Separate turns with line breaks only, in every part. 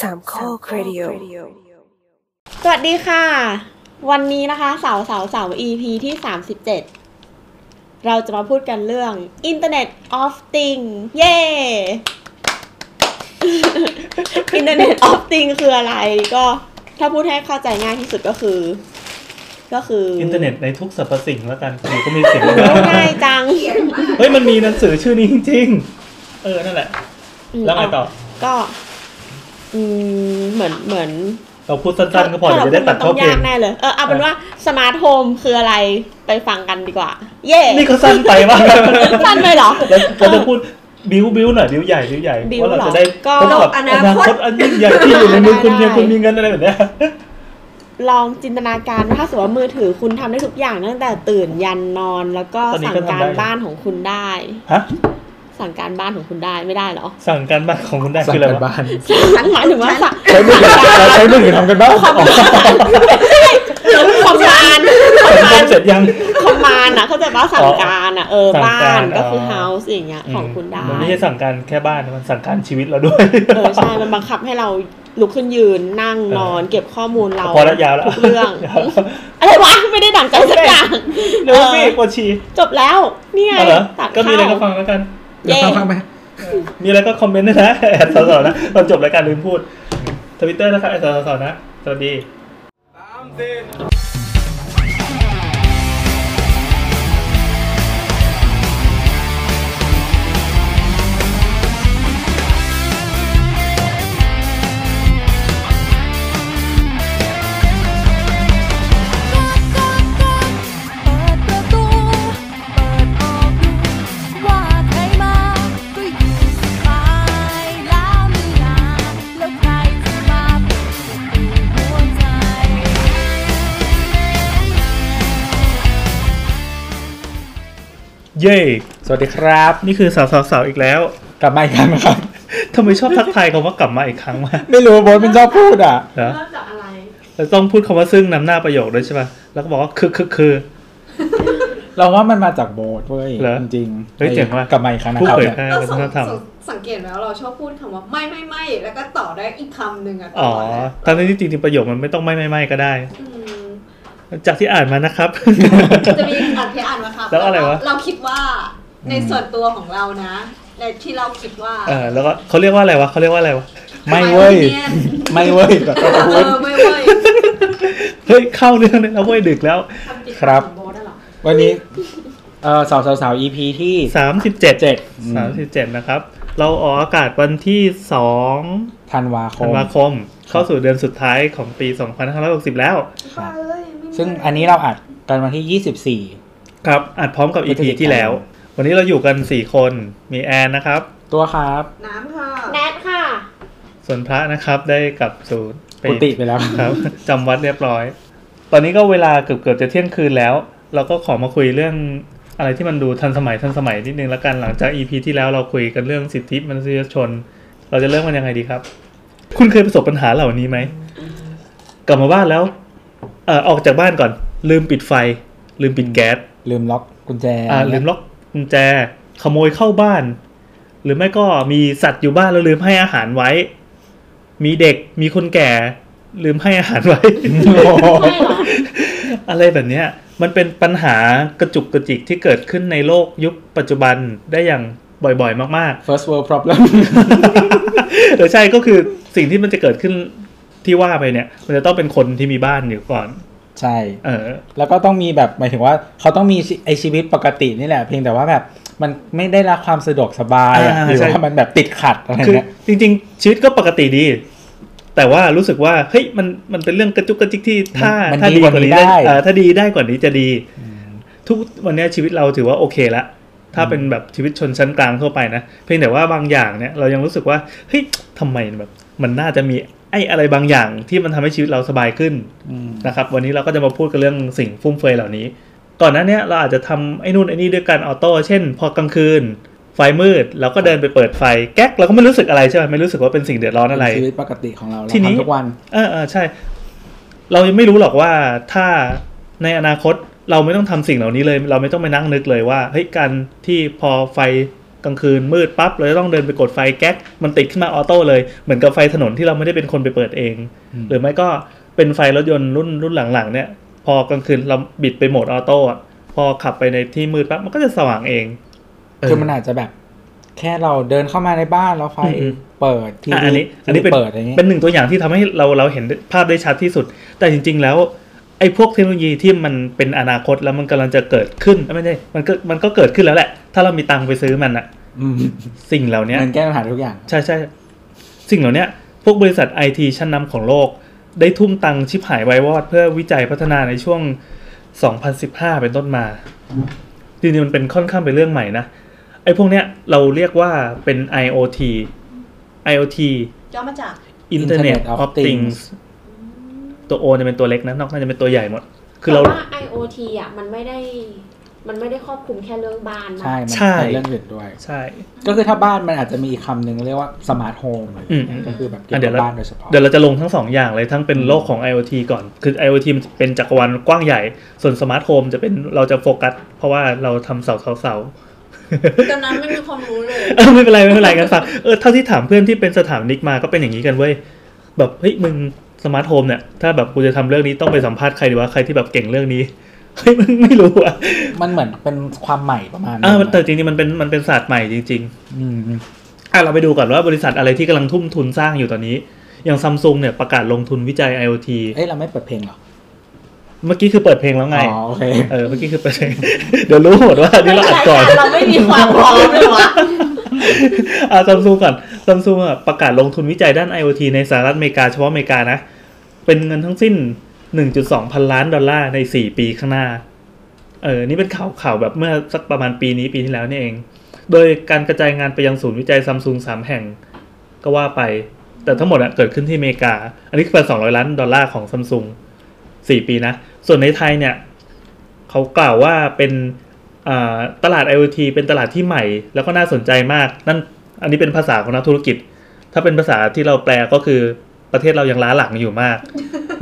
สามข้อครดิโอ
สวัสดีค่ะ วันนี้นะคะเสาวสาวสาว EP ที่ 37 เราจะมาพูดกันเรื่อง Internet of Things เย้ Internet of Things คืออะไรก็ถ้าพูดให้เข้าใจง่ายที่สุดก็คือ ก็คือ
อินเทอร์เน็ตในทุกสรรพสิ่งแล้วกันอยู่ก็มีเสียง
โอ้ ง่ายจัง
เฮ้ยมันมีหนังสือชื่อนี้จริงๆ เออ นั่นแหละ
ม
แล้วไงต่อ
ก็ อืม เหมือนเหมือน
เราพูดสั้นๆก็พอเดี๋ยวจะได้ตัดเข้าเพล
ยางกแน่เลย เออเอาเป็นว่าสมาร์ทโฮมคืออะไรไปฟังกันดีกว่า เย่
นี่ก็สั้นไป มาก
สั้นเลยเหรอ
แล้วเราจะพูดบิ้วบิ้วหน่อยบิ้วใหญ่บิ้วใหญ่
บิ้ว
เพราะเรา
เหรอ
จะได้
ก็
พบกับอ
อ
นา
นาค
ค
ต
ตอันยิ่งใหญ่ที่อยู่ในมือคุณเนี่ยคุณมีเงินอะไรแบบเนี้ย
ลองจินตนาการว่าถ้าสมมติว่ามือถือคุณทำได้ทุกอย่างตั้งแต่ตื่นยันนอน แล้วก็สั่งการบ้านของคุณได้
ฮะ
สั่งการบ้านของคุณได้ไม่ได้ เหรอ
สั่งการบ้านของคุณได้
สั่
คือง อะไร
กัน
วะ
บ้าน
สั่งหมายถึงว่าสั่ง
ใช้มือถือเราใช้มือถือทำกันบ้านอ๋อ
คอมมานด์
ผมทำเสร็จยัง
คอมมานด์อ่ะเขาใจปะว่าสั่งการอ่ะเออ
สั่ง
บ้า
การ
นก็คืออ
อ
house อย่างเงี้ยของคุณได้
มันไม่ใช่สั่งการแค่บ้านมันสั่งการชีวิตเราด้วย
เออใช่ มันบังคับให้เราลุกขึ้นยืนนั่ง
เออ
นอนเก็บข้อมูลเรา
พอแล้วยาวแล้ว
ทุกเรื่อง
ยาวแล้ว
อะไรวะ ไม่ได้ดั่งใจสักอย่าง
เร็วสิปวดฉี่
จบแล้ว นี่ไง
เอาเหรอ
ตัด
ก็มีอะไรก็
เข้า
ฟังแล้วกัน
เย้
เดี๋ยวฟังฟังไหม
มีอะไรก็คอมเมนต์ด้วยนะ แอดสาวๆนะตอนจบรายการลืมพูดทวิตเตอร์นะครับแอดสาวๆนะ สวัสดี
เปิดประตู เปิดออกดูว่าใครมา ก็อยู่สบายแล้วไม่นานแล้วใครจะมาเปิดประตูหัวใจ
เย้
สวัสดีครับ
นี่คือสาวสาวสาวอีกแล้ว
กลับมาอีกครั้งนะครับ
ทำไมชอบทักทายคำว่ากลับมาอีกครั้งวะ
ไม่รู้โบทมันชอบพูดอ่ะ
เหรอ
เริ่มจากอะไร
เราต้องพูดคำว่าซึ่งนำหน้าประโยคด้วยใช่ป่ะแล้วก็บอกว่าคือคือคือ
เราว่ามันมาจากโบทเว้ย
เหรอ
จริง
เฮ้ยเจ๋งว่ะ
กลับมาอีกครั้งนะ
ผู้
ครับ
เผย
เนี่ย
แพร่
เรา
วั
ส
ฒ
ง
นธรรม
สงสังเกตไหมว่าเราชอบพูดคำว่าไม่ไม่ไม่แล้วก็ต่อได้อีกคำหนึ่งอะต
อ๋อ
ลอดเลย
ตอนนี้จริงๆประโยคมันไม่ต้องไม่ไม่ไม่ก็ได้
ม
จากที่อ่านมานะครับ
จะมีอ่านที่อ่านมาครับ
แล้วอะไรวะ
เราคิดว่าในส่วนตัวของเรานะในที่เราคิดว่า
เออแล้วก็เขาเรียกว่าอะไรวะเขาเรียกว่าอะไรวะ
ไม่เว้ย
นี่
ไม่เว้ยแต่ก็
เอ
พูด
อไม่เว้ย
เฮ้ยเข้าเรื่องเลยแล้วเว้ยดึกแล้ว
ทำจิต
ครับ
ของโบ๊ทอะเหรอ
วันนี้เออสาวสาวสาว EP ที่
สามสิบเจ็ด
เจ็ด
สามสิบเจ็ดนะครับ เราออกอากาศวันที่สอง
ธันวาค
ธัน
ม
วาคม เข้าสู่เดือนสุดท้ายของปี 2560 แล้ว
ครับ
เอ้ยไม่
ซึ่งอันนี้เราอัดกันวันที่
ครับอัดพร้อมกับ EP
พฤศจิกายน
ที่แล้ว วันนี้เราอยู่กัน 4 คนมีแอนนะครับ
24 ตัวครับ
น้ำค่ะ
แนทค่ะ
ส่วนพระนะครับได้กลับสู่ไป
กุฏิไปแล้ว
ครับ จำวัดเรียบร้อย ตอนนี้ก็เวลาเกือบเกือบๆจะเที่ยงคืนแล้ว เราก็ขอมาคุยเรื่องอะไรที่มันดูทันสมัยทันสมัยนิดนึงละกันหลังจาก EP ที่แล้วเราคุยกันเรื่องสิทธิมนุษยชน เราจะเริ่มมันยังไงดีครับ คุณเคยประสบปัญหาเหล่านี้ไหม กลับมาบ้านแล้ว เอ่อออกจากบ้านก่อน ลืมปิดไฟ ลืมปิดแก๊ส
ลืมล็อกกุญแจ
อ่าลืมล็อกกุญแจ ขโมยเข้าบ้าน หรือไม่ก็มีสัตว์อยู่บ้านแล้วลืมให้อาหารไว้ มีเด็กมีคนแก่ ลืมให้อาหารไว้
โอ้โห
ไม่เหรอ
อะไรแบบเนี้ย มันเป็นปัญหากระจุกกระจิกที่เกิดขึ้นในโลกยุคปัจจุบันได้อย่างบ่อยๆ มาก
first world problem
ๆ เออใช่ก็คือสิ่งที่มันจะเกิดขึ้นที่ว่าไปเนี่ย มันจะต้องเป็นคนที่มีบ้านอยู่ก่อน
ใช่
เออ
แล้วก็ต้องมีแบบหมายถึงว่าเขาต้องมีชีไอชีวิตปกตินี่แหละ เพียงแต่ว่าแบบมันไม่ได้รับความสะดวกสบายอะ
อ่า
หรือ
ใช่
ว่ามันแบบติดขัดอะไร
คือ
เงี้ย
จริงๆ ชีวิตก็ปกติดี แต่ว่ารู้สึกว่าเฮ้ยมันมันเป็นเรื่องกระจุกกระจิกที่ถ้า
มั
ถ้าดี
ดี
ก
ก
ว่า
ว่า
นี้
นี้
ได้
ได้
เอ่อถ้าดีได้กว่านี้จะดี ทุกวันเนี้ยชีวิตเราถือว่าโอเคละถ้าเป็นแบบชีวิตชนชั้นกลางทั่วไปนะเพียงแต่ว่าบางอย่างเนี่ยเรายังรู้สึกว่าเฮ้ยทำไมแบบมันน่าจะมีไอ้อะไรบางอย่างที่มันทำให้ชีวิตเราสบายขึ้น นะครับวันนี้เราก็จะมาพูดกันเรื่องสิ่งฟุ่มเฟือยเหล่านี้ ก่อนหน้าเนี้ยเราอาจจะทำไอ้นู่นไอ้นี่ด้วยการออโต้เช่น พอกลางคืน ไฟมืดเราก็เดินไปเปิดไฟแก๊กเราก็ไม่รู้สึกอะไรใช่ไหมไม่รู้สึกว่าเป็นสิ่งเดือดร้อนอะไร
เป็นชีวิตปกติของเราเรา
ทีนี้
ทำทุกวัน
เออเออใช่ เรายังไม่รู้หรอกว่าถ้าในอนาคตเราไม่ต้องทำสิ่งเหล่านี้เลย เราไม่ต้องไปนั่งนึกเลยว่าเฮ้ยการที่พอไฟก ลางคืนมืดปั๊บเราจะต้องเดินไปกดไฟแก๊กมันติดขึ้นมาออโต้เลยเหมือนกับไฟถนนที่เราไม่ได้เป็นคนไปเปิดเอง
อืม
หรือไม่ก็เป็นไฟรถยนต์รุ่นรุ่นหลังๆ เนี่ย พอกลางคืนเราบิดไปโหมดออโต้อะพอขับไปในที่มืดปั๊บมันก็จะสว่างเองเ
คือมันอาจจะแบบ แค่เราเดินเข้ามาในบ้านแล้วไฟ
อืม
เปิดที
อ่ะ
วี
อันนี้อันนี้
ที
เป็
วี
น
เปิดอย่างเงี้ย
เป็นหนึ่งตัวอย่างที่ทำให้เราเราเห็นภาพได้ชัดที่สุด แต่จริง ๆ แล้วไอ้พวกเทคโนโลยีที่มันเป็นอนาคตแล้วมันกำลังจะเกิดขึ้นไม่ใช่มันก็มันก็เกิดขึ้นแล้วแหละ ถ้าเรามีตังค์ไปซื้อมันอะ
อืม
สิ่งเหล่าเนี้ย
มันแก้ปัญหาทุกอย่าง
ใช่ใช่สิ่งเหล่าเนี้ยพวกบริษัทไอทีชั้นนำของโลก ได้ทุ่มตังค์ชิบหายไวายวอด เพื่อวิจัยพัฒนาในช่วง 2015 เป็นต้นมาจริงๆมันเป็นค่อนข้างเป็นเรื่องใหม่นะ ไอ้พวกเนี้ยเราเรียกว่าเป็น IoT IoT
ย่อมาจาก
Internet
Internet
of
of
Things
Things
ตัวโอจะเป็นตัวเล็กนะ นอกนั้นจะเป็นตัวใหญ่หมด คือ
แต่
เรา
ว่า IoT อ่ะมันไม่ได้มันไม่ได้ครอบคลุมแค่เรื่องบ้านนะ
ใช่มัน
ใช่
เป็นเรื่องอื่นด้วย
ใช่
ก็คือถ้าบ้านมันอาจจะมีอีกคำหนึ่งเรียกว่าสมาร์ทโฮมอะไรอย่างเงี้
อืม
ยก็คือแบบเกี่
อ่ะ
ยว
เดี๋ย
กั
ว
บ
เรา
บ้านโดยเฉพาะ
เดี๋ยวเราจะลงทั้งสองอย่างเลยทั้งเป็นโลกของ IoT ก่อน คือ IoT มันเป็นจักรวาลกว้างใหญ่ ส่วนสมาร์ทโฮมจะเป็นเราจะโฟกัส เพราะว่าเราทำเสาเสาเสา
ตอนนั้นไม่มีความรู้เลย
เออไม่เป็นไรไม่เป็นไรกันฟังเออเท่าที่ถามเพื่อนที่เป็นสถานิกมาก็เป็นอย่างนี้กันเว้ยแบบเฮ้ยมึงสมาร์ทโฮมเนี่ย ถ้าแบบกูจะทำเรื่องนี้ต้องไปสัมภาษณ์ใครดีวะใครที่แบบเก่งเรื่องนี้เฮ้ยมึงไม่รู้อ่ะ
มันเหมือนเป็นความใหม่ประมาณนึง
อ่ามันแต่จริงๆมันเป็นมันเป็นศาสตร์ใหม่จริง ๆ
อืม
อ่ะเราไปดูก่อนว่าบริษัทอะไรที่กำลังทุ่มทุนสร้างอยู่ตอนนี้ อย่างซัมซุงเนี่ยประกาศลงทุนวิจัย IoT
เอ้ยเราไม่เปิดเพลงเหรอ
เมื่อกี้คือเปิดเพลงแล้วไง
อ๋อโอเค
เออเมื่อกี้คือเปิดเพลง เดี๋ยวรู้หมดว่าอันนี่เราอัดก่อน
เราไม่มีความพร้อมเลยวะ
อ่าซัมซุงก่อนซัมซุงอ่ะประกาศลงทุนวิจัยด้าน IoT ในสหรัฐอเมริกาเฉพาะอเมริกานะ เป็นเงินทั้งสิ้น 1.2 พันล้านดอลลาร์ใน 4 ปีข้างหน้า เออ นี่เป็นข่าวข่าวแบบเมื่อสักประมาณปีนี้ปีที่แล้วนี่เอง โดยการกระจายงานไปยังศูนย์วิจัยซัมซุง3แห่งก็ว่าไป แต่ทั้งหมดอ่ะเกิดขึ้นที่อเมริกา อันนี้คือเป็น200 ล้านดอลลาร์ของซัมซุง4ปีนะ ส่วนในไทยเนี่ยเขากล่าวว่าเป็นอ่าตลาด IoT เป็นตลาดที่ใหม่ แล้วก็น่าสนใจมาก นั่น อันนี้เป็นภาษาของนักธุรกิจ ถ้าเป็นภาษาที่เราแปลก็คือประเทศเรายังล้าหลังอยู่ม าก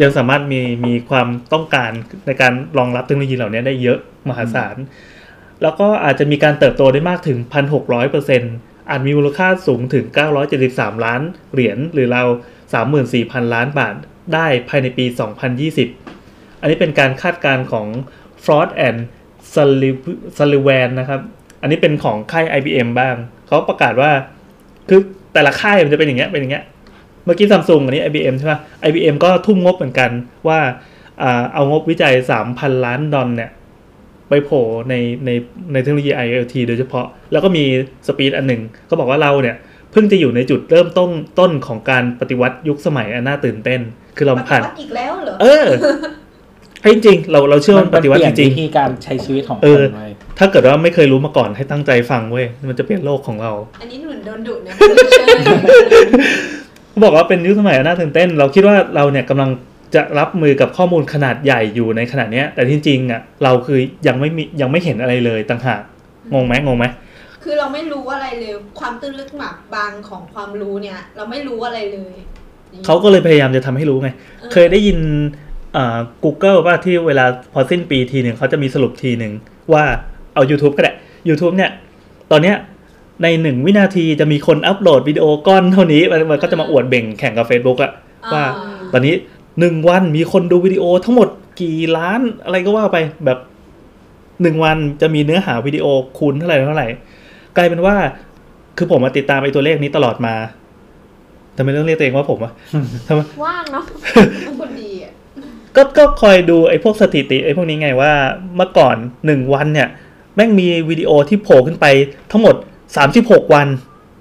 ยังสามารถมีมีความต้องการในการรองรับเทคโนโลยีเหล่านี้ได้เยอะมหาศาล แล้วก็อาจจะมีการเติบโตได้มากถึง 1,600เปอร์เซ็นต์อาจมีมูลค่าสูงถึง 973 ล้านเหรียญหรือราว34,000 ล้านบาทได้ภายในปี 2020 อันนี้เป็นการคาดการณ์ของ Frost and Sulliv- Sullivan นะครับ อันนี้เป็นของค่าย IBM บ้าง เขาประกาศว่า คือแต่ละค่ายมันจะเป็นอย่างเงี้ยเป็นอย่างเงี้ย เมื่อกี้ซัมซุงอันนี้ IBM ใช่ป่ะ IBM ก็ทุ่มงบเหมือนกันว่าอ่าเอางบวิจัย 3,000 ล้านดอลเนี่ย ไปโผล่ในในในเทคโนโลยี IoT โดยเฉพาะ แล้วก็มีสปีดอันหนึ่งก็บอกว่าเราเนี่ย เพิ่งจะอยู่ในจุดเริ่มต้นต้นของการปฏิวัติยุคสมัยอันน่าตื่นเต้น คือเรา
มัน
ผ่าน
วัดอีกแล้วเหรอ
เออเฮ้ยจริงๆเราเราเชื่อว่ามันปฏิวัติจ
มันเป
ริง
ลี่ย
ๆ
นวิธีการใช้ชีวิตของค
เออ
นเลย
ถ้าเกิดว่าไม่เคยรู้มาก่อนให้ตั้งใจฟังเว้ย มันจะเปลี่ยนโลกของเรา
อันนี้เหมือนโดนดุเนี่ยไม่ใช่เลย
เขาบอกว่าเป็นยุคสมัยอันน่าตื่นเต้น เราคิดว่าเราเนี่ยกำลังจะรับมือกับข้อมูลขนาดใหญ่อยู่ในขณะเนี้ย แต่ที่จริงอ่ะเราคือยังไม่มียังไม่เห็นอะไรเลยต่างหากงงไหมงงไหม
คือเราไม่รู้อะไรเลย ความตื้นลึกหมักบางของความรู้เนี่ย เราไม่รู้อะไรเลย
เขาก็เลยพยายามจะทำให้รู้ไง
เออ
เคยได้ยินอ่า Google ป่ะที่เวลาพอสิ้นปีทีหนึ่งเขาจะมีสรุปทีหนึ่งว่าเอา YouTube ก็ได้ YouTube เนี่ย ตอนเนี้ยในหนึ่งวินาทีจะมีคนอัปโหลดวิดีโอก้อนเท่านี้มันมันก็จะมาอวดเบ่งแข่งกับ Facebook อะว่า
อ่า
ตอนนี้หนึ่งวันมีคนดูวิดีโอทั้งหมดกี่ล้านอะไรก็ว่าไปแบบหนึ่งวันจะมีเนื้อหาวิดีโอคูณเท่าไหร่เท่าไหร่ กลายเป็นว่า คือผมมาติดตามไอ้ตัวเลขนี้ตลอดมาทำไมต้องเรียกตัวเองว่าผมวะ ทำไม
ว่างเนาะ
คนดีอะ
ก็ก็คอยดูไอ้พวกสถิติไอ้พวกนี้ไงว่าเมื่อก่อนหนึ่งวันเนี่ย แม่งมีวิดีโอที่โผล่ขึ้นไปทั้งหมด 36 วัน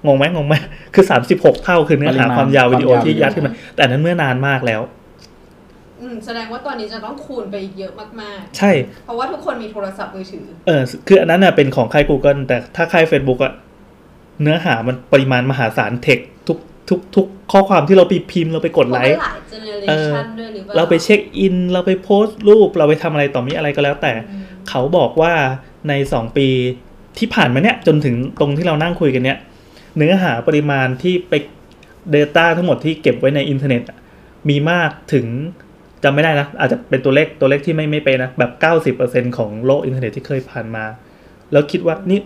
งงไหมงงไหมคือ 36 เท่าคือเนื้อหาความยาววิดีโอที่ยัดขึ้นมา แต่อันนั้นเมื่อนานมากแล้ว
อืมแสดงว่าตอนนี้จะต้องคูณไปเยอะมาก
ใช่
ๆ เพราะว่าทุกคนมีโทรศัพท์มือถือ
เออคืออันนั้นน่ะเป็นของค่าย Google แต่ถ้าค่าย Facebook อะเนื้อหามันปริมาณมหาศาลเทคทุกทุกทุกข้อความที่เราไปพิมพ์เราไปกด
เพราะ
ไล
ว่า
ค์
หลายเจเนอเร
เออ
ชันด้วยหรือเปล่า
เราไปเช็คอิน เราไปโพสต์รูปเราไปทำอะไรต่อมีอะไรก็แล้วแต่
อืม
เขาบอกว่าใน 2 ปีที่ผ่านมาเนี่ยจนถึงตรงที่เรานั่งคุยกันเนี่ยเนื้อหาปริมาณที่ไป Data ทั้งหมดที่เก็บไว้ในอินเทอร์เน็ตอะมีมากถึงจำไม่ได้นะ อาจจะเป็นตัวเลขตัวเลขที่ไม่ไม่ไปนนะ แบบ 90%ของโลกอินเทอร์เน็ตที่เคยผ่านมา แล้วคิดว่านี่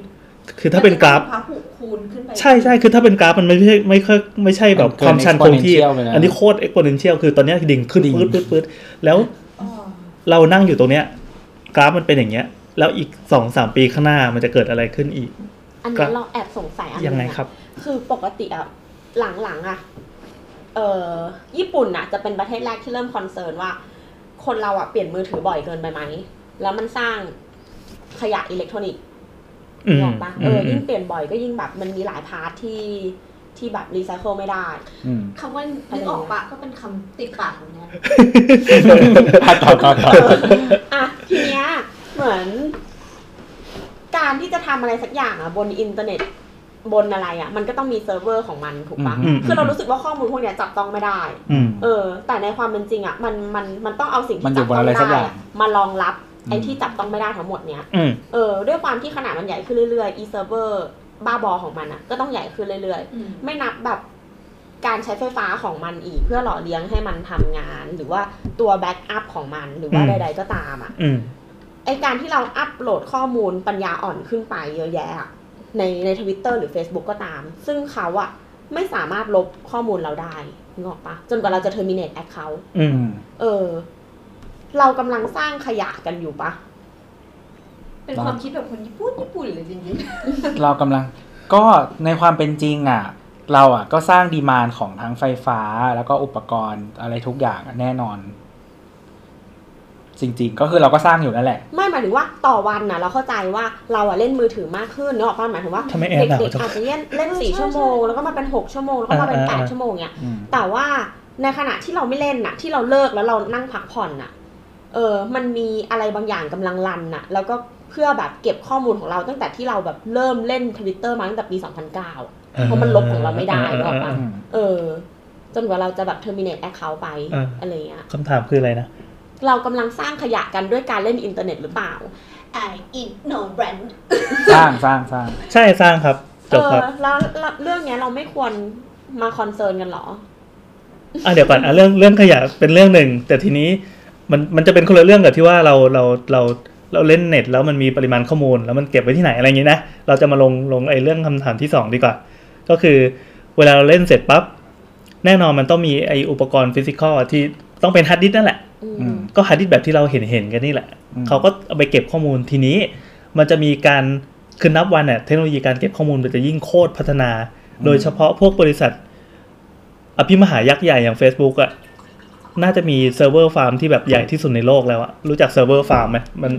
คือถ้าเป็นกราฟ
พหุค คูณขึ้นไป
ใช่ใช่คือถ้าเป็นกราฟมันไม่ใช่ไม่ค่อยไม่ใช่แบบ
มันเกิน
ความชันคงที่
exponential ไปแล้ว
อันนี้โคตรเอ็กโพเนนเชียลคือตอนเนี้ยดิ่งขึ้น
ดิ่ง
ปื๊ดปื๊ดปื๊ดแล้ว
อ๋อ
เรานั่งอยู่ตรงเนี้ยกราฟมันเป็นอย่างเงี้ย แล้วอีกสองสามปีข้างหน้ามันจะเกิดอะไรขึ้นอีก
อัน
ก็
นี้เราแอบสงสัยอันหนึ
ยัง
ง
ไง
อะ
ครับ
คือปกติอะหลังๆอะเออญี่ปุ่นอะจะเป็นประเทศแรกที่เริ่มคอนเซิร์นว่า คนเราอะเปลี่ยนมือถือบ่อยเกินไปไหม แล้วมันสร้างขยะอิเล็กทรอนิกส์
อื
นึ
ม
กออกปะเอ
อื
อ
มอื
ยิ่
ม
งเปลี่ยนบ่อยก็ยิ่งแบบมันมีหลายพาร์ทที่ที่แบบรีไซเคิลไม่ได้
อืม
คำว่านึกออกปะก็เป็นคำติดปากเหมือนกัน
อ่ะต่อต่อต่อ
อ่ะทีเนี้ยเหมือน การที่จะทำอะไรสักอย่างอ่ะ บนอินเทอร์เน็ตบนอะไรอ่ะ มันก็ต้องมีเซิร์ฟเวอร์ของมันถูกปะ
อืม
คือเรารู้สึกว่าข้อมูลพวกเนี้ยจับต้องไม่ได้
อืม
เออ แต่ในความเป็นจริงอ่ะมันมันมันต้องเอาสิ่งที่
มันอยู่
จับต้อง
บนอะไรสั
ได้
กอย่าง
อะมารองรับไอ้ที่จับต้องไม่ได้ทั้งหมดเนี้ย
อืม
เออด้วยความที่ขนาดมันใหญ่ขึ้นเรื่อยๆอีเซิร์ฟเวอร์บ้าบอของมันอ่ะ ก็ต้องใหญ่ขึ้นเรื่อยๆ
อืม
ไม่นับแบบการใช้ไฟฟ้าของมันอีก เพื่อหล่อเลี้ยงให้มันทำงาน หรือว่าตัวแบ็กอัพของมันหรือว่า
อืม
ใด ๆ ก็ตามอ่ะ
อืม
ไอการที่เราอัปโหลดข้อมูลปัญญาอ่อนขึ้นไปเยอะแยะอะในในทวิตเตอร์หรือ Facebook ก็ตาม ซึ่งเขาอะไม่สามารถลบข้อมูลเราได้งออกปะจนกว่าเราจะ terminate account
อืม
อืม
เออ เรากำลังสร้างขยะกันอยู่ปะ
เป็นความคิดแบบคนญี่ปุ่นญี่ปุ่นเลยจริง
เรากำลังก็ในความเป็นจริงอ่ะ เราอ่ะก็สร้างดีมานของทั้งไฟฟ้าแล้วก็อุปกรณ์อะไรทุกอย่างอะแน่นอน จริง ๆ ก็คือเราก็สร้างอยู่นั่นแหละ
ไม่หมายถึงว่าต่อวันนะเราเข้าใจว่าเราอะเล่นมือถือมากขึ้นเนกอะป้าหมายถึงว่า
ทำไมแอ
เด็
ร์หนาว
ก
จั
ๆ
ง
อาจจะเล่นเล่นสี่ชั่วโมง แล้วก็มาเป็นหกชั่วโมง แล้วก็มาเป็น
อ่า
แปด
อ่า
ชั่วโมงเนี่ย
อืม
แต่ว่าในขณะที่เราไม่เล่นน่ะ ที่เราเลิกแล้วเรานั่งพักผ่อนน่ะ เออ มันมีอะไรบางอย่างกำลังรันน่ะ แล้วก็เพื่อแบบเก็บข้อมูลของเราตั้งแต่ที่เราแบบเริ่มเล่นทวิตเตอร์มาตั้งแต่ปี 2009อะเพราะมันลบของเราไม่ได้หรอกปะ
อืม
เออ จนกว่าเราจะแบบ terminate account ไป
อ่า
อะไรเงี้ย
คำถามคืออะไรนะ
เรากำลังสร้างขยะกันด้วยการเล่นอินเทอร์เน็ตหรือเปล่า
ๆ I eat no brand
สร้างสร้างสร้าง
ใช่สร้างครับ จ
เอบ อ
ครับ
แล้วแล้วเรื่องเนี้ยเราไม่ควรมาคอนเซิร์นกันเหรอ
อ่ะเดี๋ยวก่อนอ่ะเรื่องเรื่องขยะเป็นเรื่องหนึ่ง แต่ทีนี้มันมันจะเป็นคนละเรื่องกับที่ว่าเราเราเราเราเล่นเน็ต แล้วมันมีปริมาณข้อมูล แล้วมันเก็บไว้ที่ไหนอะไรอย่างนี้นะ เราจะมาลงลงไอ้เรื่องคำถามที่สองดีกว่า ก็คือเวลาเราเล่นเสร็จปั๊บแน่นอนมันต้องมีไอ้อุปกรณ์ฟิสิกอลที่ต้องเป็นฮาร์ดดิสก์นั่นแหละ
อื
อื
ม
ม
ก็ฮาร์ดดิสก์แบบที่เราเห็นเห็นๆกันนี่แหละ
อืม
เขาก็เอาไปเก็บข้อมูลทีนี้ มันจะมีการคือนับวันเนี่ยเทคโนโลยีการเก็บข้อมูลมันจะยิ่งโคตรพัฒนา โดยเฉพาะพวกบริษัท อภิมหายักษ์ใหญ่อย่าง Facebook อะน่าจะมีเซิร์ฟเวอร์ฟาร์มที่แบบใหญ่ที่สุดในโลกแล้วอะรู้จักเซิร์ฟเวอร์ฟาร์มไหมมัน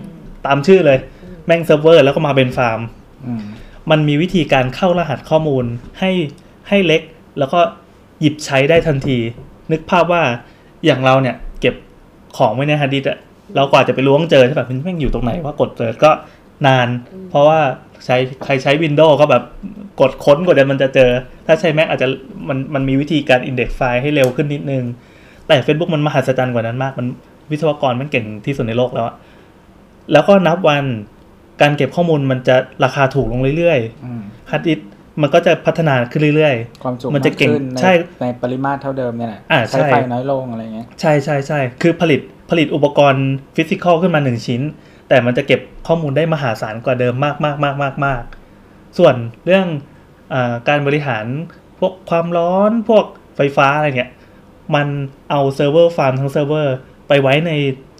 ตามชื่อเลย แม่งเซิร์ฟเวอร์แล้วก็มาเป็นฟาร์ม
อืม
มันมีวิธีการเข้ารหัสข้อมูลให้ให้เล็ก แล้วก็หยิบใช้ได้ทันที นึกภาพว่าอย่างเราเนี่ย เก็บของไว้ในฮาร์ดดิสก์อะเรากว่าจะไปล้วงเจอใช่ป่ะมันแม่งอยู่ตรงไหนว่ากดเจอก็นาน
อืม
เพราะว่าใช้ใครใช้ Windows ก็แบบกดค้นกว่าเดี๋ยวมันจะเจอ ถ้าใช้ Mac อาจจะมันมันมีวิธีการ Index ไฟล์ให้เร็วขึ้นนิดนึง แต่ Facebook มันมหัศจรรย์กว่านั้นมาก มันวิศวกรมันเก่งที่สุดในโลกแล้วอะแล้วก็นับวันการเก็บข้อมูลมันจะราคาถูกลงเรื่อยๆ
อืม
ฮาร์ดดิสก์มันก็จะพัฒนาขึ้นเรื่อย
ความจุ
มันจะเก่ง
ากขึ้น
ใช่
ในในปริมาตรเท่าเดิมเนี่ยแหละ
อ่า
ใช้
ใช่
ไฟน้อยลงอะไรเงี้ย
ๆ ใช่ใช่ใช่คือผลิตผลิตอุปกรณ์ฟิสิกอลขึ้นมาหนึ่งชิ้น แต่มันจะเก็บข้อมูลได้มหาศาลกว่าเดิมมากมากมากมากมากส่วนเรื่องอาการบริหารพวกความร้อนพวกไฟฟ้าอะไรเนี่ย มันเอาเซิร์ฟเวอร์ฟาร์มทั้งเซิร์ฟเวอร์ไปไว้ใน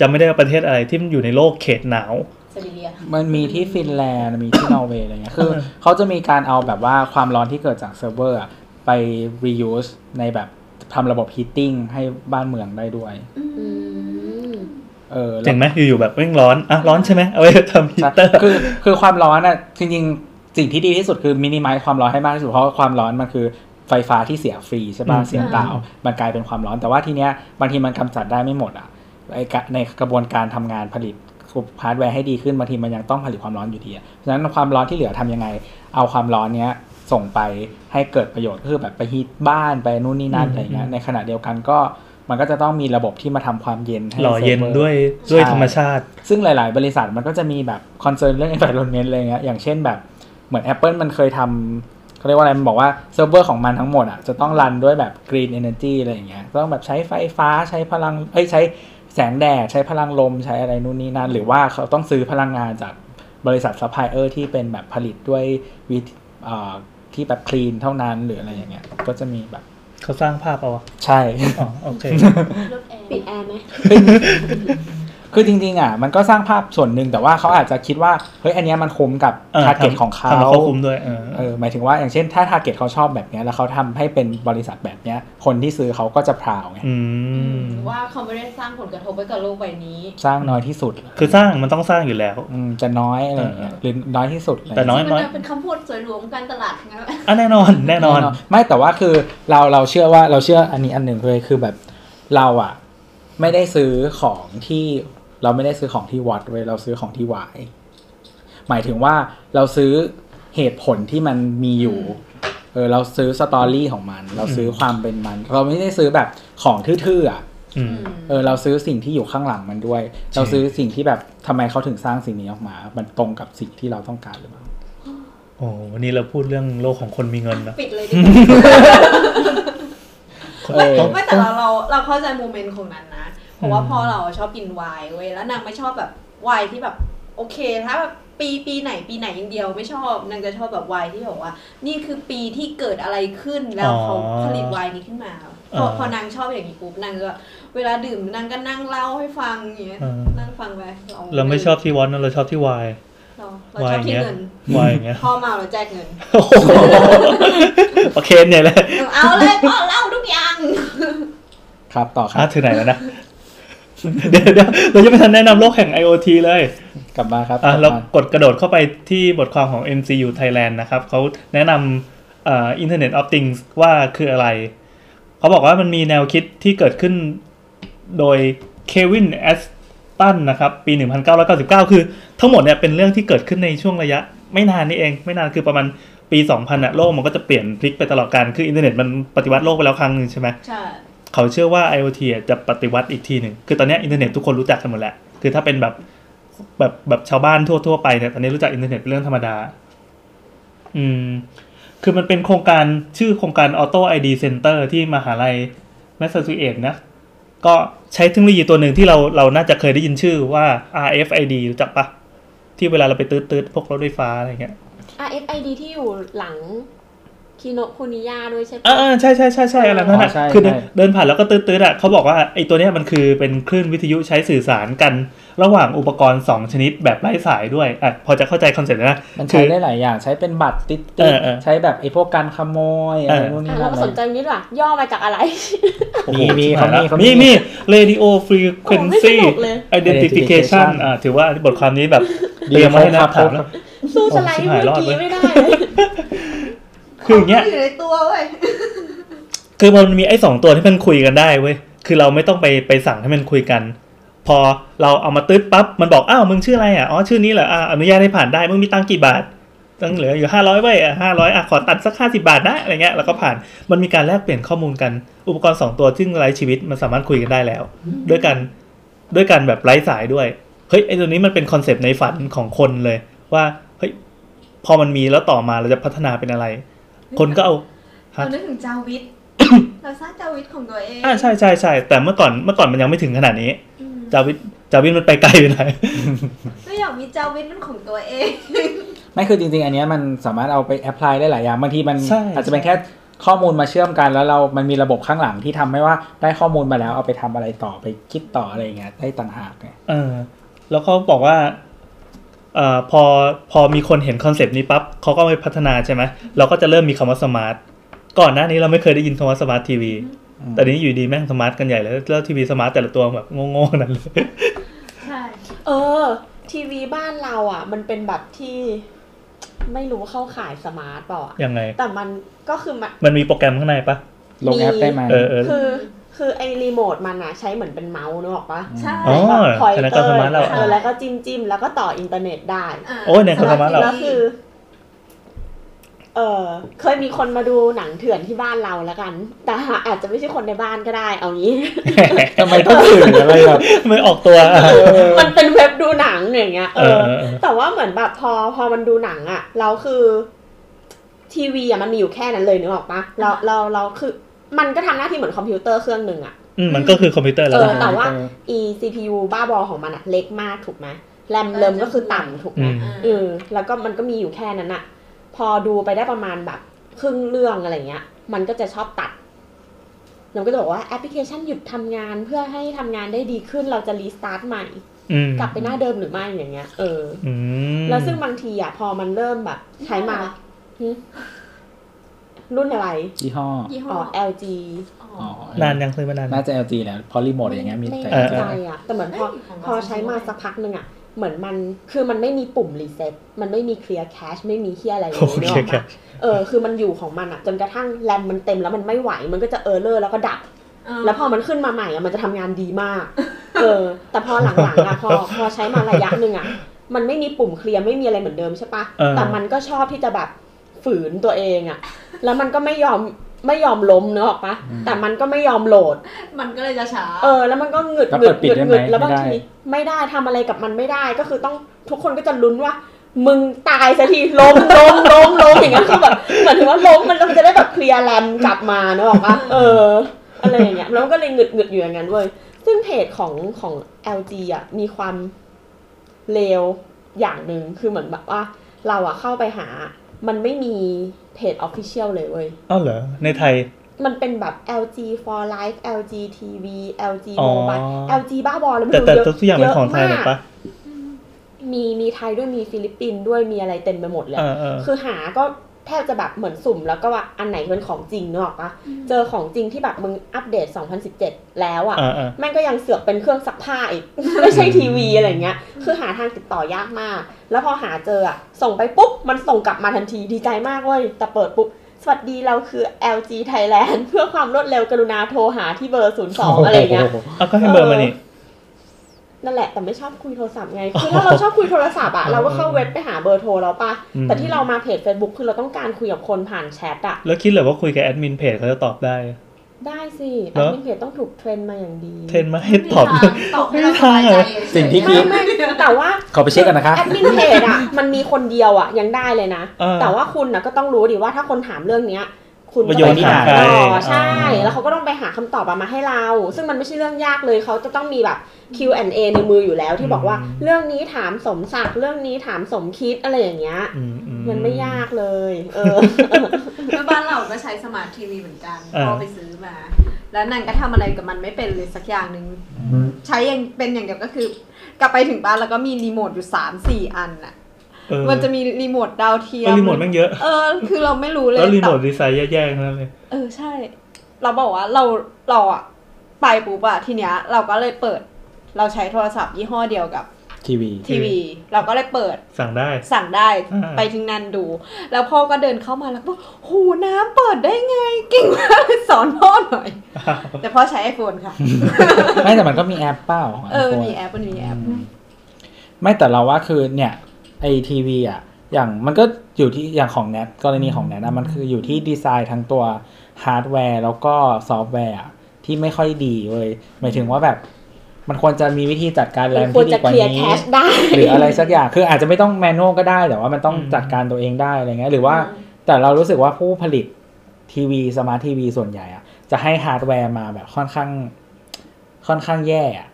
จะไม่ได้ว่าประเทศอะไรที่มันอยู่ในโลกเขตหนาว
เซบีเรีย
มันมีที่ฟินแลนด์มีที่ นอร์เวย์อะไรเงี้ย คือเขาจะมีการเอาแบบว่าความร้อนที่เกิดจากเซิร์ฟเวอร์อะไป reuse ในแบบทำระบบ heating ให้บ้านเมืองได้ด้วย
อืม
เออแล้ว
เจ๋งไหมอยู่ๆแบบแม่งร้อนอ่ะร้อนใช่ไหมเอาไว้ทำฮี
ใช่
เตอร์
คือคือความร้อนอ่ะ จริงๆ สิ่งที่ดีที่สุดคือมินิมัลความร้อนให้มากที่สุด เพราะความร้อนมันคือไฟฟ้าที่เสียฟรีใช่ป่ะ
อืม
เสียเปล่า มันกลายเป็นความร้อน แต่ว่าทีเนี้ยบางทีมันกำจัดได้ไม่หมดอ่ะไอ้กะในกระบวนการทำงานผลิตฮาร์ดแวร์ให้ดีขึ้นบางทีมันยังต้องผลิตความร้อนอยู่ดีอะเพราะฉะนั้นความร้อนที่เหลือทำยังไง เอาความร้อนเนี้ยส่งไปให้เกิดประโยชน์ก็คือแบบไปฮีทบ้านไปนู่นนี่นั่นอะไรเงี้ย ในขณะเดียวกันก็มันก็จะต้องมีระบบที่มาทำความเย็นให้
หล่อเย็นด้วยด้วยธรรมชาติ
ซึ่งหลาย ๆ บริษัทมันก็จะมีแบบคอนเซิร์นเรื่อง environment อะไรเงี้ย อย่างเช่นแบบเหมือน Apple มันเคยทำเขาเรียกว่าอะไร มันบอกว่าเซิร์ฟเวอร์ของมันทั้งหมดอ่ะจะต้องรันด้วยแบบ green energy อะไรอย่างเงี้ย ต้องแบบใช้ไฟฟ้าใช้พลัง เอ้ยใช้แสงแดด ใช้พลังลมใช้อะไรนู่นนี่นั่น หรือว่าเขาต้องซื้อพลังงานจากบริษัทซัพพลายเออร์ที่เป็นแบบผลิตด้วยวิธีเอ่อท ที่แบบคลีนเท่านั้นหรืออะไรอย่างเงี้ย ก็จะมีแบบ
เขาสร้างภาพเอาอะ
ใช่
อ๋อโอเค
รถแอร์
ปิดแอร์ไหม
คือจริงๆอ่ะมันก็สร้างภาพส่วนหนึ่งแต่ว่าเขาอาจจะคิดว่าเฮ้ยอันเนี้ยมันคุ้มกับ
เออ
ทาร์เก็ต
ทำ
ของเขา
ทำให้เขาคุ้มด้วยเออ
เออหมายถึงว่าอย่างเช่น ถ้าทาร์เก็ตเขาชอบแบบเนี้ยแล้วเขาทำให้เป็นบริษัทแบบเนี้ย คนที่ซื้อเขาก็จะพราวไง
อืม
ว่าเขาไม่ได้สร้างผลกระทบไว้กับโลกใบนี้
สร้างน้อยที่สุด
คือสร้างมันต้องสร้างอยู่แล้ว
อืมจะน้อยอะไรอย่างเงี้ยหรือน้อยที่สุดะไราง
แต่
เงี้
น้อย
มันเป็นคำพูดสวยหรูของการตลาดงั้นแหละ
อ่ะแน่น อนแน่นอน
ไม่แต่ว่าคือเราเราเชื่อว่าเราเชื่ออันนี้อันหนึ่งเลยคือแบบเราอะไม่ได้ซื้อของที่เราไม่ได้ซื้อของที่วัดเว้ยเราซื้อของที่วาย หมายถึงว่าเราซื้อเหตุผลที่มันมีอยู่เออเราซื้อสตอรี่ของมัน เราซื้อความเป็นมัน เราไม่ได้ซื้อแบบของทื่อๆอะ
อืม
เออเราซื้อสิ่งที่อยู่ข้างหลังมันด้วย เราซื้อสิ่งที่แบบทำไมเขาถึงสร้างสิ่งนี้ออกมา มันตรงกับสิ่งที่เราต้องการหรือเปล่า
โอ้วันนี้เราพูดเรื่องโลกของคนมีเงินนะ
ปิดเลยดีกว่า ไม่ไม่แต่เราเราเราเข้าใจโมเมนต์ของนั้นนะเพราะว่าพ่อเราชอบกินไวน์เว้ยแล้วนางไม่ชอบแบบไวน์ที่แบบโอเคถ้าแบบปีปีไหนปีไหนอย่างเดียวไม่ชอบนางจะชอบแบบไวน์ที่บอกว่า นี่คือปีที่เกิดอะไรขึ้นแล้วเขาผลิตไวน์นี้ขึ้นมาพอพอนางชอบอย่างนี้ปุ๊บนางก็เวลาดื่มนางก็นั่งเล่าให้ฟังอย่างเงี้ยนั่งฟังไป
เราไม่ชอบที่วอนนะเราชอบที่วาย
เราเราชอบที่เงิน
วายอย่างเงี้ย
พ่อเมาเราแจกเงิน
โอ้โห โอเคเนี่ยแหละ
เอาเลยพ่อเล่าทุกอย่าง
ครับต่อค
อ่ะ
รับ
ถึงไหนแล้วนะ เดี๋ยวเดี๋ยวเราจะไม่ทันแนะนำโลกแห่ง IoT เลย
กลับมาครับ
อ่ะ
กลับ
เรา
มา
กดกระโดดเข้าไปที่บทความของ MCU Thailand นะครับเขาแนะนำเอ่อ Internet of Things ว่าคืออะไร เขาบอกว่ามันมีแนวคิดที่เกิดขึ้นโดยเควินแอสตันนะครับ ปี 1999 คือทั้งหมดเนี่ยเป็นเรื่องที่เกิดขึ้นในช่วงระยะ ไม่นานนี่เอง ไม่นานคือประมาณปี 2000น่ะโลกมันก็จะเปลี่ยนพลิกไปตลอดการคืออินเทอร์เน็ตมันปฏิวัติโลกไปแล้วครั้งหนึ่งใช่ไหม
ใช่
เขาเชื่อว่า IoT อ่ะจะปฏิวัติอีกทีหนึ่ง คือตอนเนี้ยอินเทอร์เน็ตทุกคนรู้จักกันหมดแหละ คือถ้าเป็นแบบแบบแบบชาวบ้านทั่ว ๆ ไปเนี่ย ตอนนี้รู้จักอินเทอร์เน็ตเป็นเรื่องธรรมดา อืม คือมันเป็นโครงการชื่อโครงการ Auto ID Center ที่มหาลัยแมสซาชูเอตส์นะ ก็ใช้เทคโนโลยีตัวหนึ่งที่เราเราน่าจะเคยได้ยินชื่อว่า RFID รู้จักปะ ที่เวลาเราไปตืดตืดๆพวกรถไฟฟ้าอะไรเงี้ย
RFID ที่อยู่หลังคิโนโคนิยาด้วยใช่
เออเอ
ปะ
อใช่ใช่ใช่ใช่อะไรนั่น
อ๋
น่ะ
อใช่
คือเดิน
ใช่
เดินผ่านแล้วก็ตืดตืดๆอ่ะเขาบอกว่าไอ้ตัวเนี้ยมันคือเป็นคลื่นวิทยุใช้สื่อสารกัน ระหว่างอุปกรณ์ 2 ชนิดแบบไร้สายด้วยอ่ะพอจะเข้าใจคอนเซ็ปต์นะ
มันใช้ได้หลายอย่างใช้เป็นบัตรติ๊ด
เอ
ติ๊
อเออ
ใช้แบบไอ้พวกการขโมย
เอ
อะ
อ
ไร
อ
นู่นนี่
อ่ะ
นั่
เรา
น
มา
อะไร
สนใจตรงนี้ดีกว่าย่อมาจากอะไร
โอ้โห
มีมี
ชิบหยละ
เขา
มี
มีเขามี
มี radio frequency
โอ้ไม่สนุกเลย
identification อ่ะถือว่าบทความนี้แบบเตรียมมาให้นะถามแล้ว
สู้สไลด์เมื่อ
โอ้ชิบหายรอดเว้
กี้
ย
ไม่ได้เลย
คืออย่างเงี้ย
อยู่ในตัวเว้ย
คือมันมีไอ้สองตัวที่มันคุยกันได้เว้ย คือเราไม่ต้องไปไปสั่งให้มันคุยกัน พอเราเอามาตึ๊ดปั๊บ มันบอก อ้าวมึงชื่ออะไรอ่ะ อ๋อชื่อนี้เหรอ อ่าอนุญาตให้ผ่านได้ มึงมีตังค์กี่บาท ตังค์เหลืออยู่ห้าร้อยไว้ยอ่ะห้าร้อยอ่ะขอตัดสักห้าสิบาทนะอะไรเงี้ย แล้วก็ผ่าน มันมีการแลกเปลี่ยนข้อมูลกัน อุปกรณ์สองตัวซึ่งไร้ชีวิตมันสามารถคุยกันได้แล้ว ด้วยกัน ด้วยกันแบบไร้สายด้วย เฮ้ยไอ้ตัวนี้มันเป็นคอนเซปต์ในฝันของคนเลย ว่า เฮ้ย พอมันมีแล้วต่อมาเราจะพัฒนาเป็นอะไร คนก็เอา ฮะ
เรานึกถึงจาวิ ท เราสร้างจาวิทของตัวเอง
อ่าใช่ใช่ใช่แต่เมื่อก่อนเมื่อก่อนมันยังไม่ถึงขนาดนี้ จาวิทจาวิทมันไปไกลไปหน่อย
ไม่อยากมีจาวิทเป็นของตัวเอง
ไม่คือจริงๆ อันเนี้ยมันสามารถเอาไปแอพพลายได้หลายอย่างบางทีมัน
ใช่
อาจจะเป็นแค่ข้อมูลมาเชื่อมกันแล้วเรา มันมีระบบข้างหลังที่ทำให้ว่าได้ข้อมูลมาแล้วเอาไปทำอะไรต่อไปคิดต่ออะไรอย่างเงี้ยได้ต่างหากไง
เออแล้วเขาบอกว่าเอ่อพอพอมีคนเห็นคอนเซปต์นี้ปั๊บเขาก็เอาไปพัฒนาใช่ไหมเราก็จะเริ่มมีคำว่าสมาร์ทก่อนหน้านี้เราไม่เคยได้ยินคำว่าสมาร์ททีวีแต่นี้อยู่ดีแม่งสมาร์ทกันใหญ่เลยแล้วทีวีสมาร์ทแต่ละตัวแบบโง่ๆนั่นเลย
ใช่
เออ ทีวีบ้านเราอ่ะ มันเป็นแบบที่ ไม่รู้เข้าขายสมาร์ทเปล่าอ่ะ
ยังไง
แต่มันก็คือมัน
มันมีโปรแกรมข้างในปะ
ลงแอปได้ไหม
เออเออ
คือคือไอ้รีโมทมันอะใช้เหมือนเป็นเมาส์นึกออกปะ
ใช่
อ๋อ
แบบพอย
ธนา
เตอ
คาร
ร์
สมาร์ทเรา
เอ
อ๋
อ
อ
แล้วก็จิ้มจิ้มแล้วก็ต่ออินเทอร์เน็ตได้
อ่า
โอ้ยเนี่ยเขาทำมา
แล้วคือเออเคยมีคนมาดูหนังเถื่อนที่บ้านเราแล้วกัน แต่อาจจะไม่ใช่คนในบ้านก็ได้ เอางี้
ทำไมต้องถืออะไรแบบ
ไม่ออกตัวอ่ะ
มันเป็นเว็บดูหนังอย่างเงี้ย เออ
เออเออ
แต่ว่าเหมือนแบบพอพอมันดูหนังอะเราคือ ทีวีอะมันมีอยู่แค่นั้นเลยนึกออกปะเราเราเราคือ มันก็ทำหน้าที่เหมือนคอมพิวเตอร์เครื่องหนึ่งอะ
อืมมันก็คือคอมพิวเตอร์
เอ
แล้ว
อ
นะ
แต่ว่า
เออ
e CPU บ้าบอของมันอะเล็กมากถูกไหมแรมเริมก็คือต่ำถูกไหม
อืม
เออแล้วก็มันก็มีอยู่แค่นั้นอะพอดูไปได้ประมาณแบบ ครึ่งเรื่องอะไรเงี้ย มันก็จะชอบตัดเราก็จะบอกว่าแอปพลิเคชันหยุดทำงานเพื่อให้ทำงานได้ดีขึ้นเราจะรีสตาร์ทใหม่
อืม
กลับไปหน้าเดิมหรือไม่อย่างเงี้ยเออ
อืม
อแล้วซึ่งบางทีอ่ะพอมันเริ่มแบบใช้มาหึรุ่นอะไร
ยี่ห้อ
ยี่ห้
อ๋
อ
อ LG
อ๋อ
นา นยังซื้อมานานยัง
น่าจะ LG แล้วพอรีโมทอย่างเงี้ยมี
ไม่
แต่
แน่
เอ
ใจ
อเออ
อ่ะแต่เหมือนพอ พ
เฮ้
อย ใช้มาสักพักหนึ่งอ่ะ เหมือนมัน คือมันไม่มีปุ่มรีเซ็ต มันไม่มีเคลียร์แคชไม่มีเฮียอะไรเลย
โอเค
นึกออก
ครั
ปะ
บ
เออ คือมันอยู่ของมันอ่ะ จนกระทั่งแรมมันเต็มแล้วมันไม่ไหว มันก็จะเออร์เลอร์แล้วก็ดับ แล้วพอมันขึ้นมาใหม่อะมันจะทำงานดีมาก เออ แต่พอหลังๆอะพอพอใช้มาระยะหนึ่งอะมันไม่มีปุ่มเคลียร์ไม่มีอะไรเหมือนเดิมใช่ปะ
เออ
แต่มันก็ชอบที่จะแบบฝืนตัวเองอะแล้วมันก็ไม่ยอมไม่ยอมล้มเนกอะปะ
อืม
แต่มันก็ไม่ยอมโหลด
มันก็เลยจะช้า
เออแล้วมันก็หงึด
แล้ว
หงึ
เปิ
ด
ดปิด
หงึด
ได้ไห
ห
ม
งึดแล้วบาง
ไม่ได้
ทีไม่ได้ทำอะไรกับมันไม่ได้ก็คือต้องทุกคนก็จะลุ้นว่า มึงตายสักทีล้ม ล้มล้มล้มอย่างเงี้ยคือแบบเหมือนถึงว่าล้มมันแล้วมันจะได้แบบเคลียร์แรมกลับมาเนกอะปะเอออะไรอย่างเงี้ยแล้วมันก็เลยหงึดหงึดอยู่อย่างนั้นเว้ยซึ่งเพจของของ LG อ่ะมีความเลวอย่างหนึ่งคือเหมือนแบบว่า เราอะเข้าไปหา มันไม่มีเพจออฟฟิเชียลเลยเว้ย
อ้าวเหรอ ในไทย
มันเป็นแบบ LG for life LG TV LG
อ๋อ
mobile LG บ้าบอแล้วไม่
แต่
รู้เย
แต่
อะ
ทุกอย่างเป็นของไทยหมด
เะมา
ปะ
กมีมีไทยด้วยมีฟิลิปปินส์ด้วยมีอะไรเต็มไปหมดเลย
เออเออ
คือหาก็แทบจะแบบเหมือนสุ่มแล้วก็ว่าอันไหนเป็นของจริงเนกอะปะเจอของจริงที่แบบมึงอัปเดต 2017 แล้วอะ
อ่าอ่า
แม่งก็ยังเสือกเป็นเครื่องซักผ้าอีก ไม่ใช่ทีวีอะไรเงี้ย คือหาทางติดต่อยากมาก แล้วพอหาเจออะส่งไปปุ๊บ มันส่งกลับมาทันทีดีใจมากเว้ย แต่เปิดปุ๊บ สวัสดีเราคือ LG Thailand เพื่อความรวดเร็วกรุณาโทรหาที่เบอร์ 02 อะไรเงี้ย
เอาก็ให้เบอร์มานี่
นั่นแหละแต่ไม่ชอบคุยโทรศัพท์ ไง คือถ้าเราชอบคุยโทรศัพท์อะ
อ๋อ
เราก็เข้าเว็บไปหาเบอร์โทรแล้วปะ
อืม
แต่ที่เรามาเพจ Facebook คือเราต้องการคุยกับคนผ่านแชทอะ
แล้วคิดเหรอว่าคุยกับแอดมินเพจเขาจะตอบได้
ได้สิ
เห
แอ
รอ
ดมินเพจต้องถูกเทรนมาอย่างดี
เทรนมาให้ตอบ
ตอบให้เราสบายใจ
สิ่งที่คิ
ไม่
ด
ไม่แต่ว่า
ขอไปเช็คกันนะคะ
แอดมินเพจอะ มันมีคนเดียวอะยังได้เลยนะ
เออ
แต่ว่าคุณนะก็ต้องรู้ดิว่าถ้าคนถามเรื่องเนี้ย คุณ
ประ
ก็
โยชน์
ไปหา
หาใคร
ต่อใช่
อ๋อ
แล้วเขาก็ต้องไปหาคำตอบอะมาให้เรา ซึ่งมันไม่ใช่เรื่องยากเลยเขาจะต้องมีแบบ Q&A ในมืออยู่แล้วที่บอกว่าเรื่องนี้ถามสมศักดิ์เรื่องนี้ถามสมคิดอะไรอย่างเงี้ย
อือื
มันไม่ยากเลย เออ
แล้วบ้านเราก็ใช้สมาร์ททีวีเหมือนกัน
เออ
พ่อไปซื้อมา แล้วนางก็ทำอะไรกับมันไม่เป็นเลยสักอย่างหนึ่งใช้อย่างเป็นอย่างเดียวก็คือ กลับไปถึงบ้านแล้วก็มีรีโมทอยู่สามสี่อันน่ะ
เออ
มันจะมีรีโมทดาวเทีย
เออ
ม
รีโมทแม่งเยอะ
เออ คือเราไม่รู้เลย
แล้วรีโมท
แต่
ดีไซน์แย่ๆทั้งนั่นเลย
เออใช่ เราบอกว่าเราเราอะไปปุ๊บอะทีเนี้ย เราก็เลยเปิด เราใช้โทรศัพท์ยี่ห้อเดียวกับ
ทีวี
ทีวี เราก็เลยเปิด
สั่งได้
สั่งได้
อ่า
ไปถึงนั่นดู แล้วพ่อก็เดินเข้ามาแล้วก็บอกหูน้ำเปิดได้ไงเก่งมากสอนพ่อ หน่อย
อ้าว
แต่พ่อใช้ไอโฟนค่ะ
ไม่แต่มันก็มีแอปเปล่าของ
เออ
iPhone
มีแอปมันมีแอป
อืมไม่แต่เราว่าคือเนี่ยไอทีวีอ่ะอย่างมันก็อยู่ที่อย่างของแนทกรณีของแนทอะมันคืออยู่ที่ดีไซน์ทั้งตัวฮาร์ดแวร์แล้วก็ซอฟต์แวร์อะที่ไม่ค่อยดีเว้ยหมายถึงว่าแบบ มันควรจะมีวิธีจัดการแร
มัน
ม
ควร
ที่ดี
จะ
ก
เคลีย
ว่า
ร์แค
นี้
ชได้
หรืออะไรสักอย่างคืออาจจะไม่ต้องแมนนวลก็ได้ แต่ว่ามันต้อง
อืม
จัดการตัวเองได้อะไรเงี้ยหรือว่า
อืม
แต่เรารู้สึกว่าผู้ผลิตทีวีสมาร์ททีวีส่วนใหญ่อะจะให้ฮาร์ดแวร์มาแบบค่อนข้าง ค่อนข้างแย่อะ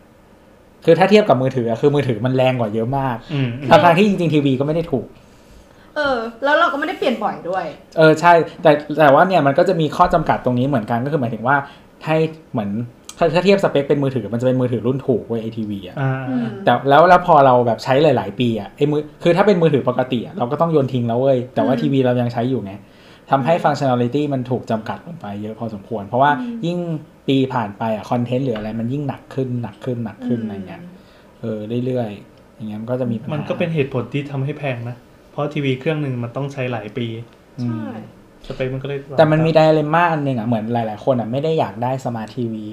คือถ้าเทียบกับมือถืออะคือมือถือมันแรงกว่าเยอะมาก
อืมอืม
ทั้งๆที่จริงๆทีวีก็ไม่ได้ถูก
เออ แล้วเราก็ไม่ได้เปลี่ยนบ่อยด้วย
เออใช่แต่แต่ว่าเนี่ยมันก็จะมีข้อจำกัดตรงนี้เหมือนกันก็คือหมายถึงว่าให้เหมือนถ้าถ้าเทียบสเปคเป็นมือถือมันจะเป็นมือถือรุ่นถูกเว้ยไอทีวีอะ
อ่า
อืม
แต่แล้วแล้วพอเราแบบใช้หลาย ๆ ปีอะไอ้มือคือถ้าเป็นมือถือปกติอะเราก็ต้องโยนทิ้งแล้วเว้ย แต่ว่า
อืม
ทีวีเรายังใช้อยู่ไงทำให้ฟังชั่น a ลิตี้มันถูกจำกัดลงไปเยอะพอสมควร เพราะว่ายิ่งปีผ่านไปอะคอนเทนต์หรืออะไรมันยิ่งหนักขึ้นหนักขึ้นหนักขึ้นอะไรเงี้ยเออเรื่อย ๆ อย่างเงี้ยมันก็จะมีปัญหา
มันก็เป็นเหตุผลที่ทำให้แพงนะ เพราะทีวีเครื่องหนึ่งมันต้องใช้หลายปี
อืม
ใช่
สเปคมันก็เลย
แต่มันมีไดเลม่าอันหนึ่งอะเหมือนหลาย ๆ คนอะไม่ได้อยากได้สมาร์ททีวี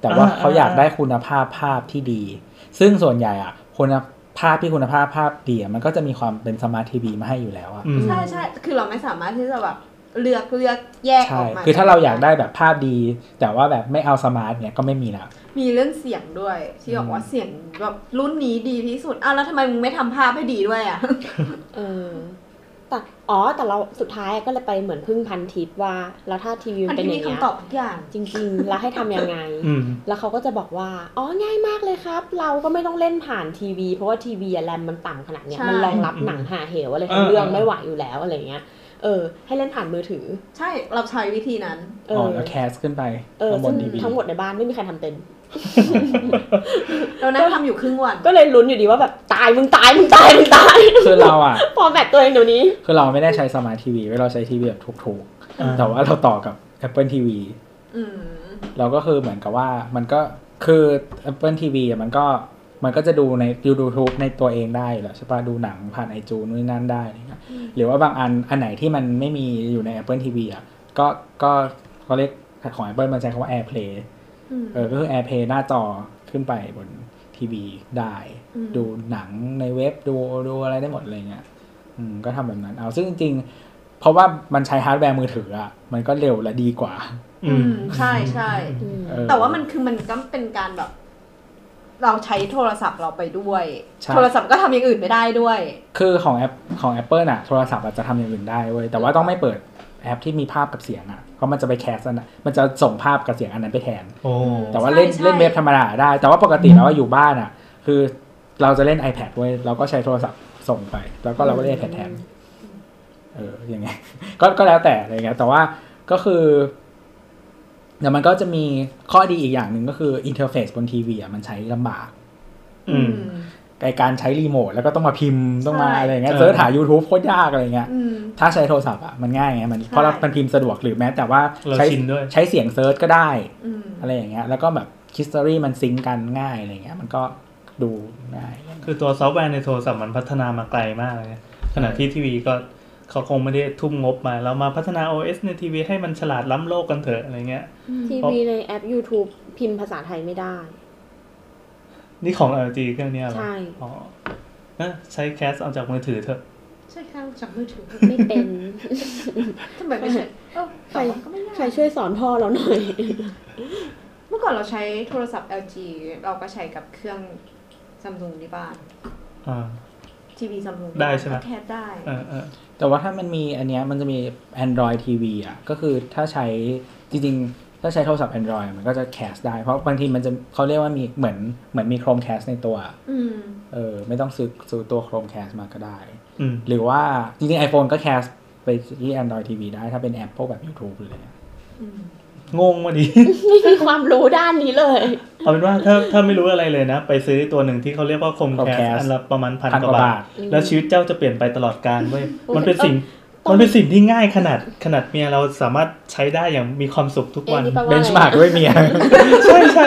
แต่ว่าเขาอยากได้คุณภาพภาพที่ดี ซึ่งส่วนใหญ่อะคุณภาพที่คุณภาพภาพดีอะมันก็จะมีความเป็นสมาร์ททีวีมาให้อยู่แล้วอะ
อืม
ใช่ใช่คือเราไม่สามารถที่จะแบบเลือกเลือกแยกอ
ใช่
อกมา
คือถ้าเราอยากได้แบบภาพดี แต่ว่าแบบไม่เอาสมาร์ทเนี่ยก็ไม่มีละ
มีเรื่องเสียงด้วย ที่บอกว่าเสียงแบบรุ่นนี้ดีที่สุดอ้าวแล้วทำไมมึงไม่ทำภาพให้ดีด้วยอ่ะ
เออ แต่อ๋อ แต่เราสุดท้ายก็เลยไปเหมือนพึ่งพันทิปว่า แล้วถ้าทีวีมั
อั
น
น
เป็นอ
ที่มี
ย่างเงี้ย
คำตอบทุกอย่าง
จริงๆ แล้วให้ทำยังไง
อืม
แล้วเขาก็จะบอกว่า อ๋อ ง่ายมากเลยครับ เราก็ไม่ต้องเล่นผ่านทีวี เพราะว่าทีวีอะแรมมันต่ำขนาดเนี้ย
ใช่
มันรองรับหนังหาเหวอะไร
เอ
ทั้ง
อ
เรื่อง
เออ
ไม่ไหวอยู่แล้วอะไรเงี้ย เอ ออ ให้เล่นผ่านมือถือ
ใช่เราใช้วิธีนั้น
เอ
อ๋
อ
อแล้วแคสขึ้นไป
เออซึ่
ข้างบน
ง
ทีวี
ทั้งหมดในบ้านไม่มีใครทำเต็ม
เรานั่งทำอยู่ครึ่งวัน
ก็เลยลุ้นอยู่ดีว่าแบบตายมึงตายมึงตายมึงตาย
คือ เราอ่ะ
ฟอร์แมตตัวเองเดี๋ยวนี้
คือเราไม่ได้ใช้สมาร์ททีวีเราใช้ทีวีแบบถูก
อ่า
ๆ แต่ว่าเราต่อกับ Apple TV
อืม
เราก็คือเหมือนกับว่ามันก็คือ Apple TV อะมันก็มันก็จะดูในดู YouTube ในตัวเองได้อยู่แล้วใช่ปะดูหนังผ่านไอจูนนู่นนนั่นได้อะไรเงี้ยหรือว่าบางอันอันไหนที่มันไม่มีอยู่ใน Apple TV อ่ะก็ก็เขาเรียกของ Apple มันใช้คำว่า AirPlay
อืม
เออก็คือ AirPlay หน้าจอขึ้นไปบนทีวีได้
อืม
ดูหนังในเว็บดูดูอะไรได้หมดอะไรเงี้ยอืมก็ทำแบบนั้นเอาซึ่งจริงๆ เพราะว่ามันใช้ฮาร์ดแวร์มือถืออ่ะ มันก็เร็วและดีกว่า
อืม
ใช่ใช่
เออ
แต่ว่ามันคือมันก็เป็นการแบบ เราใช้โทรศัพท์เราไปด้วย
ใช่
โทรศัพท์ก็ทำอย่างอื่นไม่ได้ด้วย
คือของแอปของ Apple น่ะ โทรศัพท์อาจจะทำอย่างอื่นได้เว้ยแต่ว่าต้องไม่เปิดแอปที่มีภาพกับเสียงอ่ะเพราะมันจะไปแคสอันน่ะมันจะส่งภาพกับเสียงอันนั้นไปแทน
โอ้
แต่ว่าเล่น
ใช่
เล่นเว็บธรรมดาได้ แต่ว่าปกติแล้วว่าอยู่บ้านอ่ะ คือเราจะเล่น iPad เว้ยเราก็ใช้โทรศัพท์ส่งไป แล้วก็เราก็เล่น iPad แทนเอออย่างเงี้ย ก็ก็แล้วแต่อะไรเงี้ยแต่ว่าก็คือแต่มันก็จะมีข้อดีอีกอย่างหนึ่งก็คืออินเทอร์เฟซบนทีวีอ่ะมันใช้ลำบาก
อืม
ไอ้การใช้รีโมทแล้วก็ต้องมาพิมพ์ต้องมา
ใช่
อะไรเงี้ย
เออ
เสิร์ชหา YouTube โคตรยากอะไรเงี้ย
อืม
ถ้าใช้โทรศัพท์อ่ะมันง่ายไงมันเพราะเรามันพิมพ์สะดวกหรือแม้แต่ว่า
เรา
ใช้
ชินด้วย
ใช้เสียงเซิร์ชก็ได้
อืม
อะไรอย่างเงี้ยแล้วก็แบบคิสตอรี่มันซิงก์กันง่ายอะไรเงี้ยมันก็ดูง่าย
คือตัวซอฟต์แวร์ในโทรศัพท์มันพัฒนามาไกลมากเลยนะขณะที่ทีวีก็เขาคงไม่ได้ทุ่มงบมา แล้วมาพัฒนา OS ในทีวีให้มันฉลาดล้ำโลกกันเถอะอะไรเงี้ย
ทีวีในแอป YouTube พิมพ์ภาษาไทยไม่ได้
นี่ของ LG เครื่องเนี้ยเหรอ
ใช่
อ๋อเอ้อใช้แคสเอาจากมือถือเถอะ
ใช่ค่ะจากมือถือ
ไม่เป็น
ทำไมไม่ใช่เอ้า
ใค
แต่
ร
ว่าก็ไม่ยาก
ใครช่วยสอนพ่อเราหน่ อย
เมื่อก่อนเราใช้โทรศัพท์ LG เราก็ใช้กับเครื่องซัมซุงที่บ้าน
อ่า
ทีวีซัมซุง
ได้ใช่ไหม
แคสได้
เออเออ
แต่ว่าถ้ามันมีอันเนี้ยมันจะมี Android TV อ่ะก็คือถ้าใช้จริงๆ ถ้าใช้โทรศัพท์ Android มันก็จะแคสได้ เพราะบางทีมันจะเขาเรียกว่ามีเหมือนเหมือนมี Chromecast ในตัว
อืม
เออไม่ต้องซื้อซื้อตัว Chromecast มาก็ได้
อืม
หรือว่าจริงๆ iPhone ก็แคสไปที่ Android TV ได้ถ้าเป็นแอปพวกแบบ YouTube หรืออะไรเงี้ย
อืม
งงวะดี
ไม่มีความรู้ด้านนี้เลย
เอาเป็นว่าถ้าถ้าไม่รู้อะไรเลยนะ ไปซื้อตัวหนึ่งที่เขาเรียกว่าคมแคส
Chromecast
อันละประมาณพัน
พัน
ก
กว่า
ว่าบา
บา
ท
ท
แล้วชีวิตเจ้าจะเปลี่ยนไปตลอดการเว้ย
โอ้ย
มันเป็นสิ่ง มันเป็นสิ่งที่ง่ายขนาดขนาดเมียเราสามารถใช้ได้อย่างมีความสุขทุก
เอ๊ะ
วัน
นี่แปลว่า
เบนชมาร์ก
อะไร
ด้วยเมีย
ใช่ใช่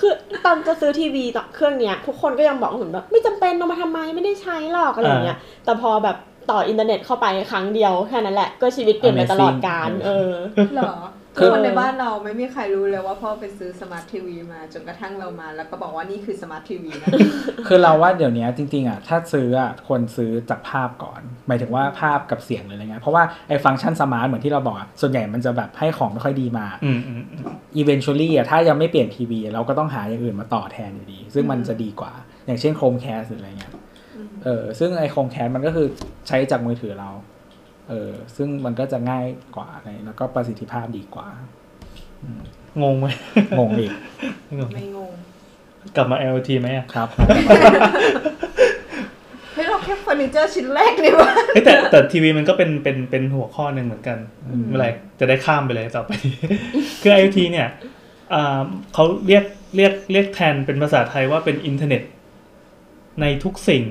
คือตอนจะซื้อทีวีต่อเครื่องเนี้ย ทุกคนก็ยังบอกเหมือนแบบไม่จำเป็นเอามาทำไมไม่ได้ใช้หรอกอะไรอย่างเงี้ย แต่พอแบบต่ออินเทอร์เน็ตเข้าไปครั้งเดียวแค่นั้นแหละ ก็ชีวิตเปลี่ยนไปตลอดกาล
Amazing
เออ
เหรอ
คื
คือ อคนในบ้านเราไม่มีใครรู้เลยว่าพ่อไปซื้อสมาร์ททีวีมาจนกระทั่งเรามา แล้วก็บอกว่านี่คือสมาร์ททีวีนะ
คือเราว่าเดี๋ยวนี้จริงๆอ่ะถ้าซื้ออ่ะควรซื้อจากภาพก่อน หมายถึงว่าภาพกับเสียงหรืออะไรเงี้ยเพราะว่าไอ้ฟังก์ชันสมาร์ทเหมือนที่เราบอกอ่ะส่วนใหญ่มันจะแบบให้ของไม่ค่อยดีมา
อืมอืมอืม
eventually อ่ะถ้ายังไม่เปลี่ยนทีวีเราก็ต้องหาอย่างอื่นมาต่อแทนอยู่ดี ซึ่งมันจะดีกว่า อย่างเช่น Chromecast หรืออะไรเงี้ยเออซึ่งไอ้ Chromecast มันก็คือใช้จากมือถือเราเออซึ่งมันก็จะง่ายกว่าอะไรแล้วก็ประสิทธิภาพดีกว่าง
งไหม
งงอีก
งง
ไม่ง ง
กลับมา LT ไหมอะ
ครับ
เฮ้ยเราแค่เฟอร์นิเจอร์ชิ้นแรกนี่วะ
เฮ้ยแต่แต่ทีวีมันก็เป็นเป็นเป็นหัวข้อหนึ่งเหมือนกันเมื่อไหรจะได้ข้ามไปเลยต่อไป คือ IoT เนี่ยอ่าเขาเรียกเรียกเรียกแทนเป็นภาษาไทยว่าเป็นอินเทอร์เน็ต ในทุกสิ่ง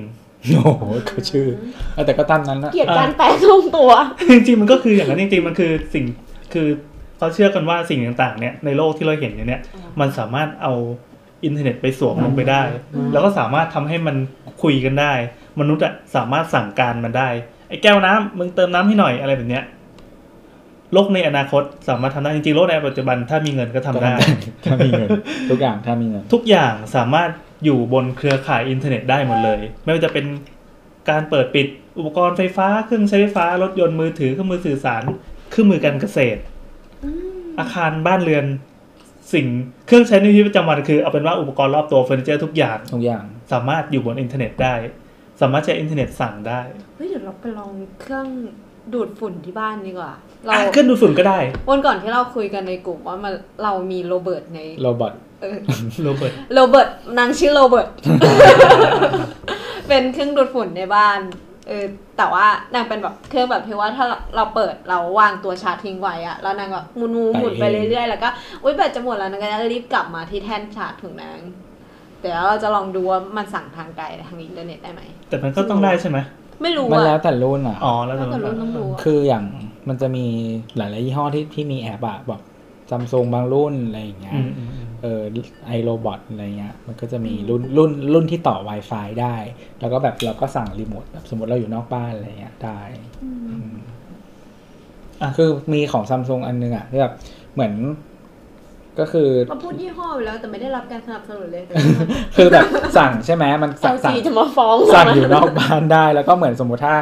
โอ้โหก็ชื่อเออแต่ก็ตามนั้นนะ
เกลียดการแปลทรงตัว
จริงๆมันก็คืออย่างนั้นจริงๆมันคือสิ่งคือเขาเชื่อกันว่าสิ่งต่างๆเนี่ยในโลกที่เราเห็นอยู่เนี่ย มันสามารถเอาอินเทอร์เน็ตไปสวมลงไปได้ แล้วก็สามารถทำให้มันคุยกันได้ มนุษย์อะสามารถสั่งการมันได้ ไอ้แก้วน้ำมึงเติมน้ำให้หน่อยอะไรแบบเนี้ยโลกในอนาคตสามารถทำได้จริงๆโลกในปัจจุบันถ้ามีเงินก็ทำได้
ถ้ามีเงิน ทุกอย่างถ้ามีเงิน
ทุกอย่างสามารถอยู่บนเครือข่ายอินเทอร์เน็ตได้หมดเลย ไม่ว่าจะเป็นการเปิดปิดอุปกรณ์ไฟฟ้า เครื่องใช้ไฟฟ้า รถยนต์มือถือเครื่องมือสื่อสาร เครื่องมือการเกษตร อาคารบ้านเรือน สิ่งเครื่องใช้ในชีวิตประจำวันคือเอาเป็นว่าอุปกรณ์รอบตัวเฟอร์นิเจอร์ทุกอย่าง
ทุกอย่าง
สามารถอยู่บนอินเทอร์เน็ตได้ สามารถใช้อินเทอร์เน็ตสั่งได้
เฮ้ยเดี๋ยวเราไปลองเครื่องดูดฝุ่นที่บ้านดีกว่า เรา
อ่ะเครื่องดูดฝุ่นก็ได้
วันก่อนที่เราคุยกันในกลุ่มว่ามันเรามีโรเบิร์ตใน
โรบอท
เออ
โรเบิร์ต
โรเบิร์ตนางชื่อโรเบิร์ต เป็นเครื่องดูดฝุ่นในบ้าน เออแต่ว่านางเป็นแบบเครื่องแบบที่ว่าถ้าเราเปิดเราวางตัวชาร์จทิ้งไว้อะแล้วนางแบบหมุนหมุนหมุนไป
ไปเอง
เรื่อยๆแล้วก็อุ้ยแบตจะหมดแล้วนางก็จะรีบกลับมาที่แท่นชาร์จของนางเดี๋ยวเราจะลองดูว่ามันสั่งทางไกลทางอินเทอร์เน็ตได้ไหม
แต่มันก็ต้องได้ใช่ไหม
ไม่รู้
มันแล้ว
อะ
แต่รุ่นอ่ะ
อ๋อแล้วแต่
แล้วแต่รุ่นต้องรู้
คืออย่างมันจะมีหลาย ๆ ยี่ห้อที่ที่มีแอปอะแบบซัมซุงบางรุ่นอะไรอย่างเงี้ย
อืมอืมอืม
เออไอโรบอทอะไรเงี้ยมันก็จะมีรุ่นรุ่นรุ่นที่ต่อ Wi-Fi ได้ แล้วก็แบบเราก็สั่งรีโมทแบบสมมติเราอยู่นอกบ้านอะไรเงี้ยได้อืมอ่ะคือมีของซัมซุงอันนึงอะที่แบบเหมือนก็คือ
เขาพูดยี่ห้อไปแล้วแต่ไม่ได้รับการสนับสนุนเลย
คือแบบสั่งใช่ไหมมันสั่ง
LG จะมาฟ้องเรา
สั่ง
นะ
อยู่นอกบ้านได้แล้วก็เหมือนสมมติถ้า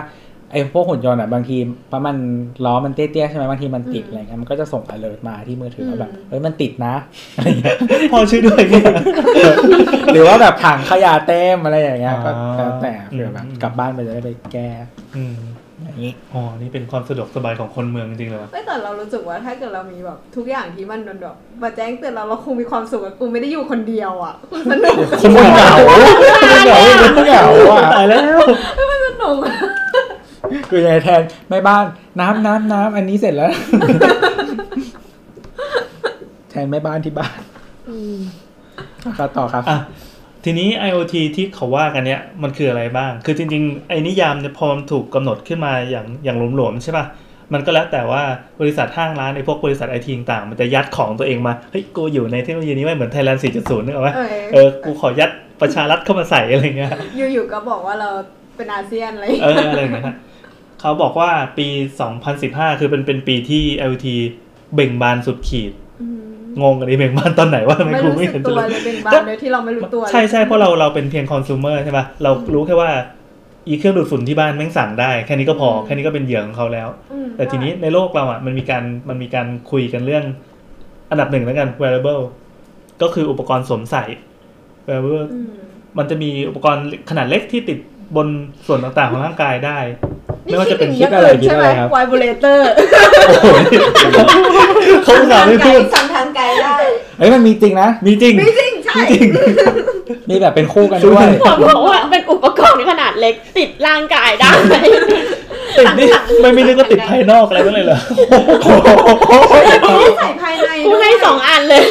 ไอ้พวกหุ่นยนต์อ่ะบางทีเพราะมันล้อมันเตี้ยๆใช่ไหมบางทีมันติด
อืม
อะไรเงี้ยมันก็จะส่ง alert มาที่มือถือว่าแบบ
อืม
เอ้ยมันติดนะอะไรเงี้ย
พอชื่อ ด้วยเนี่ย
หรือว่าแบบถังขยะเต็มอะไรอย่างเงี้ยก็
อ่า
แล้วแต่เผื่อแบบ
อืม
กลับบ้านไปจะได้ไปแก้
อืม
อย่างงี้
อ๋อนี่เป็นความสะดวกสบายของคนเมืองจริงๆเลยว่ะ
ไม่แต่เรารู้สึกว่าถ้าเกิดเรามีแบบทุกอย่างที่มันแบบมาแจ้งเตือนเราเราคงมีความสุขอะกูไม่ได้อยู่คนเดียวอะกูสนุก อะ
คุณเหงาคุณเหงาคุณเหงาอ่ะ
ตายแล้ว
สนุกอะ
คือยังไงแทนแม่บ้านน้ำน้ำน้ำอันนี้เสร็จแล้ว แทนแม่บ้านที่บ้าน ครับต่อครับ
อ่ะทีนี้ IoT ที่เขาว่ากันเนี้ยมันคืออะไรบ้าง คือจริงๆ ไอ้นิยามเนี่ยพอมันถูกกำหนดขึ้นมาอย่างอย่างหลวมๆใช่ป่ะ มันก็แล้วแต่ว่าบริษัทห้างร้านในพวกบริษัทไอทีต่างๆมันจะยัดของตัวเองมา เฮ้ย กูอยู่ในเทคโนโลยีนี้ไว้เหมือนไทยแลนด์ 4.0นึกออกไหม
เอ
เอ
อ
อ กูขอยัดประชารัฐเข้ามาใส่อะไรเงี้ย
อยู่ๆก็บอกว่าเราเป็นอาเซียนอะไรอย่าง
เอ
เงี้
อ
ย
อะไรอย่างเงี้ยฮะเขาบอกว่าปี 2015 คือเป็นเป็นปีที่ IoT เบ่งบานสุดขีด งงกันดิเบ่งบานตอนไหนว่าทำไม
ไม่
กู
รู้
ไม่
สึก
เห็น
ตั
จะ
ว
รู้
เลยเป็นบ้านโดยที่เราไม่รู้ตัวเลย
ใช่ใช่เพราะเราเราเป็นเพียงคอน sumer ใช่ป่ะเรารู้แค่ว่าอีเครื่องดูดฝุ่นที่บ้านแม่งสั่งได้ แค่นี้ก็พอแค่นี้ก็เป็นเหยื่อของเขาแล้ว
อืม
แต่ทีนี้ในโลกเราอ่ะมันมีการมันมีการคุยกันเรื่อง อันดับหนึ่งแล้วกัน wearable ก็คืออุปกรณ์สวมใส่ wearable
อืม
มันจะมีอุปกรณ์ขนาดเล็กที่ติดบนส่วนต่างๆของร่างกายได้ ไม่ว่าจะเป็น
คิดอะไรคิดอะไรครับ
ไวบูเลเตอร์
โอ้โหเขาอุตสาวไม่พูด
สั่งทางไกลได้
เอ้ยมันมีจริงนะ
มีจริง
ไม่จริงใช่
จริง
มีแบบเป็นคู่กันด้วย
ผมบอกว่าเป็นอุปกรณ์ขนาดเล็กติดร่างกายได้
ติดนี่ไม่ไม่นึกว่าติดภายนอกอะไรนั่นเลยเหรอ
ไม่ใส่ภายใน
กูให้สองอันเลย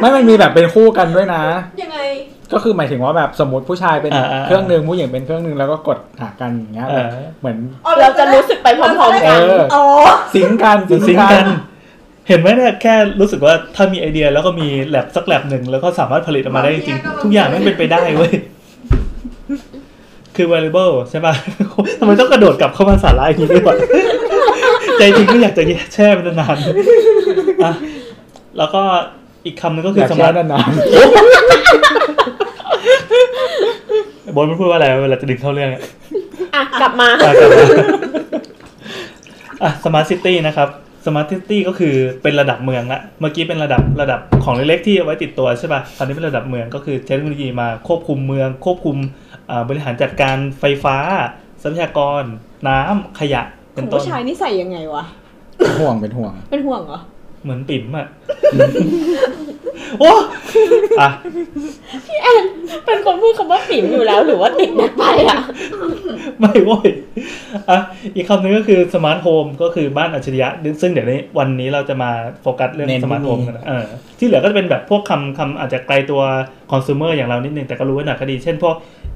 ไม่มันมีแบบเป็นคู่กันด้วยนะ
ยังไง
ก็คือหมายถึงว่าแบบสมมติผู้ชายเป็น
อ่าอ่า
เครื่องหนึ่งผู้หญิงเป็นเครื่องหนึ่งแล้วก็กดหากันอย่างเงี้ย
เออ
เหมือน
เราจะรู้สึกไปพร้อมๆ
เอ
กัน
อ
อ๋อ
สิงกัน
จะซิงค์กัน เห็นไหมเนี่ยแค่รู้สึกว่าถ้ามีไอเดียแล้วก็มีแลบสักแลบหนึ่งแล้วก็สามารถผลิตออกมาได้จริง
บางทีก็
ทุกอย่างมันเป็นไปได้เว้ย คือ variable ใช่ป่ะ ทำไมต้องกระโดดกลับเข้ามาสาระอย่าง นี้ด้วยวะใจจริงก็อยากจะแช่มันนานๆอ่ะแล้วก็อีกคำหนึงก็คือย
อาก
ส
แช่
มาร์ท
นาน
บนมันพูดว่าอะไรเวลาจะดึงเข้าเรื่องอะ
อ่ะ กลับมา
อ่ะกลับมาอ่ะสมาร์ทซิตี้นะครับสมาร์ทซิตี้ก็คือเป็นระดับเมืองละเมื่อกี้เป็นระดับระดับของเล็กๆที่เอาไว้ติดตัวใช่ป่ะตอนนี้เป็นระดับเมืองก็คือเทคโนโลยีมาควบคุมเมือง ควบคุมอ่าบริหารจัดการไฟฟ้า ทรัพยากร น้ำขยะเป็นต้น
ผู้ชายนี่ใส่ยังไงวะ
ๆเป็นห่วงเป็นห่วง
เป็นห่วงเหรอ
เหมือนปิ่มอ่ะ โอ้อ่ะ
พี่แอนเป็นคนพูดคำว่าปิ่มอยู่แล้ว หรือว่าติดนักไปอ่ะ
ไม่โว้ยอ่ะอีกคำหนึงก็คือสมาร์ทโฮมก็คือบ้านอัจฉริยะ ซึ่งเดี๋ยวนี้วันนี้เราจะมาโฟกัสเรื่อง
เน้น
สมาร์ทโฮม
ที่
กั
นี่
นนะเออที่เหลือก็จะเป็นแบบพวกคำคำอาจจะไกลตัวคอน sumer อย่างเรานิดนึง แต่ก็รู้ไว้หน่อยก็ดี เช่นพวก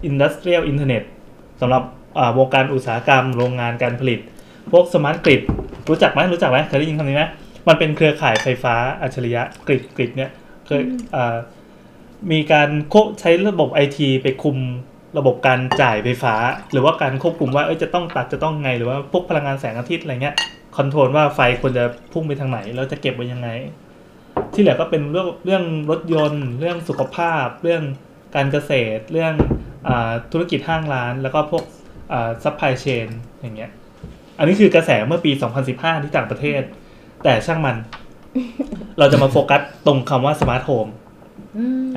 industrial internet สำหรับอ่าวงการอุตสาหกรรม โรงงานการผลิต พวกสมาร์ทกริดรู้จักไหมรู้จักไหมเคยได้ยินคำนี้ไหมมันเป็นเครือข่ายไฟฟ้าอัจฉริยะกริดกริดเนี่ยเคยอ่ามีการโคใช้ระบบไอทีไปคุมระบบการจ่ายไฟฟ้า หรือว่าการควบคุมว่าเอ้ยจะต้องตัดจะต้องไง หรือว่าพวกพลังงานแสงอาทิตย์อะไรเงี้ยคอนโทรลว่าไฟควรจะพุ่งไปทางไหน แล้วจะเก็บไว้ยังไง ที่เหลือก็เป็นเรื่องเรื่องรถยนต์ เรื่องสุขภาพ เรื่องการเกษตร เรื่องอาธุรกิจห้างร้าน แล้วก็พวกซัพพลายเชนอย่างเงี้ย อันนี้คือกระแสเมื่อปี 2015 ที่ต่างประเทศ แต่ช่างมัน เราจะมาโฟกัสตรงคำว่าสมาร์ทโฮม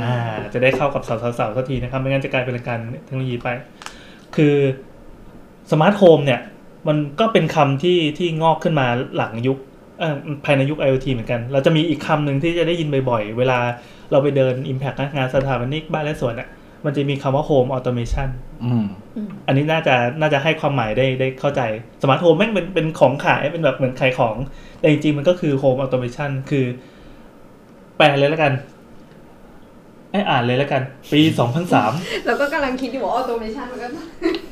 อ่า จะได้เข้ากับสาวๆๆสักทีนะครับ ไม่งั้นจะกลายเป็นรายการเทคโนโลยีไป คือสมาร์ทโฮมเนี่ย มันก็เป็นคำที่ที่งอกขึ้นมาหลังยุคเอ่อภายในยุค IoT เหมือนกัน เราจะมีอีกคำหนึ่งที่จะได้ยินบ่อยๆ เวลาเราไปเดิน Impact นะงานสถาปนิกบ้านและสวนอะ มันจะมีคำว่า Home Automation
อืม
อันนี้น่าจะน่าจะให้ความหมายได้ได้เข้าใจสมาร์ทโฮมแม่งเป็นเป็นของขายเป็นแบบเหมือนขายของ แต่จริงๆ มันก็คือโฮมออโตเมชันคือ แปลเลยแล้วกันให้อ่านเลยแล้วกัน ปี 2003
แล้วก็กำลังคิดอยู่ว่าออโตเมชันมันก็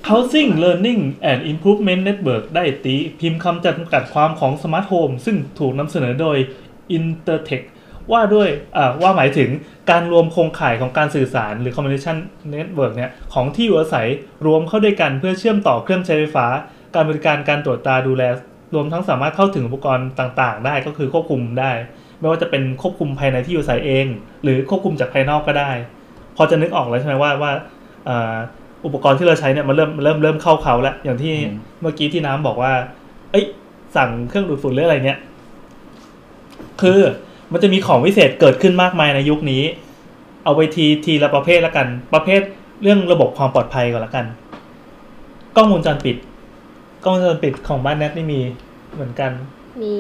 Housing Learning and Improvement Network ได้ตีพิมพ์คำจำกัดความของสมาร์ทโฮมซึ่งถูกนำเสนอโดย Intertech ว่าด้วยอ่าว่าหมายถึงการรวมโครงข่ายของการสื่อสารหรือ communication network เนี่ยของที่อยู่อาศัยรวมเข้าด้วยกันเพื่อเชื่อมต่อเครื่องใช้ไฟฟ้า การบริการการตรวจตาดูแล รวมทั้งสามารถเข้าถึงอุปกรณ์ต่างๆ ได้ก็คือควบคุมได้ ไม่ว่าจะเป็นควบคุมภายในที่อยู่อาศัยเอง หรือควบคุมจากภายนอกก็ได้ พอจะนึกออกแล้วใช่ไหมว่าว่าเอ่ออุปกรณ์ที่เราใช้เนี่ยมันเริ่มเริ่มเริ่มเข้าเขาแล้วอย่างที่
อืม
เมื่อกี้ที่น้ำบอกว่า เอ้ย สั่งเครื่องดูดฝุ่นหรืออะไรเงี้ย คือมันจะมีของวิเศษเกิดขึ้นมากมายในยุคนี้ เอาไปทีทีละประเภทละกัน ประเภทเรื่องระบบความปลอดภัยก่อนละกัน กล้องวงจรปิด กล้องวงจรปิดของบ้านแนทนี่มีเหมือนกัน
มี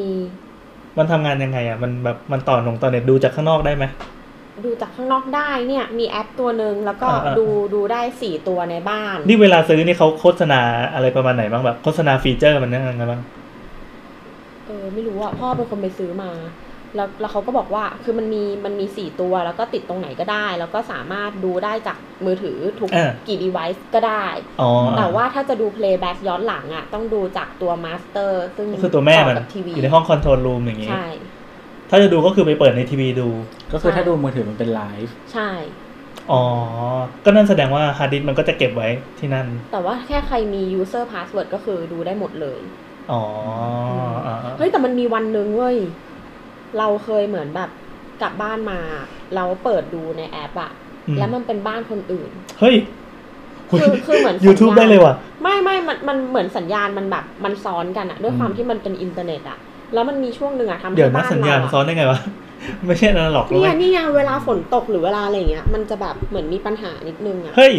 มันทำงานยังไงอ่ะ มันแบบมันต่อหนงต่อเน็ตดูจากข้างนอกได้ไหม
ดูจากข้างนอกได้เนี่ยมีแอปตัวหนึ่งแล้วก็
อ่าอ่า
ดูดูได้สี่ตัวในบ้าน
นี่เวลาซื้อนี่เขาโฆษณาอะไรประมาณไหนบ้างแบบโฆษณาฟีเจอร์มันเนี่ยยังไงบ้าง
เออไม่รู้อะพ่อเป็นคนไปซื้อมา แล้วแล้วเขาก็บอกว่าคือมันมีมันมีสี่ตัวแล้วก็ติดตรงไหนก็ได้ แล้วก็สามารถดูได้จากมือถือทุก
เออ
กี่ device ก็ได้
อ๋อ
แต่ว่าถ้าจะดู playback ย้อนหลังอะต้องดูจากตัว master ซึ่ง
ก็คือตัวแม่มัน
ต่กับทีวี
อยู่ในห้องคอนโทรลรูมอย่างงี้
ใช่
ถ้าจะดูก็คือไปเปิดในทีวีดู
ก็คือถ้าดูมือถือมันเป็นไลฟ์
ใช่
อ๋อ ก็นั่นแสดงว่าฮาร์ดดิสก์มันก็จะเก็บไว้ที่นั่น
แต่ว่าแค่ใครมี user password ก็คือดูได้หมดเลย
อ๋ออ่า
เฮ้ยแต่มันมีวันหนึ่งเว้ย เราเคยเหมือนแบบกลับบ้านมา เราเปิดดูในแอปอะ
อืม
แล้วมันเป็นบ้านคนอื่น
เฮ้ย
คือคือเหมือน
ยูทูบ
สัญญาณ
ได้เลยว่ะ
ไม่ไม่มันมันเหมือนสัญญาณมันแบบมันซ้อนกันอะด้วยความ
อืม
ที่มันเป็นอินเทอร์เน็ตอะแล้วมันมีช่วงหนึ่งอะทำ
เดี๋ยว
ให้
นะ
บ้าน
สัญญาณ
เรา
ซ้อนได้ไงวะ ไม่ใช่อนาล็อกเล
เนี่ย
ย
นี่ไงเวลาฝนตกหรือเวลาอะไรอย่างเงี้ยมันจะแบบเหมือนมีปัญหานิดนึงอะ
เฮ้ย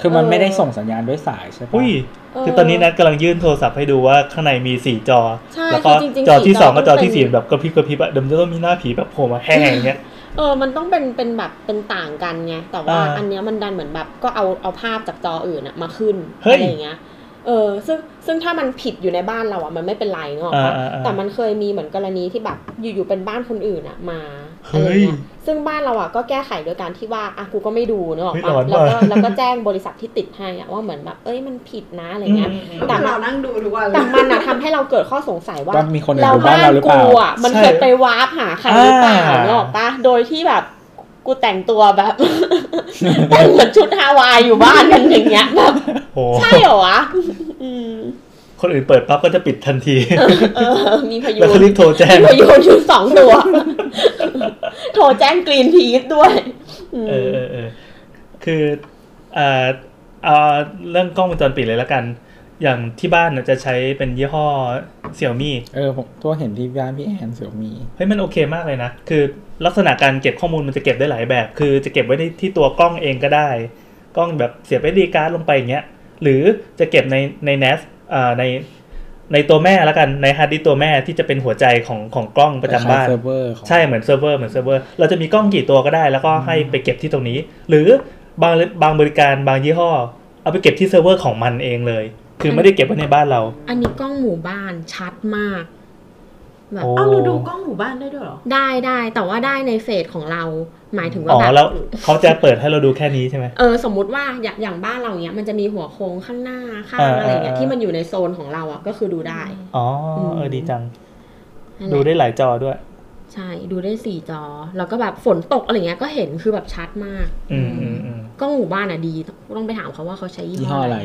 คือมัน
เออ
ไม่ได้ส่งสัญญาณด้วยสายใช่ปะ
อุ้ย
เ
คือตอนนี้นัดกำลังยื่นโทรศัพท์ให้ดูว่าข้างในมีสี่จอ
ใช่
แล้วก็
คือจริงๆ
จอที่
สี่จอ
สองกับจอ
มันเป็น
ที่สี่แบบกระพริบกระพริบอะเดิมจะต้องมีหน้าผีแบบโผล่มาแห้งอย่างเงี้ย
เออมันต้องเป็นเป็นแบบเป็นต่างกันไงแต่ว่า
อ่า
อันเนี้ยมันดันเหมือนแบบก็เอาเอาภาพจากจออื่นอะมาขึ้น
เฮ้ย
อะไรอย่างเงี้ยเออซึ่งซึ่งถ้ามันผิดอยู่ในบ้านเราอะมันไม่เป็นไรเนาะ
อ่าอ่าอ่า
แต่มันเคยมีเหมือนกรณีที่แบบอยู่ๆเป็นบ้านคนอื่นอะมา
เฮ้
อะไร
ย
เงี้ยซึ่งบ้านเราอะก็แก้ไขโดยการที่ว่าอ่ะกูก็ไม่ดูเนอะ
เฮ้ย
ปะ
หลอน
แล้วก็
ว่ะ
แล้วก็แจ้งบริษัทที่ติดให้อะว่าเหมือนแบบเอ้ยมันผิดนะอะไรเงี้ย
อืม
แต่เรานั่งดูทุกวันเล
แต่
ย
มันอะทำให้เราเกิดข้อสงสัยว่า
ว่ามีคนอื่นอยู่บ้านเราหรือเปล่า
บ้นกูอ่ะมัน
ใช่
เคยไปวาร์ปหาใครหรือเปล่า
อ่า
เนกออกปะโดยที่แบบกูแต่งตัวแบบ เป็นเหมือนชุดฮาวายอยู่บ้านกันอย่างเงี้ยแบบ
โอ้โห
ใช่เหรอวะอืม
คนอื่นเปิดปั๊บก็จะปิดทันที
เออ มีพายุ
แล้วก็รีบโทรแจ้ง
มีพายุอยู่สองตัว โทรแจ้งกรีนพีทด้วยอืม
เออเออเออคือเอ่อเอาเรื่องกล้องวงจรปิดเลยแล้วกัน อย่างที่บ้านน่ะจะใช้เป็นยี่ห้อเสี่ยมี่
เออผมตัวเห็นที่บ้านพี่แอนเสี่ยวมี
เฮ้ยมันโอเคมากเลยนะ คือลักษณะการเก็บข้อมูลมันจะเก็บได้หลายแบบ คือจะเก็บไว้ในที่ตัวกล้องเองก็ได้ กล้องแบบเสียบไอดีการ์ดลงไปอย่างเงี้ย หรือจะเก็บในใน NAS อ่าในในตัวแม่แล้วกัน ในฮาร์ดดิสก์ตัวแม่ที่จะเป็นหัวใจของของกล้องประจำบ้าน
เซิร์ฟเวอร์ของ
ใช่เหมือนเซิร์ฟเวอร์เหมือนเซิร์ฟเวอร์เราจะมีกล้องกี่ตัวก็ได้ แล้วก็ให้ไปเก็บที่ตรงนี้ หรือบางบางบริการบางยี่ห้อ เอาไปเก็บที่เซิร์ฟเวอร์ของมันเองเลย คือไม่ได้เก็บไว้ในบ้านเรา
อันนี้กล้องหมู่บ้านชัดมากแบบ
โอ้
เอ้าเราดูกล้องหมู่บ้านได้ด้วยเหรอ
ได้ได้แต่ว่าได้ในเฟสของเรา หมายถึงว่า
อ๋อ
แบบ
แล้วเขาจะเปิดให้เราดูแค่นี้ใช่ไหม
เออสมมุติว่าอย่างอย่างบ้านเราเนี้ยมันจะมีหัวโค้งข้างหน้าข้าง
เอออ
อะไรเงี้ย
เออ
ที่มันอยู่ในโซนของเราอ่ะก็คือดูได้
อ๋อเออดีจัง
นั่นแหละ
ดูได้หลายจอด้วย
ใช่ดูได้สี่จอ แล้วก็แบบฝนตกอะไรเงี้ยก็เห็นคือแบบชัดมาก
อืมอืมอืม
กล้องหมู่บ้านอ่ะดีต้องไปถามเขาว่าเขาใช้ยี่
ยี่ห้ออะไร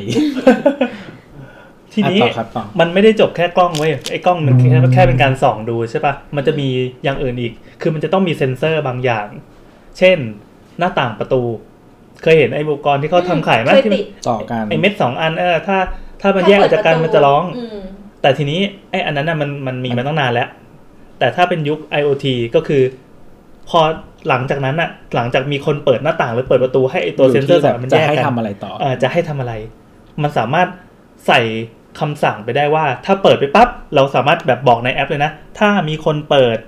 ทีนี้
อ่ะต่อครับต่อ
มันไม่ได้จบแค่กล้องเว้ยไอ้กล้องมันแค่
อืม
แค่เป็นการส่องดูใช่ปะมันจะมีอย่างอื่นอีก คือมันจะต้องมีเซ็นเซอร์บางอย่าง เช่น หน้าต่างประตู เคยเห็นไอ้อุปกรณ์ที่เขาทำขายไหม
เคย
ที่มัน
ติด
ต่อกัน
ไอเม็ดสองอันเออถ้าถ้ามันแยกออกจากกันมันจะร้อง
ม
แต่ทีนี้ไออันนั้นน่ะมันมันมีมาตั้งนานแล้ว แต่ถ้าเป็นยุค IoT ก็คือ พอหลังจากนั้นน่ะ หลังจากมีคนเปิดหน้าต่างหรือเปิดประตูให้ไอตัวเซนเซอร์สองอันมัน
จะ
แยก
ให้
กัน
ทำอะไรต่อ
เออจะให้ทำอะไร มันสามารถใส่คำสั่งไปได้ว่า ถ้าเปิดไปปั๊บเราสามารถแบบบอกในแอปเลยนะ ถ้ามีคนเปิด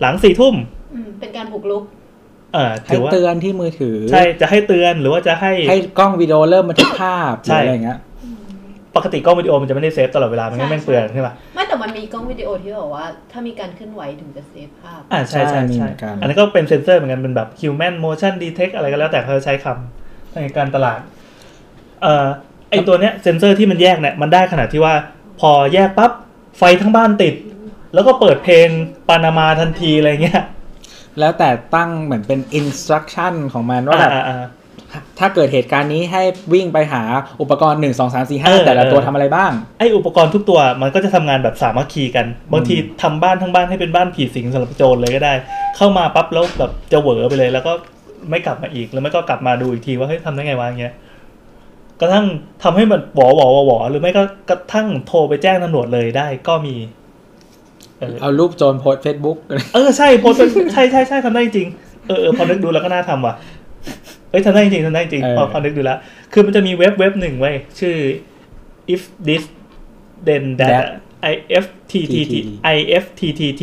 หลังสี่ทุ่ม
อืมเป็นการบุกรุก
เ เอ่อ
ให้
ถือว่า
เตือนที่มือถือ
ใช่จะให้เตือนหรือว่าจะให้
ให้กล้องวิดีโอเริ่มบันทึกภาพห
ใช่
รืออะไรเงี้ย
ปกติกล้องวิดีโอมันจะไม่ได้เซฟตลอดเวลามันก็
ใช่
แม่งเปลืองใช่ปะ
ไม่แต่มันมีกล้องวิดีโอที่บอกว่า ถ้ามีการเคลื่อนไหวถึงจะเซฟภาพ
อ่าใช่ใช่
ใช่มี
ใช่
เหมือนกัน
อันนี้นก็เป็นเซนเซอร์เหมือนกันเป็นแบบ human motion detect อะไรก็แล้วแต่เขาจะใช้คำในการตลาดเอ่อไอตัวเนี้ยเซนเซอร์ที่มันแยกเนี่ยมันได้ขนาดที่ว่าพอแยกปั๊บไฟทั้งบ้านติด แล้วก็เปิดเพลงปานามาทันทีอะไรเงี้ย
แล้วแต่ตั้งเหมือนเป็นอินสตรักชั่นของมันว่าแบบ
อ่อ่อ่า
ถ้าเกิดเหตุการณ์นี้ให้วิ่งไปหาอุปกรณ์ 1 2 3 4
เออ
5 แต่ละตัวทำอะไรบ้าง
ไออุปกรณ์ทุกตัวมันก็จะทำงานแบบสามัคคีกัน บางทีทำบ้านทั้งบ้านให้เป็นบ้านผีสิงสำหรับโจรเลยก็ได้ เข้ามาปั๊บแล้วแบบจะเหวอไปเลย แล้วก็ไม่กลับมาอีกแล้วไม่ก็กลับมาดูอีกทีว่าเฮ้ยทำได้ไงวะอย่างเงี้ยกระทั่งทำให้มันหวอหวอหวอหวอหรือไม่ก็กระทั่งโทรไปแจ้งตำรวจเลยได้ก็มี เออ
เอารูปโจรโพสเฟซบุ๊ก
เออใช่โพสต์ใช่ใช่ใช่ทำได้จริงเออเออพอนึกดูแล้วก็น่าทำว่ะเอ้ยทำได้จริงทำได้จริง
เออ
พอพอนึกดูแล้วคือมันจะมีเว็บเว็บหนึ่งไว้ยชื่อ if this then that
That
i f t t t i f t t t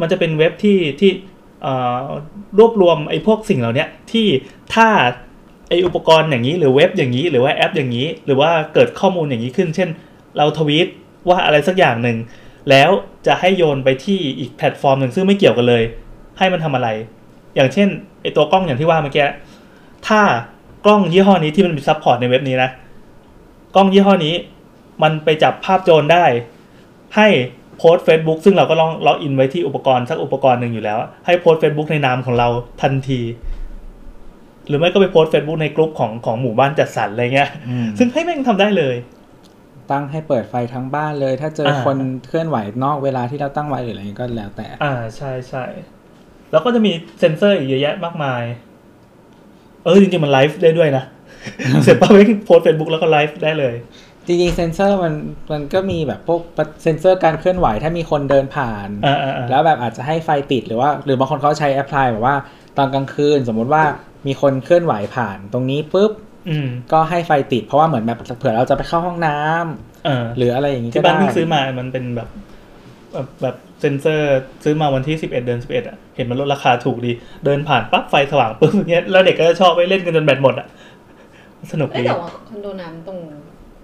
มันจะเป็นเว็บที่ที่เอ่อรวบรวมไอ้พวกสิ่งเหล่าเนี้ยที่ถ้าไออุปกรณ์อย่างนี้หรือเว็บอย่างนี้หรือว่าแอปอย่างนี้ หรือว่าเกิดข้อมูลอย่างนี้ขึ้น เช่น เราทวีตว่าอะไรสักอย่างหนึ่ง แล้วจะให้โยนไปที่อีกแพลตฟอร์มหนึ่งซึ่งไม่เกี่ยวกันเลย ให้มันทำอะไร อย่างเช่นไอตัวกล้องอย่างที่ว่าเมื่อกี้ ถ้ากล้องยี่ห้อนี้ที่มันมีซัพพอร์ตในเว็บนี้นะ กล้องยี่ห้อนี้ มันไปจับภาพโจรได้ ให้โพสต์ Facebook ซึ่งเราก็ลองล็อกอินไว้ที่อุปกรณ์สักอุปกรณ์หนึ่งอยู่แล้ว ให้โพสต์ Facebook ในนามของเราทันที หรือไม่ก็ไปโพสต์ Facebook ในกลุ่มของของหมู่บ้านจัดสรรอะไรเงี้ย ซึ่งให้แม่งทำได้เลย
ตั้งให้เปิดไฟทั้งบ้านเลย ถ้าเจออา คนเคลื่อนไหวนอกเวลาที่เราตั้งไว้หรืออะไรเงี้ยก็แล้วแต่
อ่าใช่ใช่แล้วก็จะมีเซ็นเซอร์อีกเยอะแยะมากมาย เออจริงๆ มันไลฟ์ได้ด้วยนะ เสร็จปั๊บเว้ยโพสเฟซบุ๊กแล้วก็ไลฟ์ได้เลย
จริงๆเซนเซอร์มันมันก็มีแบบพวกเซนเซอร์การเคลื่อนไหวถ้ามีคนเดินผ่าน
อ่าอ่าอ่า
แล้วแบบอาจจะให้ไฟติดหรือว่า หรือบางคนเขาใช้แอปพลายแบบว่าตอนกลางคืน สมมุติว่ามีคนเคลื่อนไหวผ่านตรงนี้ปุ๊บ
อืม
ก็ให้ไฟติดเพราะว่าเหมือนแบบเผื่อเราจะไปเข้าห้องน้ำ
เออ
หรืออะไรอย่างนี้ก็
ที่บ้าน
ได้
เพิ่งซื้อมามันเป็นแบบ แบบแบบเซ็นเซอร์ซื้อมาวันที่สิบเอ็ดเดือนสิบเอ็ดอ่ะ เห็นมันลดราคาถูกดี เดินผ่านปั๊บไฟสว่างปุ๊บอย่างเงี้ยแล้วเด็กก็จะชอบไปเล่นกันจนแบตหมดอ่ะ สนุก
ไม่
ดี
แต่ว่าคอนโดน้ำตรง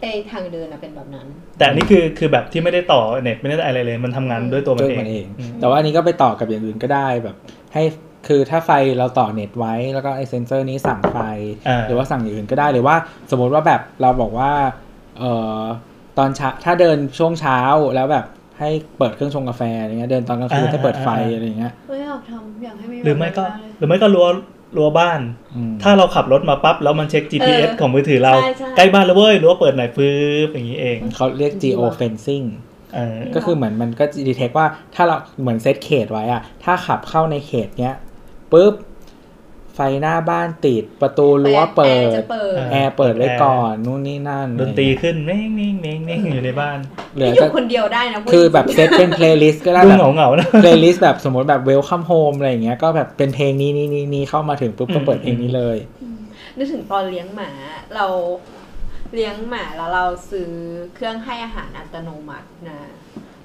ไอทางเดินอะเป็นแบบนั้น
แต่อันนี้คือคือแบบที่ไม่ได้ต่อเน็ตไม่ได้อะไรเลย มันทำงานด้วยตัวมั
ด้
น
วย
เอง
มันเอง
อืม
แต่ว่าอันนี้ก็ไปต่อกับอย่างอื่นก็ได้แบบ ให้คือถ้าไฟเราต่อเน็ตไว้แล้วก็ไอเซนเซอร์นี้สั่งไฟ
อ่า
หรือว่าสั่งอย่างอื่นก็ได้หรือว่าสมมติว่าแบบเราบอกว่าเอ่อตอนเช้าถ้าเดินช่วงเช้าแล้วแบบให้เปิดเครื่องชงกาแฟอะไรเงี้ยเดินตอนกลางคืน
อ่า
ให้เปิดไฟ
อ่าอ่า
อะไรเงี้ย
เฮ้ยอยากทำอยากให้มี
หรือไม่ก็
แบบนั้นเลย
หรือไม่ก็รั้วรั้วบ้าน
อืม
ถ้าเราขับรถมาปั๊บ แล้วมันเช็ค GPS
เออ
ของมือถือเรา
ใช่ใช่
ใกล้บ้านแล้วเว้ยหรือว่าเปิดไหนอยฟื้บอย่างนี้เอง
เขาเรียก geo fencing
เออ
ก็คือเหมือนมันก็ดีเทคว่าถ้าเราเหมือนเซตเขตไว้อะถ้าขับเข้าในเขตเนี้ยปุ๊บไฟหน้าบ้านติดประตูรั้วเปิ
แอร์
ด
จะเปิด
แอร์เปิดไว้ก่อนนู่นนี่นั่น
ดนตรีขึ้นเน่งเน่งเน่งเน่งอยู่ในบ้าน
เหลื
นี่
อ
อ
ก็
ยู่คนเดียวได้นะพูด
คือแบบเซตเป็นเพลย์ลิสต์ก็ได้
ดู
แบบ
เหงาเหงาๆนะ
เพลย์ลิสต์แบบสมมติแบบ Welcome Home อะไรอย่างเงี้ยก็แบบเป็นเพลงนี้นี้นี้นี้เข้ามาถึงปุ๊บก็เปิด
อืม
เพลงนี้เลย
นึกถึงตอนเลี้ยงหมา เราเลี้ยงหมาแล้วเราซื้อเครื่องให้อาหารอัตโนมัตินะ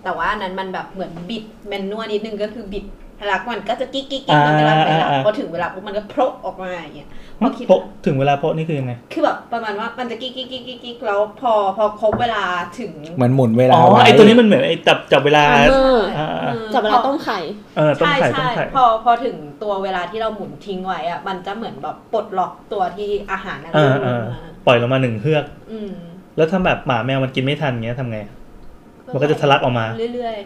แต่ว่าอันนั้นมันแบบเหมือนบิดแมนนวลนิดนึงก็คือบิดรักมันก็จะกิ๊กกิ๊กกิ๊กมันไม่รับไม่รับ
อ่าอ่าอ่า
พอถึงเวลาปุ๊บมันก็โพรกออกมาอย่างเงี้ยพอคิด
โพะ
ว่า
ถึงเวลาโพะนี่คือยังไง
คือแบบประมาณว่ามันจะกิ๊กกิ๊กกิ๊กกิ๊กแล้วพอพอครบเวลาถึง
เหมือนหมุนเวลา
อ๋อ
ไว้
ไอตัวนี้มันเหมือนไอจับจับเวลา
ไทม์เมอร์
อ่าอ่า
จับเวลาต้มไข่
เออต้ม
ใช่
ไข่ต้
ใช่
มไข่
พอพอถึงตัวเวลาที่เราหมุนทิ้งไว้อะมันจะเหมือนแบบปลดล็อกตัวที่อาหารนั้น
เออเออปล่อยลงมาหนึ่งเฮือก
อืม
แล้วถ้าแบบหมาแมวมันกินไม่ทันเงี้ยทำไง มันก็จะทะลักออกมา
เรื่อย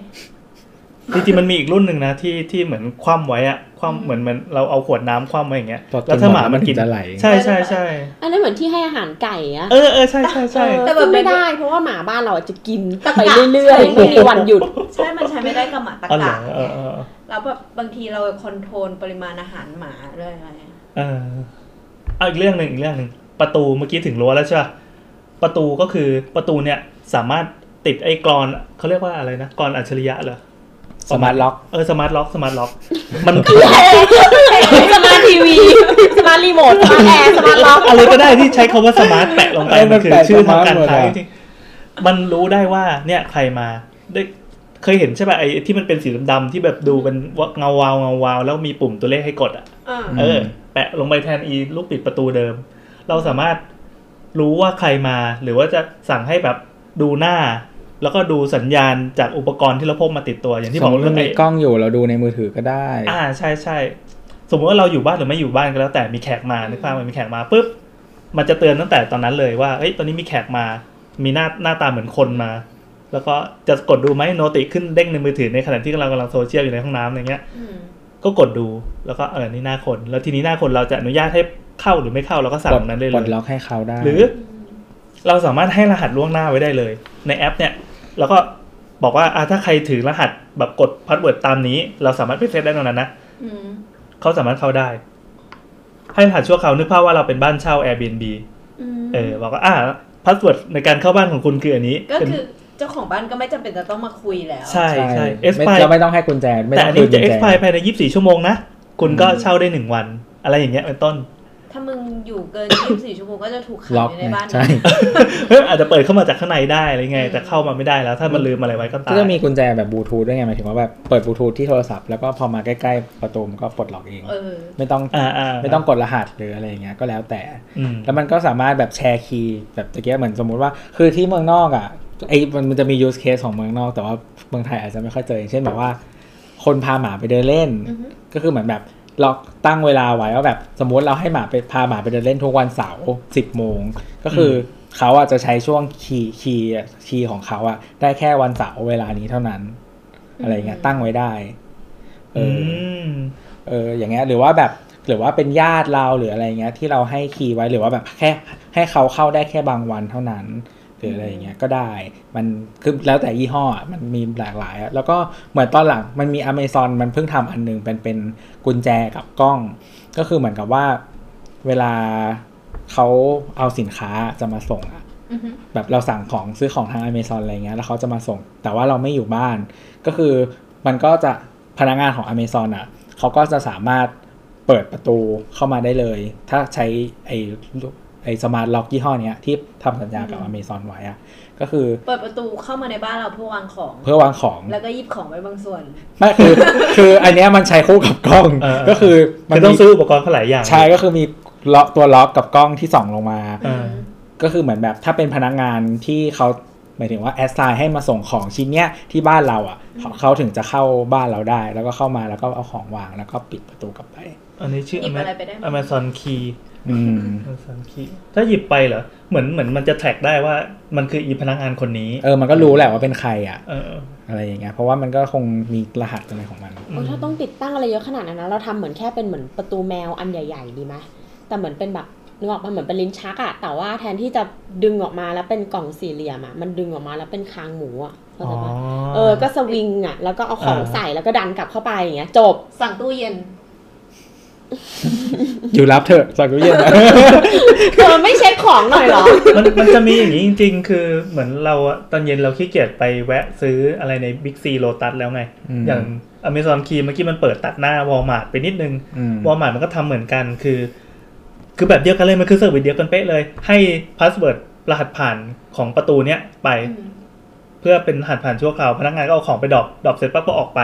จริงๆมันมีอีกรุ่นหนึ่งนะที่ที่เหมือนคว่ำไว้อะคว่ำเหมือนเหมือนเราเอาขวดน้ำคว่ำไว้อย่างเงี้ย
พอจ
แล้วถ้าหมามันกิน
จะไหล
ใช่ใช่ใช่
อันนั้นเหมือนที่ให้อาหารไก่อะ
เออเออใช่ใช่ใช่
แต่แบบไม่ได้เพราะว่าหมาบ้านเราอะจะกิ นไปเรื่อยๆไม่มีวันหยุด
ๆ ใช่ มันใช้ไม่ได้กับหมาตะ
อ๋อเหร
กะ
อเออเออ
แล้วแบบบางทีเราคอนโทรลปริมาณอาหารหมาด้วยอะไร
เออเอาอีกเรื่องหนึ่งอีกเรื่องหนึ่งประตูเมื่อกี้ถึงรั้วแล้วใช่ป่ะประตูก็คือประตูเนี่ยสามารถติดไอ้กรอนเขาเรียกว่าอะไรนะกรอนอัจฉริยะเหรอ
สมาร์ทล็อก
เออสมาร์ทล็อกสมาร์ท ล็อก มัน
สมาร์ททีวี สมาร์ทรีโมท สมาร์ทแอร์ สมาร์ทล็อก
อะไรก็ได้ที่ใช้คาว่าสมาร์ทแปะลงไป
เออ
มั
มั
น นคือ
แปะ
ชื่อทางการ
smart หมด
ค้า
อะ
จริงๆมันรู้ได้ว่าเนี่ยใครมาได้เคยเห็นใช่ป่ะไอ้ที่มันเป็นสีดำๆที่แบบดูเป็นเงาวาวเงาวาวแล้วมีปุ่มตัวเลขให้กดอ่ะ
อ่า
อืม
เออ แปะลงไปแทนอีลูกปิดประตูเดิม เราสามารถรู้ว่าใครมา หรือว่าจะสั่งให้แบบดูหน้า แล้วก็ดูสัญญาณจากอุปกรณ์ที่เราพกมาติดตัวอย่างที่
ส
บ
ม
อ
ม
ก
ติ
เรื่อ
ว่าง มี
ไอ้
กล้องอยู่เราดูในมือถือก็ได้
อ่าใช่ใช่สมมติว่าเราอยู่บ้านหรือไม่อยู่บ้านก็แล้วแต่มีแขกมานึกภาพมันมีแขกมาปุ๊บมันจะเตือนตั้งแต่ตอนนั้นเลยว่าเอ้ยตอนนี้มีแขกมา มีหน้าหน้าตาเหมือนคนมา แล้วก็จะกดดูไหมโนติขึ้นเด้งในมือถือในขณะที่เรากำลังโซเชียลอยู่ในห้องน้ำอะไรเงี้ย ก็กดดูแล้วก็เออนี่หน้าคน แล้วทีนี้หน้าคนเราจะอนุญาตให้เข้าหรือไม่เข้าเราก็สั่ง
กด
นั้นเลย
ก
เล
ด
ย
ล็อกให้เขาได้
หรือเราสามารถให้รหัสล่วงหน้าไว้ได้เลย ในแอปเนี่ย แล้วก็บอกว่าอ่ะถ้าใครถือรหัสแบบกดพาสเวิร์ดตามนี้ เราสามารถไปเซตได้ตรงนั้นนะเขาสามารถเข้าได้ ให้รหัสชั่วคราวนึกภาพว่าเราเป็นบ้านเช่า Airbnb เออบอกว่าอ่ะพาสเวิร์ดในการเข้าบ้านของคุณคืออันนี้
ก็
เป็น
คือเจ้าของบ้านก็ไม่จำเป็นจะต้องมาคุยแล้ว
ใช่ใช่เอส
ไม่
ไ
เราไม่ต้องให้กุญแจไม่
แต่
ต้อ
อั
ง
น
คื
นี้
นกุ
จะ
ญแจ
expire ภายใน 24 ชั่วโมงนะ คุณก็
อืม
เช่าได้ 1 วัน อะไรอย่างเงี้ยเป็นต้น
ถ้ามึงอยู่เกิน 24 ชั่วโมงก็จะถูกขัง
ล็อก
อยู่ใน
ไง
บ้าน
ใช่
เฮ้ยอาจจะเปิดเข้ามาจากข้างในได้อะไรไง แต่เข้ามาไม่ได้แล้ว ถ้ามันลืมอะไรไว้ก็ตาย
ก็จะมีกุญแจแบบบลูทูธด้วยไงหมายถึงว่าแบบเปิดบลูทูธที่โทรศัพท์แล้วก็พอมาใกล้ๆประตูมันก็ปลดล็อกเอง
เออ
ไม่ต้อง
อ่าอ่า
ไม่ต้องกดรหัสหรืออะไรอย่างเงี้ยก็แล้วแต่
อืม
แล้วมันก็สามารถแบบแชร์คีย์แบบตะเกียบเหมือนสมมุติว่า คือที่เมืองนอกอ่ะไอ้มันมันจะมี use case ของเมืองนอก แต่ว่าเมืองไทยอาจจะไม่ค่อยเจออย่างเช่นแบบว่า คนพาหมาไปเดินเล่น
อือฮึ
ก็คือเหมือนแบบเราตั้งเวลาไว้ว่าแบบสมมติเราให้หมาไปพาหมาไปเดินเล่นทุกวันเสาร์สิบโมงก็คืออเขาอาจจะใช้ช่วงคีย์คีย์คีย์ของเขาอ่ะได้แค่วันเสาร์เวลานี้เท่านั้น อะไรเงี้ยตั้งไว้ได้เอ
อื
ออ
ม
เอออย่างเงี้ยหรือว่าแบบหรือว่าเป็นญาติเราหรืออะไรเงี้ยที่เราให้คีย์ไว้หรือว่าแบบแค่ให้เขาเข้าได้แค่บางวันเท่านั้น หรืออะไรอย่างเงี้ยก็ได้ มันคือแล้วแต่ยี่ห้ออะมันมีหลากหลายอะแล้วก็เหมือนตอนหลังมันมี Amazon มันเพิ่งทำอันหนึงเป็นเป็นกุญแจกับกล้อง ก็คือเหมือนกับว่าเวลาเขาเอาสินค้าจะมาส่งอะ แบบเราสั่งของซื้อของทาง Amazon อะไรเงี้ยแล้วเขาจะมาส่ง แต่ว่าเราไม่อยู่บ้าน ก็คือมันก็จะพนักงานของ Amazon อ่ะเขาก็จะสามารถเปิดประตูเข้ามาได้เลย ถ้าใช้ไอ้ลูกไอ้สมาร์ทล็อกยี่ห้อเนี้ยที่ทำสัญญากับ Amazon ไว้อะก็คือ
เปิดประตูเข้ามาในบ้านเราเพื่อวางของ
เพื่อวางของ
แล้วก็หยิบของไว้บางส่วน
ไม่คือ คืออันเนี้ยมันใช้คู่กับกล้อง
เออ
ก็คือมั
มัน
น
ต้อ
มี
งซื้ออุปกรณ์เขาหลายอย่าง
ใช่ก็คือมีล็อกตัวล็อกกับกล้องที่ส่องลงมา
อ่า
ก็คือเหมือนแบบถ้าเป็นพนักงานที่เขาหมายถึงว่าแอสไซน์ให้มาส่งของชิ้นเนี้ยที่บ้านเราอ่ะเขาเขาถึงจะเข้าบ้านเราได้ แล้วก็เข้ามาแล้วก็เอาของวางแล้วก็ปิดประตูกลับไป
อันนี้ชื่อ
หยิบอะไรไปได้บ้าง
Amazon Key
อืม
Amazon Key ถ้าหยิบไปเหรอ เหมือนเหมือนมันจะแท็กได้ว่ามันคืออีพนักงานคนนี้
เออมันก็รู้แหละว่าเป็นใครอ่ะ
เออ
อะไรอย่างเงี้ยเพราะว่ามันก็คงมีรหัสอะไรของมัน
โอ้ยถ้าต้องติดตั้งอะไรเยอะขนาดนั้นนะเราทำเหมือนแค่เป็นเหมือนประตูแมวอันใหญ่ ๆ ดีไหมแต่เหมือนเป็นแบบนึกออกมาเหมือนเป็นลิ้นชักอะแต่ว่าแทนที่จะดึงออกมาแล้วเป็นกล่องสี่เหลี่ยมอะมันดึงออกมาแล้วเป็นคางหมูอะเข้า
อ๋อ
ใจปะเออก็สวิงอะแล้วก็เอาของ
อ่า
ใส่แล้วก็ดันกลับเข้าไปอย่างเงี้ยจบ
สั่งตู้เย็น
อยู่รับเถอะสักรู้เย็นนะ
เธอไม่เช็คของหน่อยเหรอ
มันมันจะมีอย่างนี้จริง ๆ คือเหมือนเราอะตอนเย็นเราขี้เกียจไปแวะซื้ออะไรในบิ๊กซีโลตัสแล้วไง
อืม
อย่าง Amazon Key เมื่อกี้มันเปิดตัดหน้าวอลมาร์ทไปนิดนึง
อืม
วอลมาร์ทมันก็ทำเหมือนกันคือ คือแบบเดียวกันเลย มันคือเซอร์วิสเดียวกันเป๊ะเลย ให้พาสเวิร์ดรหัสผ่านของประตูเนี้ยไป เพื่อเป็นรหัสผ่านชั่วคราวพนักงานก็เอาของไปดรอปดรอปเสร็จปั๊บก็ออกไป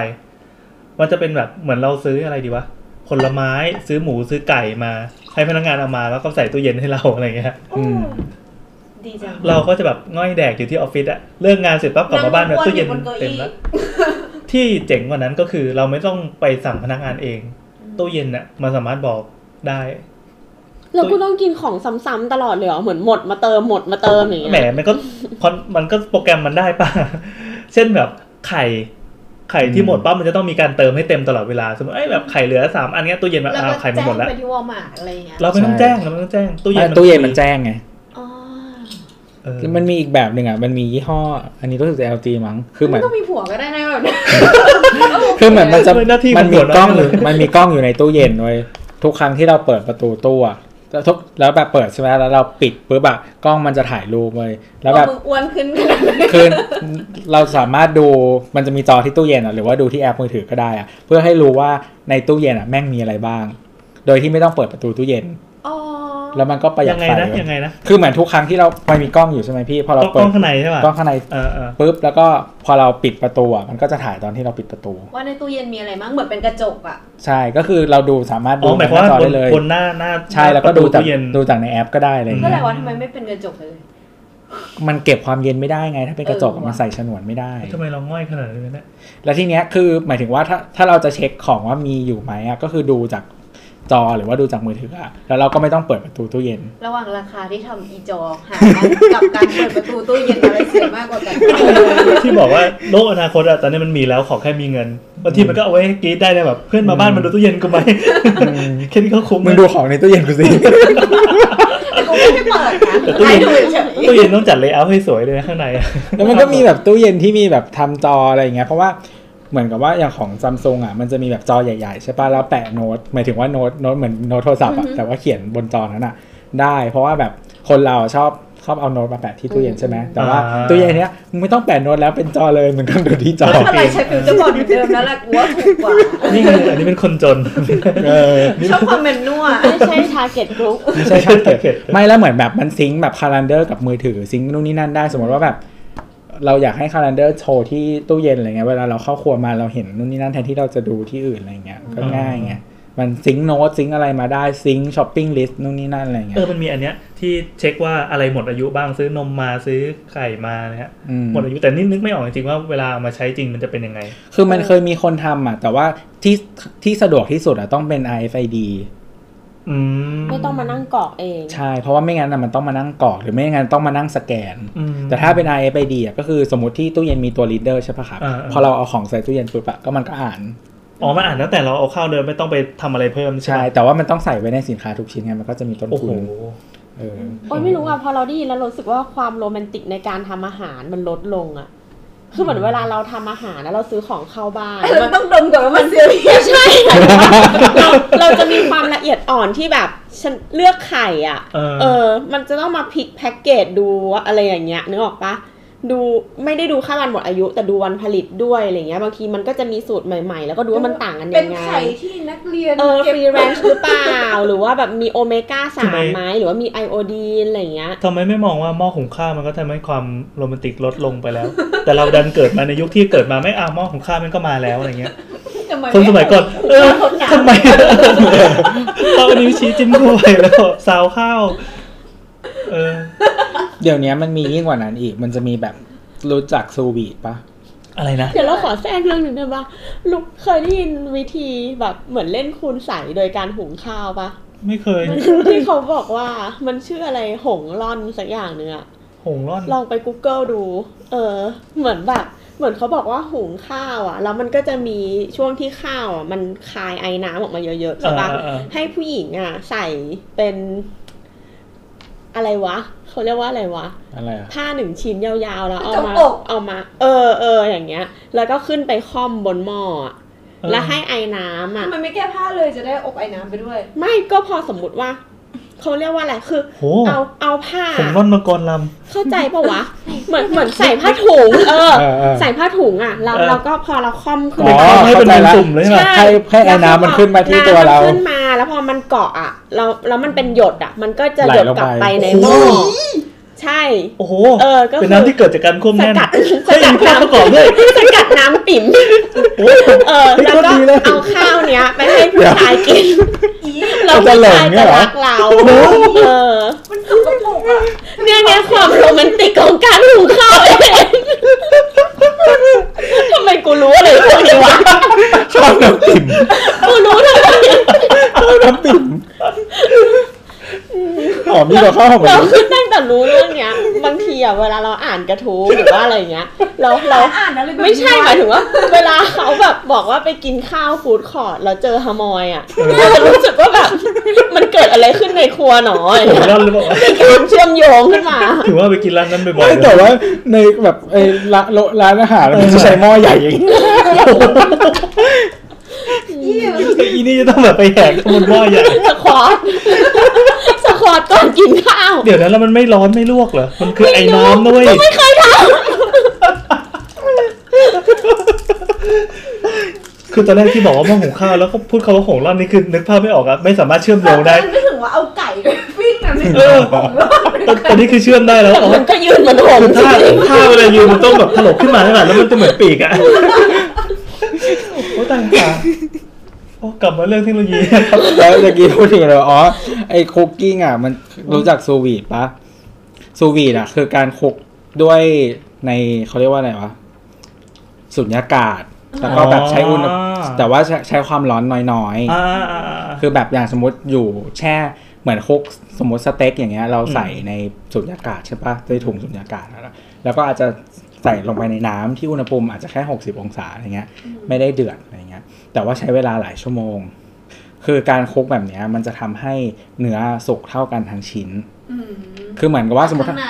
มันจะเป็นแบบเหมือนเราซื้ออะไรดีวะผลไม้ซื้อหมูซื้อไก่มา ให้พนักงานเอามาแล้วก็ใส่ตู้เย็นให้เราอะไรเงี้ย
อืม
ดีจัง
เราก็จะแบบง่อยแดกอยู่ที่ออฟฟิศอะเลิกงานเสร็จปั๊บกลับมาบ้านแบบตู้เย็นเต็มแล้ว ที่เจ๋งกว่านั้นก็คือเราไม่ต้องไปสั่งพนักงานเอง ตู้เย็นน่ะมันสามารถบอกได้
แล้วกูต้องกินของซ้ำๆตลอดเลยเหรอ เหมือนหมดมาเติมหมดมาเติมอย่าง
แหม
เงี้ย
มันก็พอมันก็โปรแกรมมันได้ป่ะ เช่นแบบไข่ ไข่ที่หมดปั๊บมันจะต้องมีการเติมให้เต็มตลอดเวลาสมมติเอ้ยแบบไข่เหลือสามอันเนี้ยตู้เย็นแบบ
แล้ว
อ้า
ก็
วไข่มันห
แจ้
ม
ง
ดแล้ว
ไปที่วอลมาร์ทอะไรอย่างเงี้ย
เราไม่ต้องแจ้งเราไม่ต้องแจ้งตู้เย็น
ตู้เย็นมันแจ้งไง
อ๋อ
เออ
มันมีอีกแบบหนึ่งอ่ะมันมียี่ห้อ อันนี้รู้สึกจะ LG มั้งคือเหมือน
ไต้องมีผัวก็ได้นะแบบนั้น
คือเหมือนมันจะ
เป็นหน้าที่ข
มั
อน ง
มี
หัวห
กล้
น้า
อง
เลย
มันมีกล้องอยู่ในตู้เย็นเว้ยทุกครั้งที่เราเปิดประตูตู้อะแล้วทุกแล้วแบบเปิดใช่ไหมแล้วเราปิดปุ๊บอะกล้องมันจะถ่ายรูปเว้ยแล้วแบบ
เอามึงอ้วนขึ้นขนาดนั้น
คือเราสามารถดูมันจะมีจอที่ตู้เย็นอะหรือว่าดูที่แอปมือถือก็ได้อะเพื่อให้รู้ว่าในตู้เย็นอะแม่งมีอะไรบ้าง โดยที่ไม่ต้องเปิดประตูตู้เย็น
อ๋อ
แล้วมันก็ประหยั
ยั
ด
งไง
ไฟ
นะ
เว้ย
ยังไงนะ
คือเหมือนทุกครั้งที่เรามันมีกล้องอยู่ใช่ไหมพี่พอเรา
ต้องก
เปิ
ล้อ
ด
งข้างในใช่ป่ะ
กล้องข้างใน
เออเออ
ปุ๊บแล้วก็พอเราปิดประตูอ่ะมันก็จะถ่ายตอนที่เราปิดประตู
ว่าในตู้เย็นมีอะไรมั้งเหมือนเป็นกระจกอะ
ใช่ก็คือเราดูสามารถ
อ๋
ดู
อหมายความ
หน้
ว่า
จอบ
น
ได้เลย
บนหน้าหน้า
ใช่แล้วก็
ประ
ดู
ตู
จาก
ตู้เย็น
ดูจากในแอปก็ได้อะไรอย่าง
ก็
เล
แห
ย
ละว่าทำไมไม่เป็นกระจกเลย
มันเก็บความเย็นไม่ได้ไง ถ้าเป็นกระจก
เออ
มันใส่ฉนวนไม่ได้
ทำไมเราง่อยขนาดนี้วะเนี่ย
แล้วทีเนี้ยคือหมายถึงว่าถ้าถ้าเราจะเช็คของว่ามีอยู่ไหมอ่ะก็คือดูจากจอหรือว่าดูจากมือถืออ่ะแล้วเราก็ไม่ต้องเปิดประตูตู้เย็น
ระหว่างราคาที่ทำอีจอหากับการเปิดประตูตู้เย็นอะไรเสียมากกว่ากัน
ที่บอกว่าโลกอนาคตอะตอนนี้มันมีแล้วขอแค่มีเงินบางทีมันก็เอาไว้ให้กรีดได้เลยแบบเพื่อนมาบ้านมันดูตู้เย็นกูไหมแค่นี้ก็คุ้ม
มึงดูของในตู้เย็นกูสิ
แต่กูไม่ได้เปิดนะ
แต่ตู้เย็น
ให้ดูเฉย
ตู้เย็นต้องจัดเลเยอร์ให้สวยเลยนะข้างในอะ
แล้วมันก็มีแบบตู้เย็นที่มีแบบทำจออะไรอย่างเงี้ย เพราะว่าเหมือนกับว่าอย่างของซัมซุงอ่ะมันจะมีแบบจอใหญ่ๆใช่ป่ะแล้วแปะโน้ตหมายถึงว่าโน้ตโน้ตเหมือนโน้ตโทรศัพท์อ่ะแต่ว่าเขียนบนจอนั้นอ่ะ ได้ เพราะว่าแบบคนเราชอบชอบเอาโน้ตมาแปะที่ตู้เย็นใช่ไหมแต่ว่าตู้เย็นเนี้ยมึงไม่ต้องแปะโน้ตแล้วเป็นจอเลยมึงก็ดูที่จอ
ๆอะไรใช้ฟิวเจอร์บอร์ดเหมือนเดิมนั่นแหละกูว่าถูกกว่า
นี่คืออันนี้เป็นคนจน
เออ
ชอบความเมนนัว
ไม่ใช่ target group
ไม่ใช่ช่างเก็บไม่แล้วเหมือนแบบมันซิงค์แบบคาล endar กับมือถือซิงค์นู่นนี่นั่นได้สมมติว่าแบบ เราอยากให้คาล endar โชว์ที่ตู้เย็นอะไรเงี้ยเวลาเราเข้าครัวมาเราเห็นนู่นนี่นั่นแทนที่เราจะดูที่อื่นอะไรเงี้ยก็ง่ายไงมันซิงค์โน้ตซิงค์อะไรมาได้ซิงค์ช้อปปิ้งลิสต์นู่นนี่นั่นอะไรเงี้
เอย อมันมีอันเนี้ยที่เช็คว่าอะไรหมดอายุบ้างซื้อนมมาซื้อไข่มานะฮะ
ม
หมดอายุแต่นี่นึกไม่ออกจริงๆว่าเวลาเอามาใช้จริงมันจะเป็นยังไง
คือมันเคยมีคนทำอ่ะแต่ว่าที่ที่สะดวกที่สุดอ่ะต้องเป็น RFID
อืม
ไม่ต้องมานั่งกรอกเอง
ใช่เพราะว่าไม่งั้นน่ะมันต้องมานั่งกรอกหรือไม่งั้นต้องมานั่งสแกน
อืม
แต่ถ้าเป็น RFID อ่ะก็คือสมมติที่ตู้เย็นมีตัว reader ใช่ปะครับ
อ่าๆ
พอเราเอาของใส่ตู้เย็นปุ๊บอะก็มันก็อ่าน
อ๋อมันอ่านตั้งแต่เราเอาเข้าเดิมไม่ต้องไปทำอะไรเพิ่มใช่
ใช่
ไหม
แต่ว่ามันต้องใส่ไว้ในสินค้าทุกชิ้นไง มันก็จะมีต้น
โอ้โห
ทุนเออ
โอ้ยไม่รู้อ่ะพอเราได้ยินแล้วรู้สึกว่าความโรแมนติกในการทำอาหารมันลดลงอ่ะ คือเหมือนเวลาเราทำอาหารแล้วเราซื้อของเข้าบ้าน
มันต้องดมก่อนว่ามันเสีย
ใช่เราเราจะมีความละเอียดอ่อนที่แบบฉันเลือกไข่อ่ะ
เออ
มันจะต้องมาพลิกแพ็กเกจดูว่าอะไรอย่างเงี้ยนึกออกปะดูไม่ได้ดูแค่วันหมดอายุ แต่ดูวันผลิตด้วยอะไรเงี้ยบางทีมันก็จะมีสูตรใหม่ๆ แล้วก็ดูว่ามันต่างกัน
เป็
ยั
น
งไง
ไข่ที่นักเรียน
เออฟ
เก็บ
รีแรนช์หรือเปล่า หรือว่าแบบมีโอเมก้าสา
ทำไม
มไหมหรือว่ามีไอโอดีนอะไรเงี้ย
ทำไมไม่มองว่าหม้อหุงข้าวมันก็ทำให้ความโรแมนติกลดลงไปแล้ว แต่เราดันเกิดมาในยุคที่เกิดมาไม่อ้าวหม้อหุงข้าวมันก็มาแล้วอะไรเงี้ย
ทำไ
คนสมัยก่อน เออทำไมตอนนี้วชี้จิ้มเข้าไปแล้วก็ซาวข้าว เออ
เดี๋ยวเนี้ยมันมียิ่งกว่านั้นอีก มันจะมีแบบรู้จักซูบีปะ
อะไรนะ
เดี๋ยวเราขอแทรกเรื่องหนึ่งได้ปะลูกเคยได้ยินวิธีแบบเหมือนเล่นคูณใสโดยการหุงข้าวปะ
ไม่เคย
ที่เขาบอกว่ามันชื่ออะไรหงร่อนสักอย่างเนื้อะ
หงร่อน
ลองไป Google ดู เออ เหมือนแบบ เหมือนเขาบอกว่าหุงข้าวอ่ะ แล้วมันก็จะมีช่วงที่ข้าวอ่ะมันคายไอ้น้ำออกมาเยอะๆใช่ปะ
เออเออเออ
ให้ผู้หญิงอ่ะ ใส่เป็นอะไรวะเขาเรียกว่าอะไรวะ
อะไรอะ
ผ้าหนึ่งชิ้นยาวๆ แล้วเอา
จง
มา
อก
เอามา เออเอออย่างเงี้ย แล้วก็ขึ้นไปค่อมบนหม้ออะ
เออ
แล้วให้ไอ้น้ำอ่ะ
มันไม่แก้ผ้าเลยจะได้อบไอ้น้ำไปด้วย
ไม่ก็พอสมมติว่าเขาเรียกว่าอะไรคือ
โห
เอาเอาผ้า
หงร่อนมังกรล
เข้าใจ ปะวะ เหมือนเหมือนใส่ผ้าถุง เออ
เออเออ
ใส่ผ้าถุงอ่ะ แล้ว
เออ
เราก็พอเราค่อมขึ้น
อ๋อ
มา
ำให้
เข้า
เป็น
ใจ
วง
ละ
กลุ่มเลยใช่ไหม
ให้ให้ไอ้น้ำมันขึ้นมาที่ตัวเรา
น้ำมันขึ้นมา แล้วพอมันเกาะอ่ะ เราแล้วมันเป็นหยดอ่ะ มันก็จะ
ไหล
หยด
ลง
กลับไป
ไป
ในหม้อ
โอ้โห
ใช่
โอ้โห
เออก็คือ
เป็นน้ำที่เกิดจากการควบ
ส
แน่น
กัดส
เฮ้ย
กัด
มีภาพประ
น้ำ
กอบด้วย
สกัดน้ำปิ่มเออ
เฮ้ย
แล้วก็
ก็ดีเลย
เอาข้าวเนี้ยไปให้ผู้ชายกินแล้ว
มันจะ
ผู้
หลง
ชาย
เนี่
จะ
ยเหรอ
รักเราเออ
มันสกปรกอะ
เนี่ยไงความโรแมนติกของการหุงข้าวเองทำไมกูรู้อะไรพวกนี้วะ
ชอบน้ำปิ่ม
กูรู้ทำไม
ชอบน้ำปิ่มหอมนี่ก็ข้าวหอม
เรา
มะลิ
คือตั้งแต่รู้เรื่องเนี้ย บางทีอะเวลาเราอ่านกระทู้หรือว่าอะไรเงี้ย เราเรา
อ่านอะไรแบบนี้วะ
ไม่ใช่ หมายถึงว่า เวลาเขาแบบบอกว่าไปกินข้าวฟู้ดคอร์ทแล้วเจอฮามอย อะเราจะรู้สึกว่าแบบ มันเกิดอะไรขึ้นในครัวหนอ
หงร่อนหรือเปล่า
มีการเชื่อมโยงขึ้นมา
ถือว่าไปกินร้านนั้นบ่อย
ไม่
ๆ
แต่
เลย
ว่าในแบบไอ้ร้านร้านอาหารมันจะใช้หม้อใหญ่อย่างนี้
อีนี่จะต้องแบบไปแหกขางบนหม้อใหญ่
สควอต สควอตก่อนกินข้าว
เดี๋ยวนั้นแล้วมันไม่ร้อนไม่ลวกเหรอ มันคือไอ้น้ำนะเว้ย
ไม่เคยท
คือตอนแรกที่บอกว่าหม้อหุงข้าวแล้วก็พูดคำว่าหงร่อนนี่คือนึกภาพไม่ออกอะไม่สามารถเชื่อมโยงได้
ไม่ถึงว่าเอาไก่ไป วิ่งแบบนี้
เออ ตอนตอนนี้คือเชื่อมได้แล้ว
แต่
เอา
มันก็ยืนเหมือน ผม
ถ้าถ้าเวลายืนมันต้องแบบถลกขึ้นมาขนาดแล้วมันจะเหมือนปีกอ่ะ โอ้ตายค่ะโอ้กลับมาเรื่องเทคโนโลยีนะครับ
แล้วเมื่อกี้พูดถึงอะไรวะอ๋อ ไอ้คุกกิ้งอ่ะ มันรู้จักซูวีดปะซูวีดอ่ะ คือการคุกด้วยในเขาเรียกว่าอะไรวะสุญญากาศ แล้วก็แบบใช้อุณห
อ๋อ
แต่ว่าใช้ใช้ความร้อนน้อย
อ่า
ๆ คือแบบอย่างสมมติอยู่แช่เหมือนคุกสมมติสเต็กอย่างเงี้ย เราใส่
อืม
ในสุญญากาศใช่ปะด้วยถุงสุญญากาศ แล้วก็อาจจะใส่ลงไปในน้ำที่อุณหภูมิอาจจะแค่ 60 องศาอะไรเงี้ย ไม่ได้เดือดอะไรเงี้ย แต่ว่าใช้เวลาหลายชั่วโมง คือการคลุกแบบเนี้ยมันจะทำให้เนื้อสุกเท่ากันทั้งชิ้น
อืม
คือเหมือนกับว่าสมมติถ้า
ข้า
ง
ใน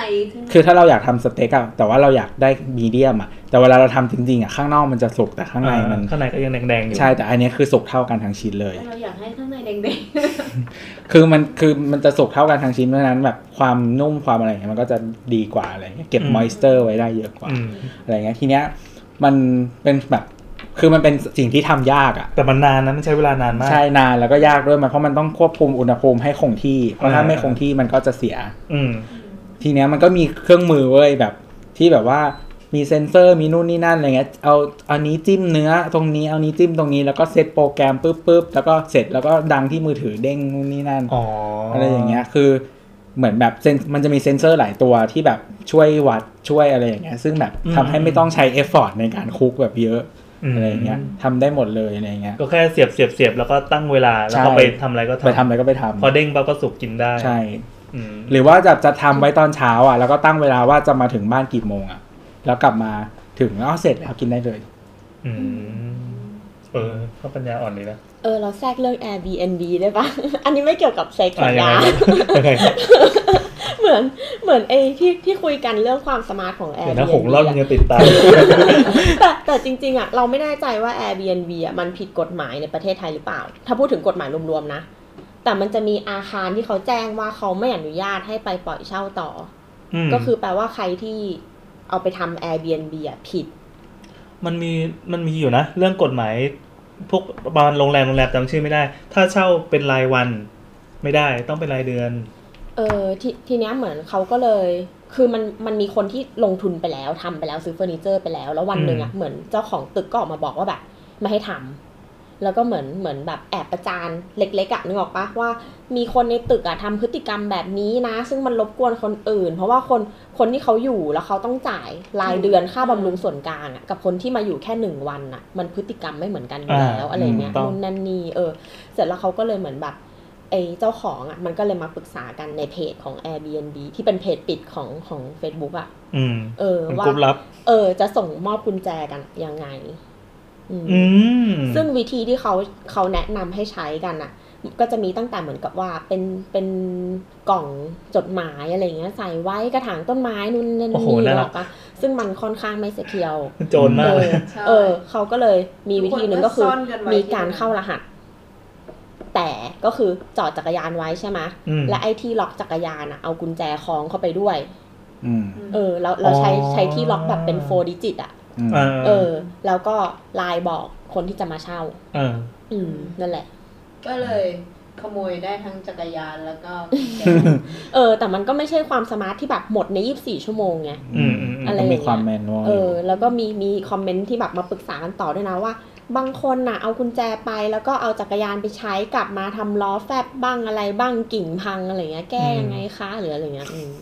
คือถ้าเราอยากทำสเต็กอะแต่ว่าเราอยากได้มีเดียมอะแต่เวลาเราทำจริงๆอะข้างนอกมันจะสุกแต่ข้างในมัน
ข้างในก็ยังแดงๆอยู่
ใช่แต่อันเนี้ยคือสุกเท่ากันทั้งชิ้นเลย
แต่เราอยากให้ข้างในแดง
คือมันคือมันจะสุกเท่ากันทั้งชิ้นเพราะฉะนั้นแบบความนุ่มความอะไรเงี้ยมันก็จะดีกว่าอะไรเงี้ยเก็บมอยสเตอร์ไว้ได้เยอะกว่า
อืม
อะไรเงี้ยทีเนี้ยมันเป็นแบบคือมันเป็นสิ่งที่ทำยากอะ
แต่มันนานนะมันใช้เวลานานมาก
ใช่นานแล้วก็ยากด้วยมันเพราะมันต้องควบคุมอุณหภูมิให้คงที่ เพราะถ้า
อ่า
ไม่คงที่มันก็จะเสีย
อืม
ทีเนี้ยมันก็มีเครื่องมือเว้ยแบบที่แบบว่ามีเซ็นเซอร์มีนู่นนี่นั่นอะไรเงี้ยเอาเอานี้จิ้มเนื้อตรงนี้เอานี้จิ้มตรงนี้แล้วก็เซตโปรแกรมปุ๊บปุ๊บแล้วก็เสร็จแล้วก็ดังที่มือถือเด้งนู่นนี่นั่น
อ๋ออ
อะไรอย่างเงี้ยคือเหมือนแบบเซนมันจะมีเซ็นเซอร์หลายตัวที่แบบช่วยวัดช่วยอะไรอย่างเงี้ยซึ่งแบบ
อืม
ทำให้ไม่ต้องใช้เอฟฟอร์ตในการคุกแบบเยอะ
ม
อะไรอย่างเงี้ยทำได้หมดเลยอะไรอย่างเงี้ย
ก็แค่เสียบเสียบเสียบแล้วก็ตั้งเวลา แล้วก็
ใช่
ไปทำอะไรก็
ไปทำ
ทำ
อะไรก็ไปทำ
พอเด้งปั๊บก็สุกกินได้
ใช่
อืม
หรือว่าจะจะทำไว้ตอนเช้าอ่ะ แล้วก็ตั้งเวลาว่าจะมาถึงบ้านกี่โมงอ่ะ แล้วกลับมาถึงแล้วเสร็จแล้วกินได้เลย
อืมเออก็ปัญญาอ่อนเลยนะ
เออเราแทรกเรื่อง Airbnb ได้ปะ อันนี้ไม่เกี่ยวกับเซ็ก
อ่ะ
สัญ
ยัง
ญา
ไงยังไง
เหมือนเหมือนไอ้ที่ที่คุยกันเรื่องความสมาร์ทของ
เดี๋ยว
Airbnb
นะหงส์รอด
อะ
ยังติดตาม
แต่แต่จริงๆอ่ะเราไม่แน่ใจว่า Airbnb อ่ะมันผิดกฎหมายในประเทศไทยหรือเปล่า ถ้าพูดถึงกฎหมายรวมๆนะ แต่มันจะมีอาคารที่เขาแจ้งว่าเขาไม่อนุญาตให้ไปปล่อยเช่าต่ออ
ม
ก็คือแปลว่าใครที่เอาไปทำ Airbnb อ่ะผิด
มันมีมันมีอยู่นะ เรื่องกฎหมาย พวกประมาณโรงแรมโรงแรมจำชื่อไม่ได้ ถ้าเช่าเป็นรายวัน ไม่ได้ต้องเป็นรายเดือน
เออทีทีเนี้ยเหมือนเขาก็เลย คือมันมันมีคนที่ลงทุนไปแล้วทำไปแล้วซื้อเฟอร์นิเจอร์ไปแล้ว แล้ววันหนึ่งอ่ะเหมือนเจ้าของตึกก็ออกมาบอกว่าแบบไม่ให้ทำแล้วก็เหมือนเหมือนแบบแอบประจานเล็กๆอะนึกออกปะว่ามีคนในตึกอะทำพฤติกรรมแบบนี้นะ ซึ่งมันรบกวนคนอื่น เพราะว่าคนคนที่เขาอยู่แล้วเขาต้องจ่ายรายเดือนค่าบำรุงส่วนกลางอะกับคนที่มาอยู่แค่หนึ่งวันอะมันพฤติกรรมไม่เหมือนกันอยู่แล้ว
อ่า
อะไรเงี้ย
ถูกต้อง
นู่นนั่นนี่เออ เสร็จแล้วเขาก็เลยเหมือนแบบ ไอ้เจ้าของอ่ะมันก็เลยมาปรึกษากันในเพจของ Airbnb ที่เป็นเพจปิดของของ Facebook อ่ะ
อืม
เออ
เป็น
ว่าก
รุ๊ปลับ
เออ จะส่งมอบกุญแจกันยังไงอืม
อืม
ซึ่งวิธีที่เขาเขาแนะนำให้ใช้กันอ่ะ ก็จะมีตั้งแต่เหมือนกับว่าเป็นเป็นกล่องจดหมายอะไรเงี้ยใส่ไว้กระถางต้นไม้นู่นนั่น
โอ้โห
นี่
น่า
ห
รั
รอ
ก
กปะซึ่งมันค่อนข้างไม่เสถียร
โจรมากเลย
ๆใช่
เออเขาก็เลยมีวิธีหนึ่งก็คือ
ทุกคนก็ซ่อนกันไว้
มีการเข้ารหัส แต่ก็คือจอดจักรยานไว้ใช่ไหม
อืม
และไอ้ที่ล็อกจักรยานอะเอากุญแจคล้องเข้าไปด้วย
อืม
เออแล้วเราใช้ใช้ที่ล็อกแบบเป็นโฟดิจิตอะ
อืม
เออ
เออ แล้วก็ไลน์บอกคนที่จะมาเช่า
เออ
อืมนั่นแหละ
ก็เลย ขโมยได้ทั้งจักรยานแล้ว ก็แกะ
เออ แต่มันก็ไม่ใช่ความสมาร์ทที่แบบหมดใน 24 ชั่วโมงไง
อืมอืม
มันก็มีความแมนนวล
เออแล้วก็มีมีคอมเมนต์ที่แบบมาปรึกษากันต่อด้วยนะว่า บางคนน่ะเอากุญแจไปแล้วก็เอาจักรยานไปใช้กลับมาทำล้อแฟบบ้างอะไรบ้างกิ่งพังอะไรเงี้ยแก้ยังไงคะหรืออะไรเงี้ยอืม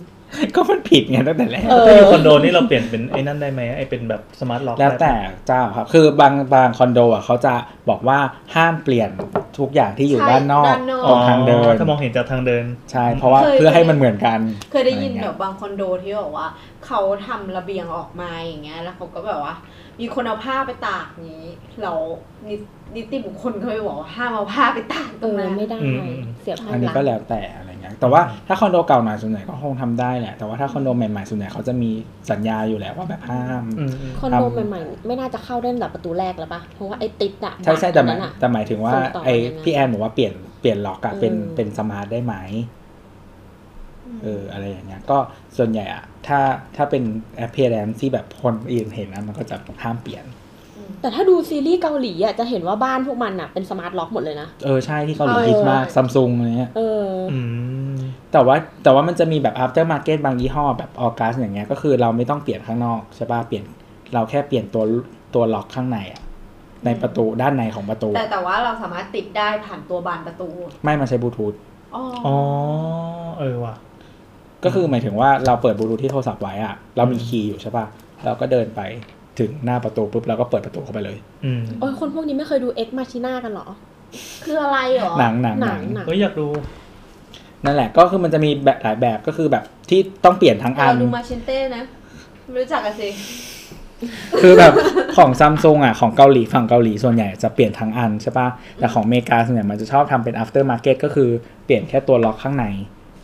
ก็มันผิดไงตั้งแต่แรก
เออ
ถ้าอยู่คอนโดนี่เราเปลี่ยนเป็นไอ้นั่นได้ไหมไอ้เป็นแบบสมาร์ทล็อก
แล้วแต่
ได้ปะ
เจ้าครับ คือบางบางคอนโดอ่ะเขาจะบอกว่าห้ามเปลี่ยนทุกอย่างที่อยู่ด้านนอก
ใช่ด้านนอก
ตรงทางเดิน
ถ้ามองเห็นจากทางเดิน
ใช่เพราะว่า
เคย
เพื่อให้มันเหมือนกัน
เคยได้ยินแบบบางคอนโดที่บอกว่า เขาทำระเบียงออกมาอย่างเงี้ย แล้วเขาก็แบบว่า มีคนเอาผ้าไปตากนี้ เรานินิติบุคคลเขาไปบอกว่าห้ามเอาผ้าไปตากต
เอ
รง
อ
นั้น
ไม่ได้
อืมอืม
เสียภาพ
อันนี้
ลักษ
ก็
ณ์
แล้วแต่อะไรเงี้ย แต่ว่าถ้าคอนโดเก่าหน่อยส่วนใหญ่ก็คงทำได้แหละ แต่ว่าถ้าคอนโดใหม่ๆส่วนใหญ่เขาจะมีสัญญาอยู่แล้วว่าแบบห้าม
อืมอืม
คอนโดใหม่ๆ ไม่น่าจะเข้าได้ตั้งแต่ประตูแรกแล้วปะเพราะว่าไอ้ติดอะ
ใช่ใช่แต่หมาย
นั้นอะ
แต่หมายถึงว่า
ส่งต่อ
ไอ้
ยังไง
พี่แอนบอกว่าเปลี่ยนเปลี่ยนล็อกอะเป็น
อืม
เป็นสมาร์ทได้ไหมเอออะไรอย่างเงี้ย ก็ส่วนใหญ่อะถ้าถ้าเป็นแอปพลิเคชันที่แบบคนอื่นเห็นนะมันก็จะห้ามเปลี่ยน
อื
แต่ถ้าดูซีรีส์เกาหลีอ่ะจะเห็นว่าบ้านพวกมันอ่ะเป็นสมาร์ทล็อกหมดเลยนะ
เออใช่ที่เกาหลี
เออ
ฮิตมากซัมซุงอะไรเงี้ย
เอออ
อืม
แต่ว่าแต่ว่ามันจะมีแบบ after market บางยี่ห้อแบบออกัสอย่างเงี้ยก็คือเราไม่ต้องเปลี่ยนข้างนอกใช่ป่ะเปลี่ยนเราแค่เปลี่ยนตัวตัวล็อกข้างในอะในประตูด้านในของประตู
แต่แต่ว่าเราสามารถติดได้ผ่านตัวบานประตู
ไม่มาใช้บลูทูธ
อ๋อ
อ๋อเออว่ะ
ก็คือหมายถึงว่าเราเปิดบลูทูธที่โทรศัพท์ไว้อะเรามีคีย์อยู่ใช่ป่ะเราก็เดินไปถึงหน้าประตูปุ๊บเราก็เปิดประตูเข้าไปเลย
อืม
โอ้ยคนพวกนี้ไม่เคยดูเอ็กมาชิน่ากันเหรอ คืออะไรเหรอ
หนังหนัง
หนัง
หนัง
หนัง
เอ้ยอยากดู
นั่นแหละก็คือมันจะมีแบบหลายแบบก็คือแบบที่ต้องเปลี่ยนทั้งอั
เรา
น
ดูมาเชนเต้นะไม่รู้จักกันสิ
คือแบบ ของซัมซุงอ่ะ ของเกาหลีฝั่งเกาหลีส่วนใหญ่จะเปลี่ยนทั้งอันใช่ปะ่ะ แต่ของอเมริกาส่วนใหญ่มันจะชอบทำเป็น after market ก็คือเปลี่ยนแค่ตัวล็อกข้างใน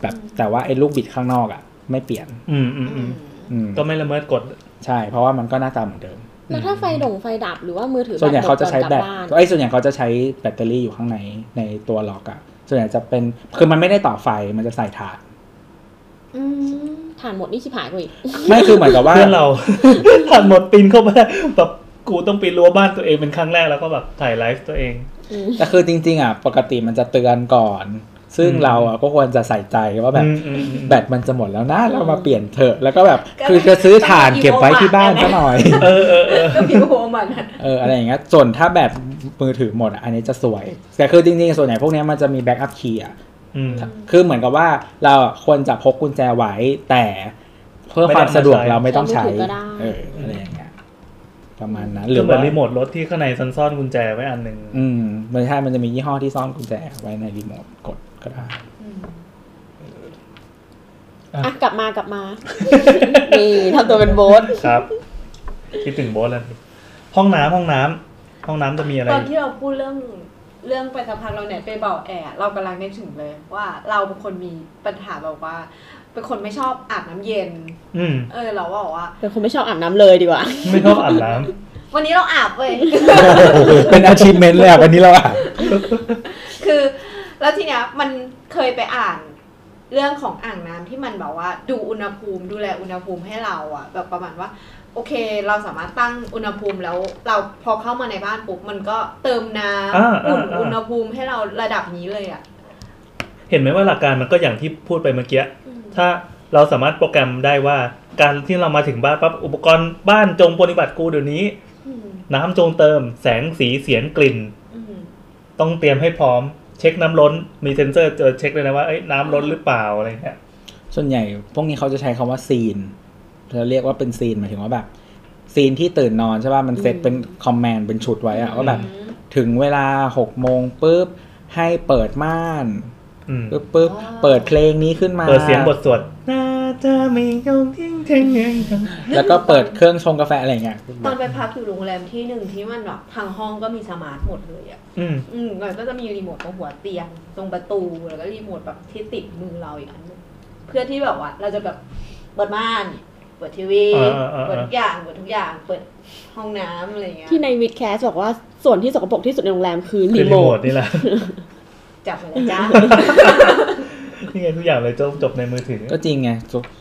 แบบแต่ว่าไอ้ลูกบิดข้างนอกอ่ะ ไม่เปลี่ยน
อืมอืมอืม
อืม
ก็ไม่ละเมิดกฎ
ใช่ เพราะว่ามันก็หน้าตาเหมือนเดิม
แล้วถ้าไฟดงไฟดับหรือว่ามือถือ
ส่วนใหญ่
ตก
เขาจะใช้
ก่อนก
แบต
ลัาน
ไอ้ยส่วนใหญ่เขาจะใช้แบตเตอรี่อยู่ข้างในในตัวล็อกอ่ะ ส่วนใหญ่จะเป็นคือมันไม่ได้ต่อไฟมันจะใส่ถ่าน
อืมถ่านหมดนี่ชิบหายกว่าอีก
ไม่คือเหมือนกับว่า
เพื่อนเรา ผ่านหมดปีนเข้ามาแบบกูต้องปีนรั้วบ้านตัวเองเป็นครั้งแรกแล้วก็แบบถ่ายไลฟ์ตัวเอง
แต่คือจริงๆอ่ะปกติมันจะเตือนก่อน ซึ่ง
อืม
เราอ่ะก็ควรจะใส่ใจว่าแบบ
อืมอืมอืม
แบตมันจะหมดแล้วนะเรามาเปลี่ยนเถอะ แล้วก็แบบ
ก็
คือจะซื้อถ่านเก็บไว้ที่บ้าน
ต้อ
ซะ
งเอา
หน่อย
เออเออเออ
ก็ผิวโฮมันอะ
เอออะไรอย่างเงี้ยส่วนถ้าแบตมือถือหมดอ่ะอันนี้จะสวย แต่คือจริงๆ ส่วนใหญ่พวกเนี้ยมันจะมีแบ็กอัพคีย์อ่ะ
อืม
คือเหมือนกับว่าเราอ่ะควรจะพกกุญแจไว้ แต่เพื่อความสะดวก
ไม่ต้องมาใช้
เราไม่ต้
ใช้มือถือก็
องใช้
ได้
เอออะไรอย่างเงี้ยประมาณนั้นหรื
ก็
อ
เหมือ
ว่าน
รีโมทรถที่ข้างในซันซ่อนกุญแจไว้อันหนึ่ง
อืมมันใช่มันจะมียี่ห้อที่ซ่อนกุญแจไว้ในรีโมทกดก็ได้
อ่ะกลับมากลับ มา นี่ทำตัวเป็นโบส
ครับคิดถึงโบสแล้วห้องน้ำห้องน้ำห้องน้ำจะมีอะไร
ตอนที่เราพูดเรื่องเรื่องไปสักพักเราเนี่ยไปเบาแอร์เรากำลังนึกถึงเลย ว่าเราเป็นคนมีปัญหาแบบว่า เป็นคนไม่ชอบอาบน้ำเย็น
อืม
เออเราก็บอกว่า
เป็นคนไม่ชอบอาบน้ำเลยดีกว่า
ไม่ชอบอาบน้ำ
วันนี้เราอาบเว้ย
เป็น achievement เลยอ่ะวันนี้เราอ่ะ
คือแล้วทีเนี้ยมันเคยไปอ่านเรื่องของอ่างน้ำที่มันแบบว่า ดูอุณหภูมิดูแลอุณหภูมิให้เราอะแบบประมาณว่า โอเค เราสามารถตั้งอุณหภูมิแล้วเราพอเข้ามาในบ้านปุ๊บมันก็เติม
า
น้ำ
อ่า
อุ่น
อ่า
อุณหภูมิให้เราระดับนี้เลยอะ
เห็นไหมว่าหลักการมันก็อย่างที่พูดไปเมื่อกี้ ถ้าเราสามารถโปรแกรมได้ว่า การที่เรามาถึงบ้านปั๊บอุปกรณ์บ้านจงปฏิบัติกูเดี๋ยวนี้
อืม
น้ำจงเติมแสงสีเสียงกลิ่น
อืม
ต้องเตรียมให้พร้อม เช็คน้ำล้น มีเซ็นเซอร์เจอเช็คเลยนะว่าเอ้ยน้ำล้นหรือเปล่าอะไรเงี้ย
ส่วนใหญ่พวกนี้เขาจะใช้คำว่าซีนเราเรียกว่าเป็นซีนหมายถึงว่าแบบ ซีนที่ตื่นนอนใช่ป่ะ มันเซตเป็นคอมแมนด์เป็นชุดไว้อะว่าแบบ ถึงเวลาหกโมงปุ๊บ ให้เปิดม่าน
อืม
ปุ๊บปุ๊บ
อ๋อ
เปิดเพลงนี้ขึ้นมา
เปิดเสียงบทสวดน่าจะมียงทิ้งเทงเงง
แล้วก็เปิดเครื่องชงกาแฟอะไรอย่างเงี้ย
ตอนไปพักอยู่โรงแรมที่หนึ่งที่มันแบบทางห้องก็มีสมาร์ทหมดเลยอ่ะ
อืม
อืมมันก็จะมีรีโมทตรงหัวเตียง ตรงประตู แล้วก็รีโมทแบบที่ติดมือเราอีกอันหนึงเพื่อที่แบบว่า เราจะแบบเปิดม่าน เปิดทีวี เปิดทุกอย่าง เปิดทุกอย่าง เปิดห้องน้ำอะไรเงี้ย
ที่ในวิดแคสบอกว่าส่วนที่สกปรกที่สุดในโรงแรมคือ
คื
รี
อรี
โม
โม
ท
ทนี่แหละ
จับมาเลย จ้า
นี่ไงทุกอย่างเลยจบจบในมือถือ
ก็จริงไง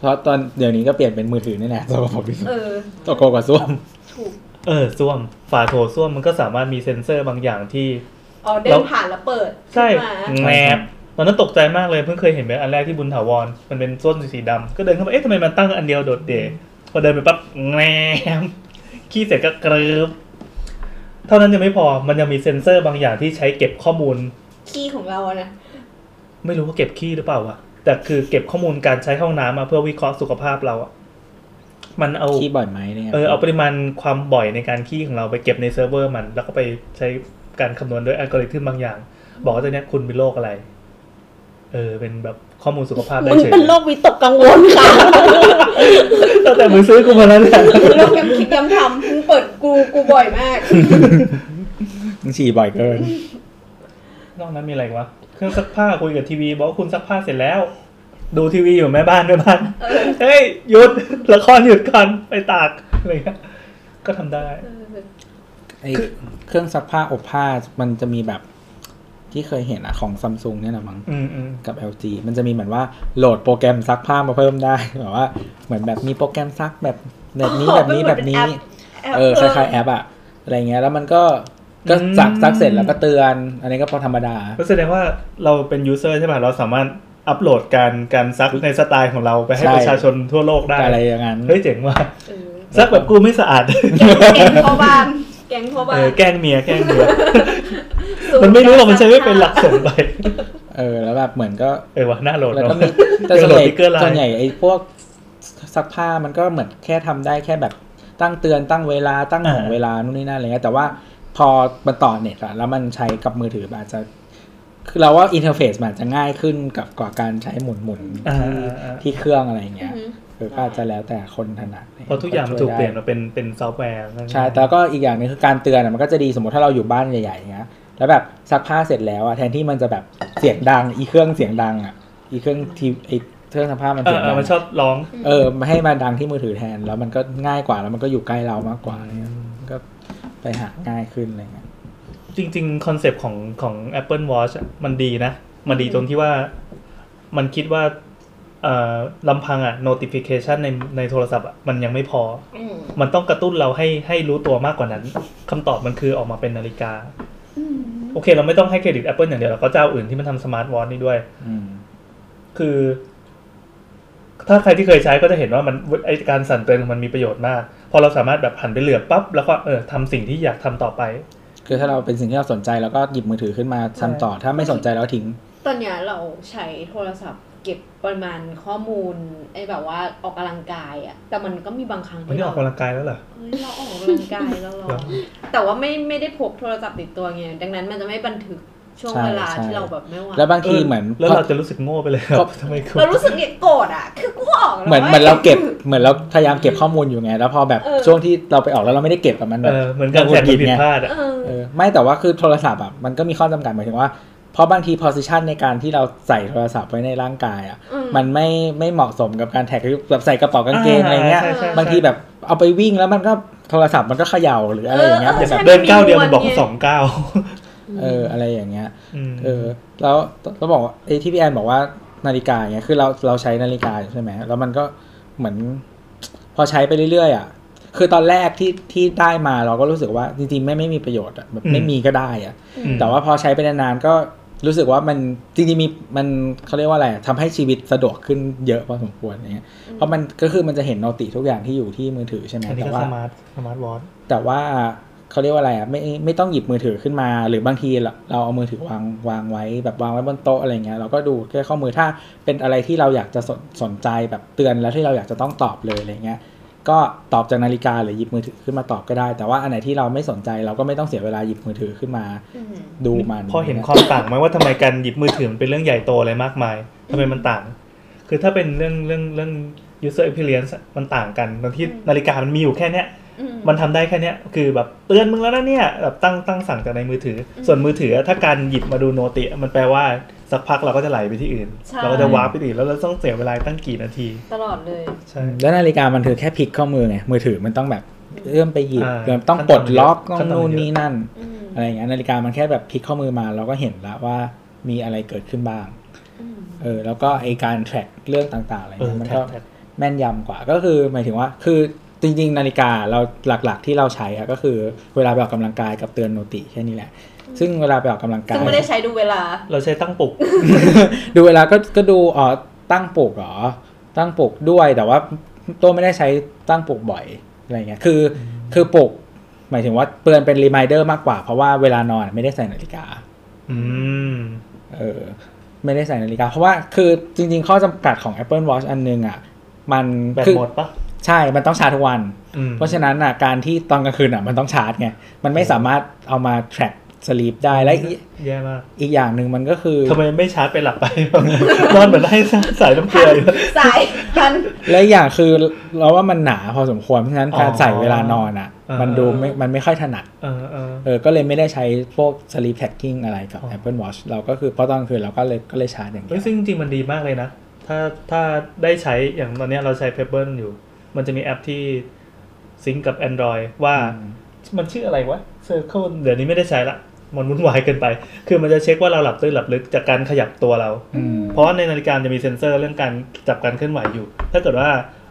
เพราะตอนเดี๋ยวนี้ก็เปลี่ยนเป็นมือถือนี่แหละตัวผมที่สุด
เออ
ตัวโกกับส้วม
ถูก
เออส้วมฝาโถส้วมมันก็สามารถมีเซ็นเซอร์บางอย่างที่
อ๋อเดิ
แล้
น
ว
ผ่านแล้วเปิด
ใช่
ขึ้นมา
แมบตอนนั้นตกใจมากเลยเพิ่งเคยเห็นแบบอันแรกที่บุญถาวรมันเป็นส้วมสีดำก็เดินเข้าไปเอ๊ะทำไมมันตั้งอันเดียวโดดเด่นพอเดินไปปั๊บแงมขี้เสร็จก็กระืบเท่านั้นยังไม่พอมันยังมีเซ็นเซอร์บางอย่างที่ใช้เก็บข้อมูล
ขี้ของเราอะนะ
ไม่รู้ว่าเก็บขี้หรือเปล่าวะแต่คือเก็บข้อมูลการใช้ห้องน้ำมาเพื่อวิเคราะห์สุขภาพเราอะมันเอา
ขี้บ่อยไหมเนี่ย
เออเอาปริมาณความบ่อยในการขี้ของเราไปเก็บในเซิร์ฟเวอร์มัน แล้วก็ไปใช้การคำนวณด้วยอัลกอริทึมบางอย่าง บอกว่าตัวเนี้ยคุณเป็นโรคอะไร เออ เป็นแบบข้อมูลสุขภาพได้
มัน
เฉย
เป็นโรควิตกกังวลค่ะ
ตั้งแต่มึงซื้อกูมาแล้วแหละ
เราย้ำคิดย้ำทำมึงเปิดกูกูบ่อยมาก
มึงฉี่บ่อยเกิน
นอกนั้นมีอะไรอีกวะเครื่องซักผ้าคุยกับทีวี บอกว่าคุณซักผ้าเสร็จแล้ว ดูทีวีอยู่แม่บ้านแม่บ้านเฮ้ยหยุดละครหยุดก่อนไปตากอะไรเงี้ยก็ทำได้
ไอ้เครื่องซักผ้าอบผ้ามันจะมีแบบที่เคยเห็นอะของซัมซุงเนี่ยนะมั้ง
อืมอืม
กับ LG มันจะมีเหมือนว่าโหลดโปรแกรมซักผ้ามาเพิ่มได้ แบบว่าเหมือนแบบมีโปรแกรมซักแบบแบบนี้
อ๋อ
แบบนี้
มันเหมื
แบบ
อนเป็น
นี้
แอปแอป
เออคล้ายๆแอปอะ อะไรเงี้ยแล้วมันก็ก็
อืม
สักซักเสร็จแล้วก็เตือน อันนี้ก็พอธรรมดา
ก็แสดงว่าเราเป็นยูเซอร์ใช่ป่ะเราสามารถอัปโหลดการการซักในสไตล์ของเราไปให้
ใช่
ประชาชนทั่วโลกได้
อะไรอย่างนั้น
เฮ้ยเจ๋งว่ะ
เออ
ซักแบบกูไม่สะอาด
แกงพ่อบ้าน แกงพ่อบ้า
เอน อแกล้งเมียแกล้งเมีย
สูต
มันไม่รู้หรอกมันใช้ไม่เป็นหลักส่งไป
เออแล้วแบบเหมือนก็
เออว่ะน่าโหลด
แล้ว
เนาะ
ก็มีแต่
ยัง
ส่วน
โหล
ให
ด
ญ่
ติ๊กเกอร์ไล
ส่วนใหญ่
น์
ไอ้พวกซักผ้ามันก็เหมือนแค่ทำได้แค่แบบตั้งเตือนตั้งเวลาตั้งหน่วงเวลานู่นนี่นั่นอะไรเงี้ยแต่ว่าพอมันต่อเน็ตอะแล้วมันใช้กับมือถือมันอาจจะคือเราว่าอินเทอร์เฟซมันอาจจะง่ายขึ้นกับกว่าการใช้หมุนหมุนๆ
อ่า
ที่
อ่า
ที่เครื่องอะไรเงี้ย
อือฮึ
คือก็อาจจะแล้วแต่คนถนัด
เพราะทุกอย่างมันถูกเปลี่ยนมาเป็นเป็นซอฟต์แวร์
ใช่แต่ก็อีกอย่างหนึงคือการเตือนอะมันก็จะดีสมมติถ้าเราอยู่บ้านใหญ่ๆอย่างเงี้ยแล้วแบบซักผ้าเสร็จแล้วอะแทนที่มันจะแบบเสียงดัง อีเครื่องเสียงดังอะอีเครื่องทีไอเครื่องซักผ้ามัน
เอ
เสี
อย
ง
เอ
ดั
อง มันชอบร้อง
เออให้มาดังที่มือถือแทน แล้วมันก็ง่ายกว่าแล้วมันก็อยู่ใกล้เรามากกว่าอะไรเงี้ยก็ไปหาง่ายขึ้นอะไรเงี้ย
จริงๆ คอนเซปต์ของของ Apple Watch อะมันดีนะ มันดีตรงที่ว่ามันคิดว่าเอ่อลำพังอะ notification ในในโทรศัพท์อะมันยังไม่พอ
อืม
มันต้องกระตุ้นเราให้ให้รู้ตัวมากกว่านั้นคำตอบมันคือออกมาเป็นนาฬิกา โอเค เราไม่ต้องให้เครดิต Apple อย่างเดียวเราก็เจ้าอื่นที่มันทำสมาร์ทวอทนี่ด้วย
อืม
คือ ถ้าใครที่เคยใช้ก็จะเห็นว่ามันไอการสั่นเตือนของมันมีประโยชน์มาก พอเราสามารถแบบหันไปเหลือบปั๊บแล้วก็เออทำสิ่งที่อยากทำต่อไป
คือถ้าเราเป็นสิ่งที่เราสนใจแล้วก็หยิบมือถือขึ้นมาทำต่อ ถ้าไม่สนใจแล้วทิ้ง
ตอนเนี้ยเราใช้โทรศัพท์เก็บปริมาณข้อมูลไอ้แบบว่าออกกำลังกายอะแต่มันก็มีบางครั้ง
มัน
ที่
นี่อ
เรา
อกกำลังกายแล้วเหรอ
เฮ้ยเราออกกำลังกายแล้วเรา
เหรอ
แต่ว่าไม่ไม่ได้พกโทรศัพท์ติดตัวไงดังนั้นมันจะไม่บันทึกช่วง
ใช่
เวลา
ใช่
ที่เราแบบไม่ไหว
แล้วบางทีเหมือน
แล้วเราจะรู้สึกโง่ไปเลยครับทำไมคุณ
เรารู้สึกเนี่ยโกรธอะคือกูออกแล้ว
เหมือน
ว้ย
เหมือนเราเก็บเหมือนเราพยายามเก็บข้อมูลอยู่ไง แล้วพอแบบ
เออ
ช่วงที่เราไปออกแล้วเราไม่ได้เก็บกับมันแบ
เอบ อเหมือนการ
ห
แข่ง
ห
กั
งิ
น
ด
ผิด
ไง
พลาดอ่ะ
เออ
เออไม่แต่ว่าคือโทรศัพท์อ่ะมันก็มีข้อจำกัดหมายถึงว่าเพราะบางที position ในการที่เราใส่โทรศัพท์ไว้ในร่างกายอ่ะ
อืม
มันไม่ไม่เหมาะสมกับการแท็กแบบใส่กระเป๋ากางเกงอะไรเงี้
า
ย
ใช่ใช่ใช่
บางทีแบบเอาไปวิ่งแล้วมันก็โทรศัพท์มันก็เขย่าหรืออะไรอย่างเงี้ย
เออ
แบ
ใช่
บ
เดินก้าวเดียวมันบอกสองก้าว
เอออะไรอย่างเงี้ย
ม
เออแล้วเราบอกว่าไอ้ที่พี่แอนบอกว่านาฬิกาเงี้ยคือเราเราใช้นาฬิกาอยู่ใช่ไหมแล้วมันก็เหมือน พอใช้ไปเรื่อยๆอ่ะคือตอนแรกที่ที่ได้มาเราก็รู้สึกว่าจริงๆไม่ไม่มีประโยชน์อะแบบไม่มีก็ได้อ่ะ
ม
แต่ว่าพอใช้ไปนานๆก็รู้สึกว่ามันจริงๆมีมันเขาเรียกว่าอะไรอะทำให้ชีวิตสะดวกขึ้นเยอะพอสมควรอย่างเงี้ยเพราะมันก็คือมันจะเห็นโนติทุกอย่างที่อยู่ที่มือถือใช่ไหม
อันนี้
แต่
ก็
ว่า
สมาร์ทสมาร์ทวอท
แต่ว่าเขาเรียกว่าอะไรอ่ะไม่ไม่ต้องหยิบมือถือขึ้นมา หรือบางทีเราเราเอามือถือวางวางไว้แบบวางไว้บนโต๊ะอะไรเงี้ยเราก็ดูแค่ข้อมือถ้าเป็นอะไรที่เราอยากจะสนสนใจแบบเตือนแล้วที่เราอยากจะต้องตอบเลยอะไรเงี้ยก็ตอบจากนาฬิกาหรือหยิบมือถือขึ้นมาตอบก็ได้ แต่ว่าอันไหนที่เราไม่สนใจเราก็ไม่ต้องเสียเวลาหยิบมือถือขึ้นมา
อืม
ดูมัน
พอเห็นความต่างไหมว่าทำไมการหยิบมือถือมันเป็นเรื่องใหญ่โตอะไรมากมายทำไมมันต่าง คือถ้าเป็นเรื่องเรื่องเรื่อง user experience อะมันต่างกันตรงที่นาฬิกามันมีอยู่แค่เนี้ย
อืม
มันทำได้แค่เนี้ยคือแบบเตือนมึงแล้วนะเนี่ยแบบตั้งตั้งสั่งจากในมือถืออส่วนมือถือถ้าการหยิบมาดูโนติ มันแปลว่าสักพักเราก็จะไหลไปที่อื่น
ใช่
เราก็จะวาร์ปไปที่อื่นแล้วเราต้องเสียเวลาตั้งกี่นาที
ตลอดเลย
ใช่
แล้วนาฬิกามันคือแค่พลิกข้อมือไงมือถือมันต้องแบบเอื้อมไปหยิบ
อ่า
มันต้องปลดล็อกต้อง
ขั้นตอนมันเยอะ
นู่นนี่นั่น
อืม
อะไรอย่างเงี้ยนาฬิกามันแค่แบบพลิกข้อมือมาเราก็เห็นแล้วว่ามีอะไรเกิดขึ้นบ้าง
อืม
เออแล้วก็ไอการ track เรื่องต่างๆอะไร
เออ
เงี้ยมัน
แท็
ก็
กแท็ก
แม่นยำกว่าก็คือหมายถึงว่า คือจริงๆ นาฬิกาเราหลักๆที่เราใช้อะก็คือเวลาไปออกกำลังกายกับเตือนโนติแค่นี้แหละ ซึ่งเวลาไปออกกำลังกาย
ซึ่งไม่ได้ใช้ดูเวลา
เราใช้ตั้งปลุก
ดูเวลาก็ก็ดูอ๋อตั้งปลุกเหรอตั้งปลุกด้วยแต่ว่าตัวไม่ได้ใช้ตั้งปลุกบ่อยอะไรเงี้ยคือคือปลุกหมายถึงว่าเตือนเป็นรีมายเดอร์มากกว่าเพราะว่าเวลานอนไม่ได้ใส่นาฬิกา
อืม
เออไม่ได้ใส่นาฬิกา เพราะว่าคือจริง ๆ ข้อจำกัดของ Apple Watch อันนึงอ่ะ มัน
แบต
คือ
หมดปะ
ใช่มันต้องชาร์จทุกวัน
อืม
เพราะฉะนั้นอ่ะการที่ตอนกลางคืนอ่ะมันต้องชาร์จไง มันไม่สามารถเอามา track sleep ได้และอีก
แย่มาก
อีกอย่างหนึ่งมันก็คือ
ทำไมไม่ชาร์จไปหลับไป นอนเหมือนให้สายน้ำเกลืออยู่
สายพัน
และอีกอย่างคือเราว่ามันหนาพอสมควรเพราะฉะนั้นการใส่เวลานอนอ่ะ
อ๋อ
มันดูไม่มันไม่ค่อยถนัด
เออเออ
เออก็เลยไม่ได้ใช้พวก sleep tracking อะไรกับ
อ๋อ
Apple Watch เราก็คือพอตอนกลางคืนเราก็เลยก็เลยชาร์จอย่างเดี
เฮ้
ย
ยวซึ่งจริงๆมันดีมากเลยนะ ถ้าถ้าได้ใช้อย่างตอนเนี้ยเราใช้ p e b b l e อยู่ มันจะมีแอปที่ซิงกับ Android ว่ามันชื่ออะไรวะ Circle เดี๋ยวนี้ไม่ได้ใช้ละ มันวุ่นวายเกินไป คือมันจะเช็คว่าเราหลับตื้นหลับลึกจากการขยับตัวเรา
อืม
เพราะว่าในนาฬิกามันจะมีเซ็นเซอร์เรื่องการจับการเคลื่อนไหวอยู่ ถ้าเกิดว่า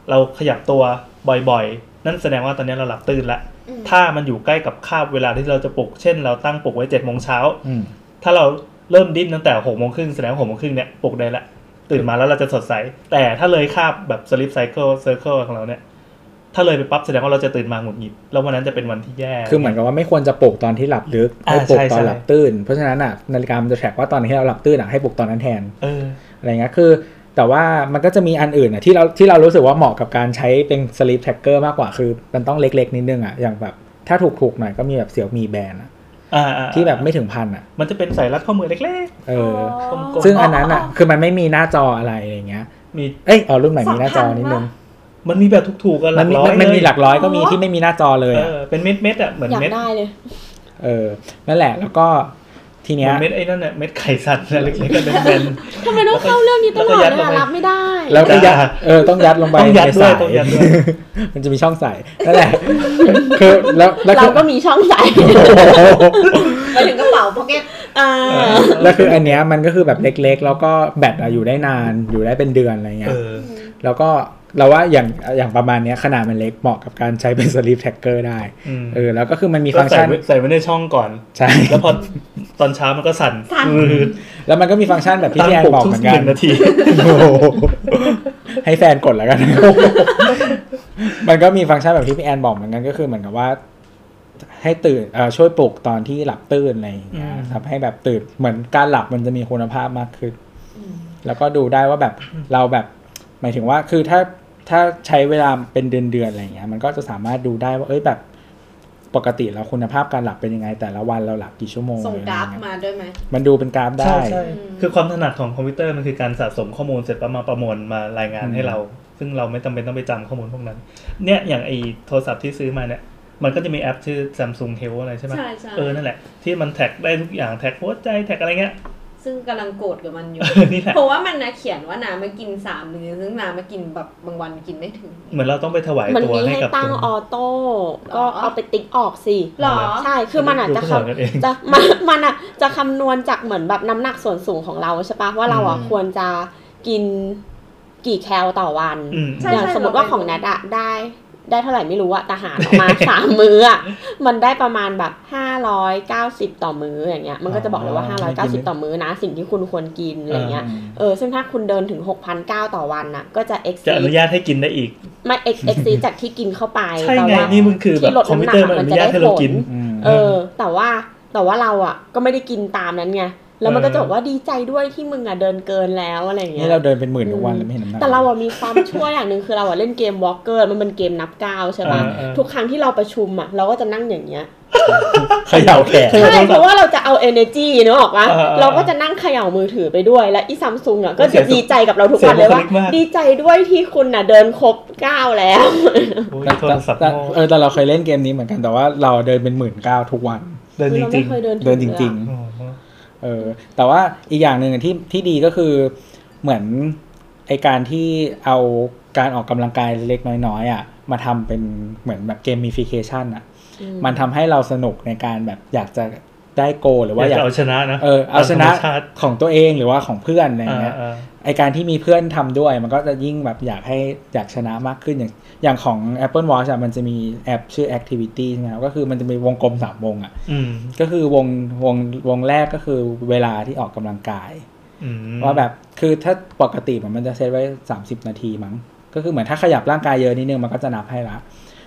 เราขยับตัวบ่อยๆ นั่นแสดงว่าตอนนี้เราหลับตื่นละ
อืม
ถ้ามันอยู่ใกล้กับคาบเวลาที่เราจะปลุก เช่น เราตั้งปลุกไว้เจ็ดโมงเช้า
อืม
ถ้าเราเริ่มดิ้นตั้งแต่หกโมงครึ่งแสดงหกโมงครึ่งเนี่ยปลุกได้ละ ตื่นมาแล้วเราจะสดใส แต่ถ้าเลยคาบแบบสลิปไซเคิลเซอร์เคิลของเราเนี่ย ถ้าเลยไปปั๊บแสดงว่าเราจะตื่นมาหงุดหงิด แล้ววันนั้นจะเป็นวันที่แย่
คือเหมือนกับว่าไม่ควรจะปลุกตอนที่หลับลึกให้
อ่า
ปลุก
ใช่
ตอน
ใช่
หลับตื่น เพราะฉะนั้นอ่ะนาฬิกามันจะแทร็กว่าตอนที่เราหลับตื่นอ่ะให้ปลุกตอนนั้นแทน
เออ
อะไรเงี้ยคือ แต่ว่ามันก็จะมีอันอื่นอ่ะที่เราที่เรารู้สึกว่าเหมาะกับการใช้เป็น sleep tracker มากกว่าคือมันต้องเล็กๆนิดนึงอ่ะอย่างแบบถ้าถูกๆหน่อยก็มีแบบเสี่ยวมีแบรนด์อะ
อ่าอ่า
ที่แบบไม่ถึงพันอ่ะ
มันจะเป็นสายรัดข้อมือเล็ก
เอออ
ๆกลมๆ
ซึ่งอันนั้นอ่ะคือมันไม่มีหน้าจออะไรอะไรเงี้ย
มี
เอ้ยเอารุ่นใหม่มีหน้าจอนิดนึง
มันมีแบบถูกๆกันหลั
มัน
ก
มี
ร้อย
มันมี
เย
หลักร้อยก็มีที่ไม่มีหน้าจอเลย
เออ
อะ
เป็นเม็ดเม็ดๆอ่ะเหมือน
อยาก
เม็ด
ได้เลย
เออนั่นแหละแล้วก็ที
เห
เนี้
มื
ย
อนเม็ดไอ้นั่นน่ะเม็ดไข่สัตว์นะเล็กๆก็เป็น
ทำไมต้องเข้าเรื่องนี้ตลอดเลย
แล้วก็ยัดล
อะ
งไป
รับไม่ได้
แล้วก็ยัด
จ้า
เออต้องยัดลงไป
ต้องยัด
ใน
ด้วย
สา
ต้องยัดด้วย
มันจะมีช่องใส่นั่นแหละคือแล้วแล้วคื
เรา
อ
ก็มีช่องใส่
โอ้โห
ไปถึงกระเป๋าพ็อกเก็ต
อ่า
ๆ
แล้วคืออันเนี้ยมันก็คือแบบเล็กๆ แล้วก็แบตอะอยู่ได้นานอยู่ได้เป็นเดือนอะไรเงี้
เอย อ
แล้วก็เราว่าอย่างอย่างประมาณเนี้ยขนาดมันเล็กเหมาะกับการใช้เป็นสลีปแท็กเกอร์ได้
อืม
เออแล้วก็คือมันมี
ก็
ฟังก์
ใส่
ชัน
ไว้ใส่ไว้ในช่องก่อน
ใช่
แล้วพอตอนเช้ามันก็สั่น
สั่น
อือ
แล้วมันก็มีฟังก์ชันแบบที่
ตั้ง
พี่แอน
ปลุก
บอก
ทุก
เหมือน
ห
กั
นึ่
น
งนาที
โอ้โหให้แฟนกดแล้วกัน มันก็มีฟังก์ชันแบบที่พี่แอนบอกเหมือนกันก็คือเหมือนกับว่า ให้ตื่นเอ่อช่วยปลุกตอนที่หลับตื่นอะไรอย่างเงี้ย
อืม
ทำให้แบบตื่นเหมือนการหลับมันจะมีคุณภาพมากขึ้น แล้วก็ดูได้ว่าแบบเราแบบ หมายถึงว่าคือถ้าถ้าใช้เวลาเป็นเดือนเดือนๆอะไรอย่างเงี้ย มันก็จะสามารถดูได้ว่าเอ้ยแบบปกติเราคุณภาพการหลับเป็นยังไง แต่ละวันเราหลับกี่ชั่วโมง
ส่งกราฟ
อะไรอย่เย
มาด้วยไหม
มันดูเป็นกราฟได้
ใช่ใช่คือความถนัดของคอมพิวเตอร์มันคือการสะสมข้อมูลเสร็จปั๊บมาประมวลมารายงาน
อืม
ให้เรา ซึ่งเราไม่จำเป็นต้องไปจำข้อมูลพวกนั้น เนี่ยอย่างไอโทรศัพท์ที่ซื้อมาเนี่ย มันก็จะมีแอปชื่อ Samsung Health อะไรใช่ไหม
ใช่ใช่
เออนั่นแหละ ที่มันแท็กได้ทุกอย่างแท็กหัวใจแท็กอะไรเงี้ย
ซึ่งกำลังโกรธกับมันอยู่
นี่แหละ
เพราะว่ามันนะเขียนว่าน้ำมากินสามมื้อซึ่งน้ำมากินแบบบางวันกินไม่ถึง
เหมือนเราต้องไปถวาย
มัน
ตัว
มี
ให้
ให้
กับ
ตั้ง
คุณ
ออโต้ ก็
หรอ
เอาไปติ๊กออกสิ
หรอ
ใช่ คือมันอาจจะ
ดูข้างหลังกันเอง
คำจะ มันมันอ่ะจะคำนวณจากเหมือนแบบน้ำหนักส่วนสูงของเราใช่ปะว่าเราอ่ะ
อืม
ควรจะกินกี่แคลต่อวัน
อืม
ใช่
อย่าง
ใช่
สมมติว่า
เราไป
ของแนทอะได้ได้เท่าไหร่ไม่รู้อะแต่หารออกมา สามมื้ออะ มันได้ประมาณแบบห้าร้อยเก้าสิบต่อมื้ออย่างเงี้ย มันก็จะบอกเลยว่า
อ๋
ห้า
อ
ร้อยเก้าสิบ
ไม่กิน
ต่อมื้อนะ สิ่งที่คุณควรกินอะไรเงี้ย เออ ซึ่งถ้าคุณเดินถึงหกพันเก้าต่อวันนะก็จะ exceed
จะอนุญาตให้กินได้อีก
ไม่ ex exceed จากที่กินเข้าไป
ใช่
แต่
ไง
ว่า
นี่มันคือแบบ
ที่ลด
คอมพิวเตอร์มันอนุญาตให้เรากิน
น้ำหนักมันจะได้ผล
อืม
เออ แต่ว่าแต่ว่าเราอะก็ไม่ได้กินตามนั้นไง แล้วมันก็จะบอกว่าดีใจด้วยที่มึงอะเดินเกินแล้วอะไรอย่างเงี้
นี่
ย
เราเดินเป็นหมื่นทุกวัน
อืม
แล้วไม่เห็นน้ำหนัก
แต่เราอะมีความชั่วอย่างหนึ่งคือเราอะเล่นเกมวอล์กเกอร์มันเป็นเกมนับก้าวใช่ปะ
เออเออ
ทุกครั้งที่เราประชุมอะเราก็จะนั่งอย่างเงี้ย
เขย่าแขน
ใช่เพราะว่าเราจะเอา energy เนอะออกปะ
เออเออ
เราก็จะนั่งเขย่ามือถือไปด้วย และอีซัมซุงอะก็
เสี
จะ
ยสุข
ดีใจกับเราทุกวันเลยว่า
เสียบุคลิกมาก
ดีใจด้วยที่คุณอะเดินครบก้าวแล้ว
โอ้ย
แต่
โทรศัพท์
แต่
โง่
เออแต่เราเคยเล่นเกมนี้เหมือนกันแต่ว่าเราเดินเป็นหมื่นเก้าทุกวัน
เดินจ
เรา
ริ
ไม่
ง
เคยเดินถึง
เดินจริง
ๆอ๋อ
ๆ เออ แต่ว่าอีกอย่างหนึ่งที่ที่ดีก็คือเหมือนไอการที่เอาการออกกำลังกายเล็กๆน้อยๆอ่ะมาทำเป็นเหมือนแบบเกมมิฟิเคชันอ่ะ
อืม
มันทำให้เราสนุกในการแบบอยากจะได้โกลหรือว่าอ
อาย
ยาก
จะ
ก
เอาชนะนะ
เออเอาชนะ
ตมธรรมชาติ
ของตัวเองหรือว่าของเพื่อนอะไรอย่าง
อ่า
เงี้ย
อ่า
ไอการที่มีเพื่อนทำด้วยมันก็จะยิ่งแบบอยากให้อยากชนะมากขึ้นอย่างอย่างของ Apple Watch อะมันจะมีแอปชื่อ Activity ใช่ไหมครับก็คือมันจะมีวงกลมสามวงอ่ะ
อืม
ก็คือวงวงวงแรกก็คือเวลาที่ออกกำลังกาย
อืม
ว่าแบบคือถ้าปกติมันจะเซตไว้ 30 นาทีมั้งก็คือเหมือนถ้าขยับร่างกายเยอะนิดนึงมันก็จะนับให้ละ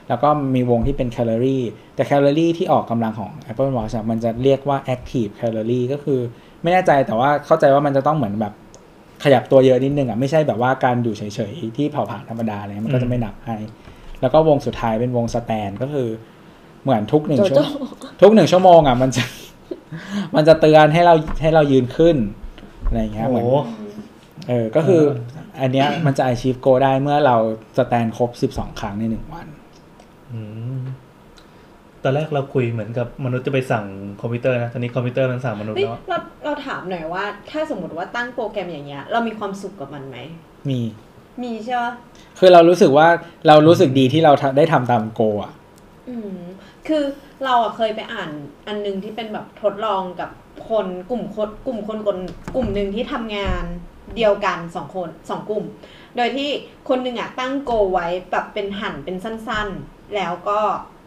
แล้วก็มีวงที่เป็นแคลอรี่ แต่แคลอรี่ที่ออกกำลังของ Apple Watch อะมันจะเรียกว่า Active Calorie ก็คือไม่แน่ใจแต่ว่าเข้าใจว่ามันจะต้องเหมือนแบบขยับตัวเยอะนิดนึงอ่ะไม่ใช่แบบว่าการอยู่เฉยๆ ที่เผาผลาญธรรมดาอะไรเงี้ยมันก็จะไม่นับให้ แล้วก็วงสุดท้ายเป็นวงสแตนก็คือเหมือนทุกหนึ่ง
โจ
ชั่
โจ้
วโมงทุกหนึ่งชั่วโมงอ่ะมันจะ มันจะเตือนให้เราให้เรายืนขึ้นอะไรอย่างเงี้ย
โอ้
เห
โห
มือน เออ ก็คืออันเนี้ย มันจะ achieve goal ได้เมื่อเราสแตนครบ 12 ครั้งในหนึ่งวัน
อืมตอนแรกเราคุยเหมือนกับมนุษย์จะไปสั่งคอมพิวเตอร์นะ ตอนนี้คอมพิวเตอร์มันสั่งมนุษย์
เฮ้ย
แล้วอะ
เราเราถามหน่อยว่า ถ้าสมมติว่าตั้งโปรแกรมอย่างเงี้ย เรามีความสุขกับมันไหม
มี
มีใช่ปะ
คือเรารู้สึกว่าเรารู้สึกดีที่เราทำได้ทำตาม goal อ่ะ
อืม คือเราอะเคยไปอ่านอันหนึงที่เป็นแบบทดลองกับคนกลุ่มคนกลุ่มคนคนกลุ่มหนึ่งที่ทำงานเดียวกันสองคนสองกลุ่ม โดยที่คนหนึ่งอะตั้งโกไว้แบบเป็นหั่นเป็นสั้นๆ แล้วก็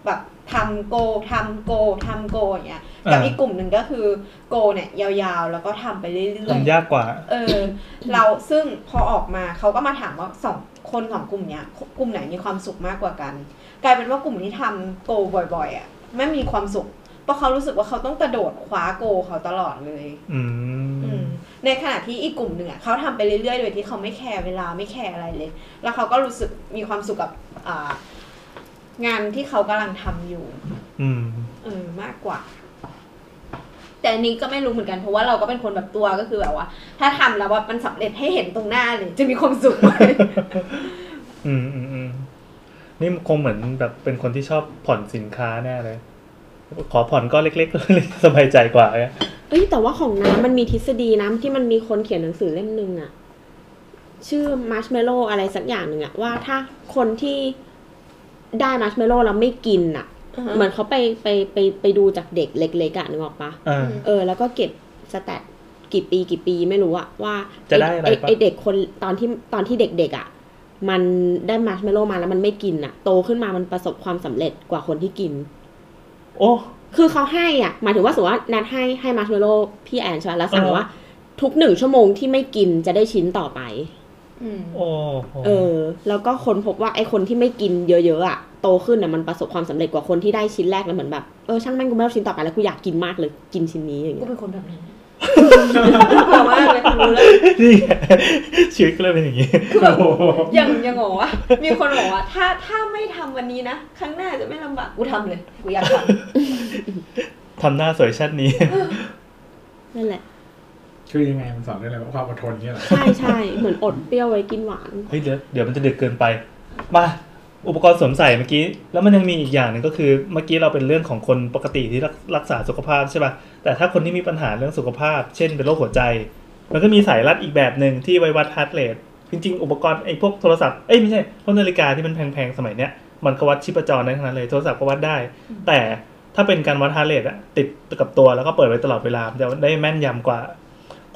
แบบทำโกทำโกทำโกอย่างเงี้ยกับ
อ่า
อีกกลุ่มหนึ่งก็คือโกเนี่ยยาวๆ แล้วก็ทำไปเรื่อยๆ
ทำยากกว่า
เออเราซึ่งพอออกมาเขาก็มาถามว่าสองคนสองกลุ่มเนี้ยกลุ่มไหนมีความสุขมากกว่ากัน กลายเป็นว่ากลุ่มที่ทำโกบ่อยๆอ่ะไม่มีความสุข เพราะเขารู้สึกว่าเขาต้องกระโดดคว้าโกเขาตลอดเลย
อื
อื
ม
มในขณะที่อีกกลุ่มหนึ่งอะเขาทำไปเรื่อยๆ โดยที่เขาไม่แคร์เวลาไม่แคร์อะไรเลย แล้วเขาก็รู้สึกมีความสุขกับอ่างานที่เขากำลังทำอยู่
อืม
เออมากกว่า แต่อันนี้ก็ไม่รู้เหมือนกันเพราะว่าเราก็เป็นคนแบบตัวก็คือแบบว่า ถ้าทำแล้วว่ามันสำเร็จให้เห็นตรงหน้าเลย จะมีความสุขไหม
อืมอืมอืมนี่คงเหมือนแบบเป็นคนที่ชอบผ่อนสินค้าแน่เลย ขอผ่อนก็เล็กๆ เลยสบายใจกว่าเนี่ย
เอ้ยแต่ว่าของน้ำมันมีทฤษฎีนะที่มันมีคนเขียนหนังสือเล่มหนึ่งอะชื่อมัชเมลโลอะไรสักอย่างหนึ่งอะว่าถ้าคนที่ได้มัชเมลโลแล้วไม่กินอะเหมือนเขาไปไปไปไปดูจากเด็กเล็กๆอะนึกออกปะ
อ่า
อืม
เออ แล้วก็เก็บสแตทกี่ปีกี่ปีไม่รู้อะว่า
จะได้อะไรปะ
ไอเด็กคนตอนที่ตอนที่เด็กๆอะมันได้มัชเมลโลมาแล้วมันไม่กินอะโตขึ้นมามันประสบความสำเร็จกว่าคนที่กิน
โอ้
คือเขาให้อ่ะหมายถึงว่าสมมติว่านัดให้ให้มาร์ชเมลโล่พี่แอนใช่ไหมแล้วสั่ง
เออ
ว่าทุกหนึ่งชั่วโมงที่ไม่กินจะได้ชิ้นต่อไป
อืม
โอ้โห
เออ แล้วก็คนพบว่าไอ้คนที่ไม่กินเยอะๆอ่ะโตขึ้นอ่ะมันประสบความสำเร็จกว่าคนที่ได้ชิ้นแรกแล้วเหมือนแบบเออช่างแม่งกูไม่เอาชิ้นต่อไปแล้วกูอยากกินมากเลยกินชิ้นนี้อย่าง
ก็
เงี้ย
เป็นคนแบบนั้นกลัวมากเลยรู้เลย
นี่ไง ชีวิตก็เลยเป็นอย่างนี้
คือแบบ
โอ้โห
ยังยังงงวะมีคนบอกว่า ถ้าถ้าไม่ทำวันนี้นะครั้งหน้าจะไม่ลำบากกูทำเลยกูอยากทำ
ทำหน้าสวยชาตินี้
นั่นแหละ
คือยังไงมันสอนได้อะไรว่าความอดทนเนี่ยเหรอ
ใช่ใช่เหมือนอดเปรี้ยวไว้กินหวาน
เฮ้ยเดี๋ยวเดี๋ยวมันจะดึกเกินไป มาอุปกรณ์สวมใส่เมื่อกี้ แล้วมันยังมีอีกอย่างหนึ่งก็คือ เมื่อกี้เราเป็นเรื่องของคนปกติที่รักรักษาสุขภาพใช่ป่ะ แต่ถ้าคนที่มีปัญหาเรื่องสุขภาพ เช่นเป็นโรคหัวใจ มันก็มีสายรัดอีกแบบหนึ่งที่ไว้วัดฮาร์ดเรทจริงๆ อุปกรณ์ไอ้พวกโทรศัพท์ เอ้ยไม่ใช่พวกนาฬิกาที่มันแพงๆ สมัยเนี้ย มันก็วัดชีพจรได้ทั้งนั้นเลยโทรศัพท์ก็วัดได้ แต่ถ้าเป็นการวัดฮาร์ดเรทอะติดกับตัวแล้วก็เปิดไว้ตลอดเวลามันจะได้แม่นยำกว่า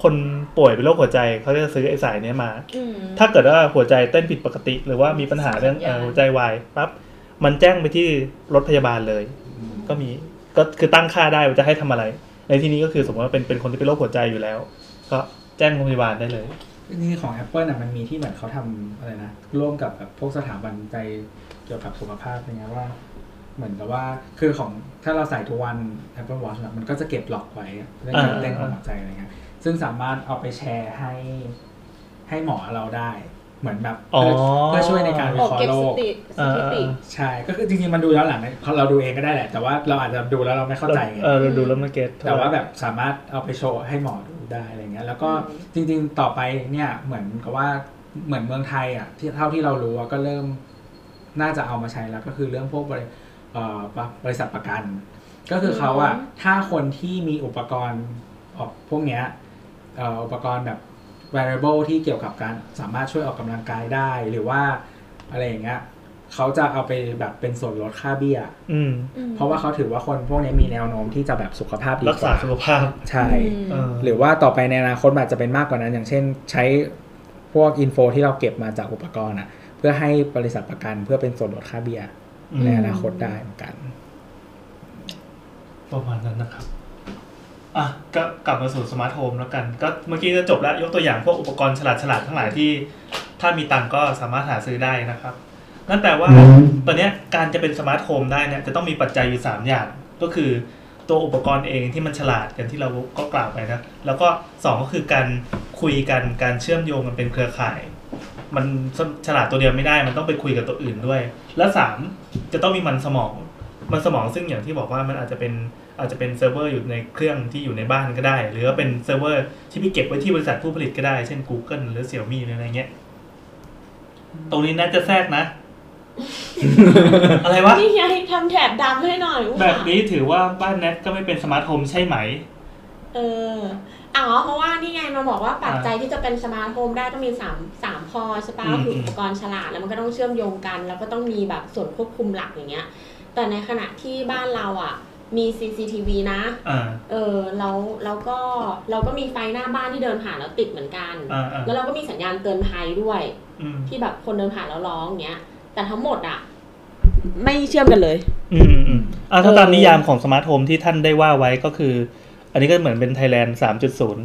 คนป่วยเป็นโรคหัวใจเขาจะซื้อไอ้สายเนี้ยมา ถ้าเกิดว่าหัวใจเต้นผิดปกติ หรือว่ามีปัญหาเรื่อง
สัญญาณ
เอ่อหัวใจวายปั๊บมันแจ้งไปที่รถพยาบาลเลย ก็มีก็คือตั้งค่าได้ว่าจะให้ทำอะไร ในที่นี้ก็คือสมมติว่าเป็นเป็นคนที่เป็นโรคหัวใจอยู่แล้ว ก็แจ้งโรงพยาบาลได้เลย
นี่ของ Apple น่ะมันมีที่เหมือนเขาทำอะไรนะ ร่วมกับแบบพวกสถาบันใจเกี่ยวกับสุขภาพนะว่า เหมือนกับว่าคือของถ้าเราใส่ทุกวัน Apple Watch น่ะมันก็จะเก็บหลอกไว้เรื่องการเต้นของหัวใจอะไรเงี้ยซึ่งสามารถเอาไปแชร์ให้ ให้หมอเราได้ เหมือนแบบเพื่อ
อ๋อ
เพื่อช่วยในการวิ
ออก
เคราะ
เก็
ห์
บ
โร
ส
ค
ติสถิติ
ใช่ ก็คือจริงๆ มันดูย้อนหลังได้เพราะเราดูเองก็ได้แหละ แต่ว่าเราอาจจะดูแล้วเราไม่เข้าใจไง
เออเราดูแล้วมันเก็ต
แต่ว่าแบบสามารถเอาไปโชว์ให้หมอดูได้อะไรเงี้ย แล้วก็จริงๆ ต่อไปเนี่ยเหมือนกับว่าเหมือนเมืองไทยอ่ะที่เท่าที่เรารู้อะก็เริ่มน่าจะเอามาใช้แล้วก็คือเรื่องพวกบริเอ่อบริษัทประกัน ก็คือเขาอ่ะถ้าคนที่มีอุปกรณ์ออกพวกเนี้ยเอ่ออุปกรณ์แบบ variable ที่เกี่ยวกับการสามารถช่วยออกกำลังกายได้หรือว่าอะไรอย่างเงี้ยเขาจะเอาไปแบบเป็นส่วนลดค่าเบี้ย
อืม
เพราะว่าเขาถือว่าคนพวกนี้มีแนวโน้มที่จะแบบสุขภาพดี
รัก
ก
ษา
ว่า
สุขภาพ
ใช่
เออ
หรือว่าต่อไปในอนาคตมันอาจจะเป็นมากกว่านั้น อย่างเช่นใช้พวกอินโฟที่เราเก็บมาจากอุปกรณ์อะเพื่อให้บริษัทประกันเพื่อเป็นส่วนลดค่าเบี้ย
อืม
ในอนาคตได้เหมือนกัน
ประมาณนั้นนะครับอ่ะก็กลับมาสู่สมาร์ทโฮมแล้วกัน ก็เมื่อกี้จะจบแล้วยกตัวอย่างพวกอุปกรณ์ฉลาดฉลาดๆทั้งหลายที่ ถ้ามีตังค์ก็สามารถหาซื้อได้นะครับ นั่นแปลว่าตอนเนี้ยการจะเป็นสมาร์ทโฮมได้เนี่ยจะต้องมีปัจจัยอยู่ 3 อย่าง ก็คือตัวอุปกรณ์เองที่มันฉลาดอย่างที่เราก็กล่าวไปนะ แล้วก็ 2 ก็คือการคุยกันการเชื่อมโยงกันเป็นเครือข่าย มันฉลาดตัวเดียวไม่ได้ มันต้องไปคุยกับตัวอื่นด้วย และ 3 จะต้องมีมันสมอง มันสมองซึ่งอย่างที่บอกว่ามันอาจจะเป็นอาจจะเป็นเซิร์ฟเวอร์อยู่ในเครื่องที่อยู่ในบ้านก็ได้ หรือว่าเป็นเซิร์ฟเวอร์ที่ไปเก็บไว้ที่บริษัทผู้ผลิตก็ได้เช่น Google หรือ Xiaomi หรืออะไรเงี้ย ตรงนี้น่าจะแทรกนะ อะไรวะ
นี่ไงทำแถบดำให้หน่อยอุ๊ย
แบบนี้ถือว่าบ้านแนทก็ไม่เป็นสมาร์ทโฮมใช่ไหม
เอออ๋อเพราะว่านี่ไงมาบอกว่าปัจจัยที่จะเป็นสมาร์ทโฮมได้ต้องมีสามสามข้อใช่ปะ
อืม
ก็คืออุปกรณ์ฉลาดแล้วมันก็ต้องเชื่อมโยงกัน แล้วก็ต้องมีแบบส่วนควบคุมหลักอย่างเงี้ย แต่ในขณะที่บ้านเราอ่ะ มี CCTV นะ
อ่า
เออแล้วแล้วก็เราก็มีไฟหน้าบ้านที่เดินผ่านแล้วติดเหมือนกัน
อ่าอ่า
แล้วเราก็มีสัญญาณเตือนภัยด้วย
อืม
ที่แบบคนเดินผ่านแล้วร้องอย่างเงี้ย แต่ทั้งหมดอ่ะ ไม่เชื่อมกันเลย
อืม อืมอ่าถ้าตามนิยามของสมาร์ทโฮมที่ท่านได้ว่าไว้ก็คือ อันนี้ก็เหมือนเป็นไทยแลนด์สามจุดศูนย์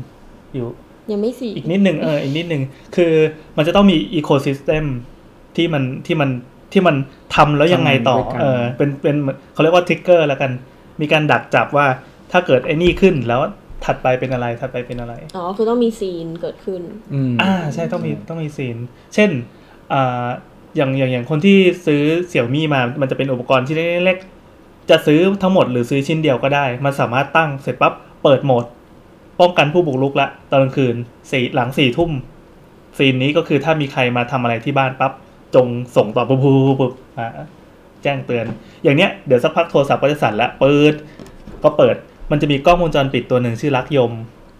อยู่
ยังไม่สี่
อีกนิดหนึ่งเอออีกนิดหนึ่งคือมันจะต้องมีอีโคซิสเต็มที่มันที่มันที่มันทำแล้วยังไงต่อ
ทำด้วยกัน
เออเป็นเป็นเหมือนเขาเรียกว่าทริกเกอร์แล้วกัน มีการดักจับว่าถ้าเกิดไอ้นี่ขึ้นแล้วถัดไปเป็นอะไรถัดไปเป็นอะไร
อ๋อ คือต้องมีซีนเกิดขึ้น
อืม
อ่าใช่ต้องมี
ใช่
ต้องมีซีน เช่นอ่าอย่างอย่างอย่างคนที่ซื้อเสี่ยวมี่มา มันจะเป็นอุปกรณ์ที่นเล็กๆจะซื้อทั้งหมดหรือซื้อชิ้นเดียวก็ได้ มันสามารถตั้งเสร็จปั๊บเปิดโหมด ป้องกันผู้บุกรุกละตอนกลางคืนสี่หลังสี่ทุ่มซีนนี้ก็คือถ้ามีใครมาทำอะไรที่บ้านปั๊บจงส่งต่อปุ๊บปุ๊บปุ๊บปุ๊บอ่าแจ้งเตือน อย่างเนี้ยเดี๋ยวสักพักโทรศัพท์ก็จะสั่นละเปิด ก็เปิดมันจะมีกล้องวงจรปิดตัวหนึ่งชื่อลักยม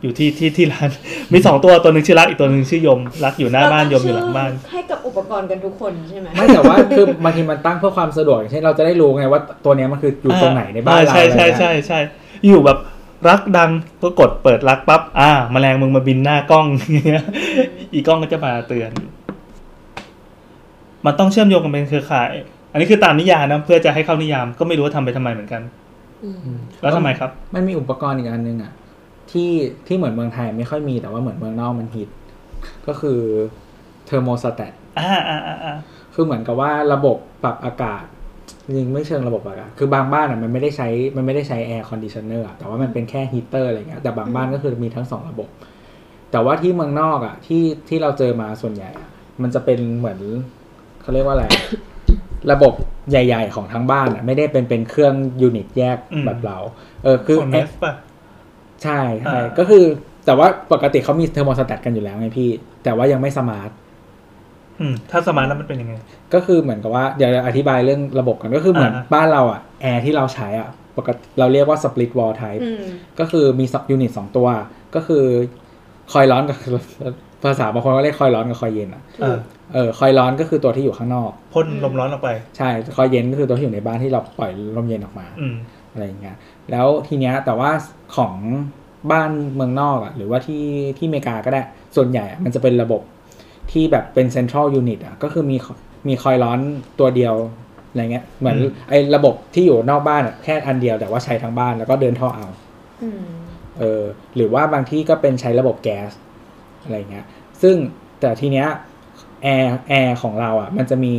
อยู่ที่ที่ที่ร้าน มีสองตัวตัวหนึ่งชื่อรักอีกตัวหนึ่งชื่อยมรักอยู่หน้าบ้านยมอยู่หลังบ้าน
เรตั้งชื่อให้กับอุปกรณ์กันทุกคนใช่ไหม
ไม่แต่ว่าคือบางทีมันตั้งเพื่อความสะดวกอย่างเช่นเราจะได้รู้ไงว่าตัวเนี้ยมันคืออยู่ตรงไหนในบ้านเรา
ใช่ใช่ใช่ใช่อยู่แบบรักดังก็กดเปิดรักปั๊บอ่าแมลงมึงมาบินหน้ากล้องอย่างเงี้ย อีกล้องก็จะมาเตือน มันต้องเชื่อมโยงกันเป็นเครือข่าย อันนี้คือตามนิยามนะเพื่อจะให้เข้านิยามก็ไม่รู้ว่าทำไปทำไมเหมือนกัน แล้วทำไมครับ
มันมีอุปกรณ์อีกอันหนึงอ่ะที่ที่เหมือนเมืองไทยไม่ค่อยมีแต่ว่าเหมือนเมืองนอกมันฮิต ก็คือเทอร์โมสแตท
อ่าอ่าอ่าอ่า
คือเหมือนกับว่าระบบปรับอากาศ จริงๆไม่เชิงระบบปรับอากาศ คือบางบ้านอ่ะมันไม่ได้ใช้มันไม่ได้ใช้แอร์คอนดิชเนอร์แต่ว่ามันเป็นแค่ฮีเตอร์อะไรเงี้ยแต่บางบ้านก็คือมีทั้งสองระบบ แต่ว่าที่เมืองนอกอ่ะที่ที่เราเจอมาส่วนใหญ่อะมันจะเป็นเหมือนเขาเรียกว่าอะไร ระบบใหญ่ ๆ ของทั้งบ้านอ่ะไม่ได้เป็นเป็นเครื่องยูนิตแยก
อืม
แบบเราเออคือ
ของเนสป่ะ
ใช่ใช่
อ่า
ก็คือแต่ว่าปกติเขามีเทอร์โมสแตทกันอยู่แล้วไงพี่ แต่ว่ายังไม่สมาร์ท
อืมถ้าสมาร์ทแล้วมันเป็นยังไง
ก็คือเหมือนกับว่าเดี๋ยวอธิบายเรื่องระบบกันก็คือเหมือน
อ่าฮะ
บ้านเราอ่ะแอร์ที่เราใช้อ่ะปกติเราเรียกว่า split wall type
อืม
ก็คือมีสองยูนิตสองตัว ก็คือคอยร้อนกับ ภาษาบางคนก็เรียกคอยร้อนกับคอยเย็นอ่ะ
เออ
เออคอยร้อนก็คือตัวที่อยู่ข้างนอก
พ่นลมร้อนออกไป
ใช่คอยเย็นก็คือตัวที่อยู่ในบ้านที่เราปล่อยลมเย็นออกมา
อืม
อะไรอย่างเงี้ย แล้วทีเนี้ยแต่ว่าของบ้านเมืองนอกอะหรือว่าที่ที่อเมริกาก็ได้ ส่วนใหญ่อะมันจะเป็นระบบที่แบบเป็นเซ็นทรัลยูนิตอะก็คือมีมีคอยร้อนตัวเดียวอะไรเงี้ย เหมือน
อืม
ไอ้ระบบที่อยู่นอกบ้านอะแค่อันเดียวแต่ว่าใช้ทั้งบ้านแล้วก็เดินท่อเอา
อืม
เออหรือว่าบางที่ก็เป็นใช้ระบบแก๊สอะไรเงี้ย ซึ่งแต่ทีเนี้ยแอร์แอร์ของเราอ่ะ มันจะมี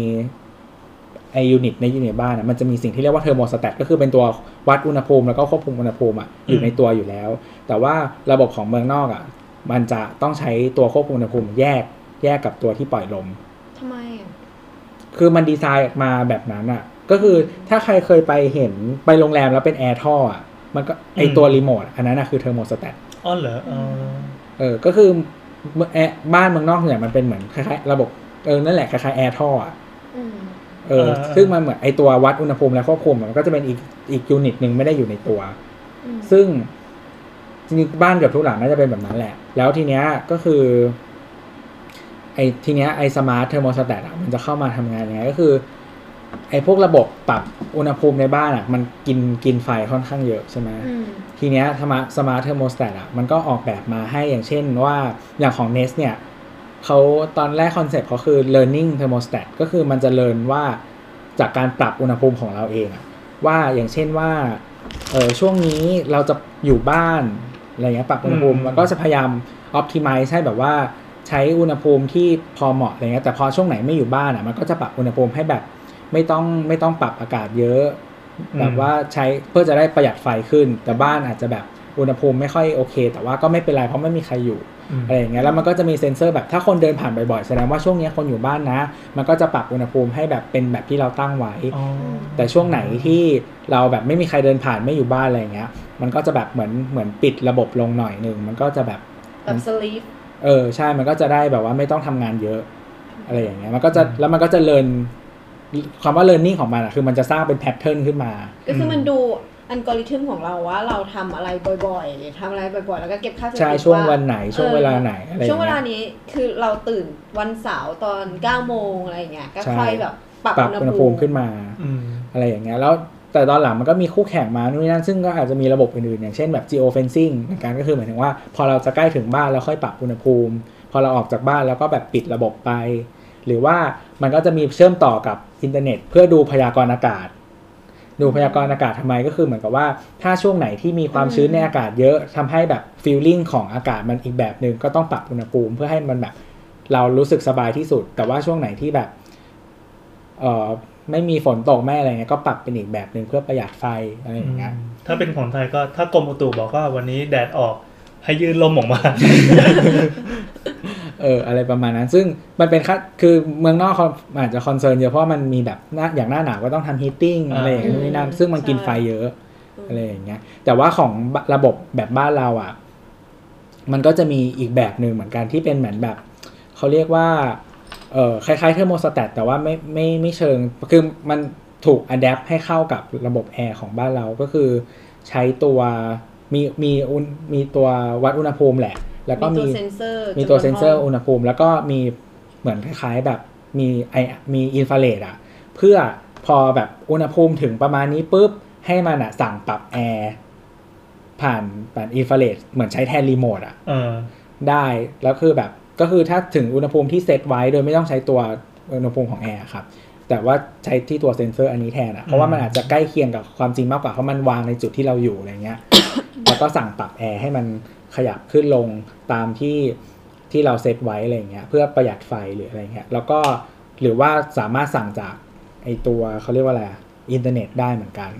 ไอยูนิตในยูนิตบ้านอ่ะมันจะมีสิ่งที่เรียกว่าเทอร์โมสแตทก็คือเป็นตัววัดอุณหภูมิแล้วก็ควบคุมอุณหภูมิอ่ะอยู่ในตัวอยู่แล้ว แต่ว่าระบบของเมืองนอกอ่ะ มันจะต้องใช้ตัวควบคุมอุณหภูมิแยกแยกกับตัวที่ปล่อยลม
ทำไมอ่ะ
คือมันดีไซน์ออกมาแบบนั้นอ่ะ ก็คือถ้าใครเคยไปเห็นไปโรงแรมแล้วเป็นแอร์ท่ออ่ะมันก็ไอตัวรีโมทอันนั้นอ่ะคือเทอร์โมสแตท
อ้อเหรออ๋อ
เออ ก็คือเมื่อแอร์บ้านเมืองนอกเนี่ยมันเป็นเหมือนคล้ายๆระบบเออ นั่นแหละคล้ายๆแอร์ท่ออะ
อืม
เออ ซึ่งมันเหมือนไอตัววัดอุณหภูมิและควบคุมอะมันก็จะเป็นอีกอีกยูนิตหนึ่งไม่ได้อยู่ในตัว
อืม
ซึ่งจริงๆบ้านเกือบทุกหลังน่าจะเป็นแบบนั้นแหละ แล้วทีเนี้ยก็คือ ไอทีเนี้ยไอสมาร์ทเทอร์โมสแตทอะมันจะเข้ามาทำงานยังไงก็คือ ไอพวกระบบปรับอุณหภูมิในบ้านอะมันกินกินไฟค่อนข้างเยอะใช่ไหม
อืม
ทีเนี้ยสมาร์ทสมาร์ทเทอร์โมสแตทอ่ะมันก็ออกแบบมาให้อย่างเช่นว่าอย่างของ Nest เนี่ยเขาตอนแรกคอนเซปต์เขาคือ learning thermostat ก็คือมันจะเรียนว่าจากการปรับอุณหภูมิของเราเองอะว่าอย่างเช่นว่าเออช่วงนี้เราจะอยู่บ้านอะไรเงี้ยปรับอุณหภูมิมันก็จะพยายาม optimize ให้แบบว่าใช้อุณหภูมิที่พอเหมาะอะไรเงี้ยแต่พอช่วงไหนไม่อยู่บ้านอ่ะมันก็จะปรับอุณหภูมิให้แบบไม่ต้องไม่ต้องปรับอากาศเยอะ แบบว่าใช้เพื่อจะได้ประหยัดไฟขึ้น แต่บ้านอาจจะแบบอุณหภูมิไม่ค่อยโอเค แต่ว่าก็ไม่เป็นไรเพราะไม่มีใครอยู่
ม
อะไรอย่างเงี้ยแล้วมันก็จะมีเซ็นเซอร์แบบถ้าคนเดินผ่านบ่อยๆแสดงว่าช่วงเนี้ยคนอยู่บ้านนะ มันก็จะปรับอุณหภูมิให้แบบเป็นแบบที่เราตั้งไว้
อ๋อ
แต่ช่วงไหนที่เราแบบไม่มีใครเดินผ่านไม่อยู่บ้านอะไรอย่างเงี้ย มันก็จะแบบเหมือนเหมือนปิดระบบลงหน่อยหนึ่งมันก็จะแบบ
แบบสลีฟ
เออใช่ มันก็จะได้แบบว่าไม่ต้องทำงานเยอะ อะไรอย่างเงี้ย มันก็จะแล้วมันก็จะเรียนคำว่า learning ของมันอะคือมันจะสร้างเป็นแพทเทิร์นขึ้นมา
ก็คือมันดูอัลกอริทึมของเราว่าเราทำอะไรบ่อยๆทำอะไรบ่อยๆ แล้วก็เก็บค่าสถิติ
ใช่ช่วงวันไหนช่วงเวลาไหน
เอ
อะไร
อ
อย่
ช่วงเวลา
เย
นี้คือเราตื่นวันเสาร์ตอน9ก้าโมงอะไรอย่างเงี้ยก็
ใช่
ค่อยแบบปรับ
ปรับ
อุ
อุ
ณ
ณ
ห
หภู
ภูมิ
มิ
ขึ้
ขึ้
น
นมา
อืม
อะไรอย่างเงี้ยแล้วแต่ตอนหลังมันก็มีคู่แข่งมานู่นนนั่นซึ่งก็อาจจะมีระบบอื่นๆอย่างเช่นแบบ geo fencing เหมือนกันก็คือหมายถึงว่า พอเราจะใกล้ถึงบ้านเราค่อยปรับอุณหภูมิ พอเราออกจากบ้านแล้วก็แบบปิดระบบไป หรือว่ามันก็จะมีเชื่อมต่อกับอินเทอร์เน็ต เพื่อดูพยากรณ์อากาศ ดูพยากรณ์อากาศทำไมก็คือเหมือนกับว่าถ้าช่วงไหนที่มีความชื้นในอากาศเยอะทำให้แบบฟีลลิ่งของอากาศมันอีกแบบหนึ่งก็ต้องปรับอุณหภูมิเพื่อให้มันแบบเรารู้สึกสบายที่สุด แต่ว่าช่วงไหนที่แบบเออไม่มีฝนตกไม่อะไรเงี้ยก็ปรับเป็นอีกแบบหนึ่งเพื่อประหยัดไฟอะไรอย่างเงี้ย
ถ้าเป็นของไทยก็ถ้ากรมอุตุบอกว่าวันนี้แดดออกให้ยืนลมออกมา
เอออะไรประมาณนั้น ซึ่งมันเป็นค่าคือเมืองนอกเขาอาจจะคอนเซิร์นเยอะเพราะว่ามันมีแบบหน้าอย่างหน้าหนาวก็ต้องทำฮีตติ้ง
อ่า
อะไรอย่างนี้นนี่นั่นซึ่งมันกินไฟเยอะอะไรอย่างเงี้ย แต่ว่าของระบบแบบบ้านเราอ่ะ มันก็จะมีอีกแบบหนึ่งเหมือนกันที่เป็นเหมือนแบบเขาเรียกว่าเออคล้ายๆเทอร์โมสแตทแต่ว่าไม่ไม่ไม่เชิงคือมันถูกอัดแอปให้เข้ากับระบบแอร์ของบ้านเราก็คือ ใช้ตัวมีมีอุณมีตัววัดอุณหภูมิแหละ แล้วก็
มีตัวเซนเซอร์
มีตัว
จำ
เซ็น
ลง
เซอร์อุณหภูมิ แล้วก็มีเหมือนคล้ายๆแบบมีไอมีอินฟราเรดอะเพื่อพอแบบอุณหภูมิถึงประมาณนี้ปุ๊บ ให้มันอะสั่งปรับแอร์ผ่านผ่านอินฟราเรดเหมือนใช้แทนรีโมทอะ
เออ
ได้ แล้วคือแบบก็คือถ้าถึงอุณหภูมิที่เซตไว้โดยไม่ต้องใช้ตัวอุณหภูมิของแอร์ครับ แต่ว่าใช้ที่ตัวเซ็นเซอร์อันนี้แทนอะเพราะว่ามันอาจจะใกล้เคียงกับความจริงมากกว่าเพราะมันวางในจุดที่เราอยู่อะไรเงี้ย แล้วก็สั่งปรับแอร์ให้มันขยับขึ้นลงตามที่ที่เราเซตไว้อะไรเงี้ยเพื่อประหยัดไฟหรืออะไรเงี้ยแล้วก็หรือว่าสามารถสั่งจากไอตัวเขาเรียกว่าอะไรอะอินเทอร์เน็ตได้เหมือนกัน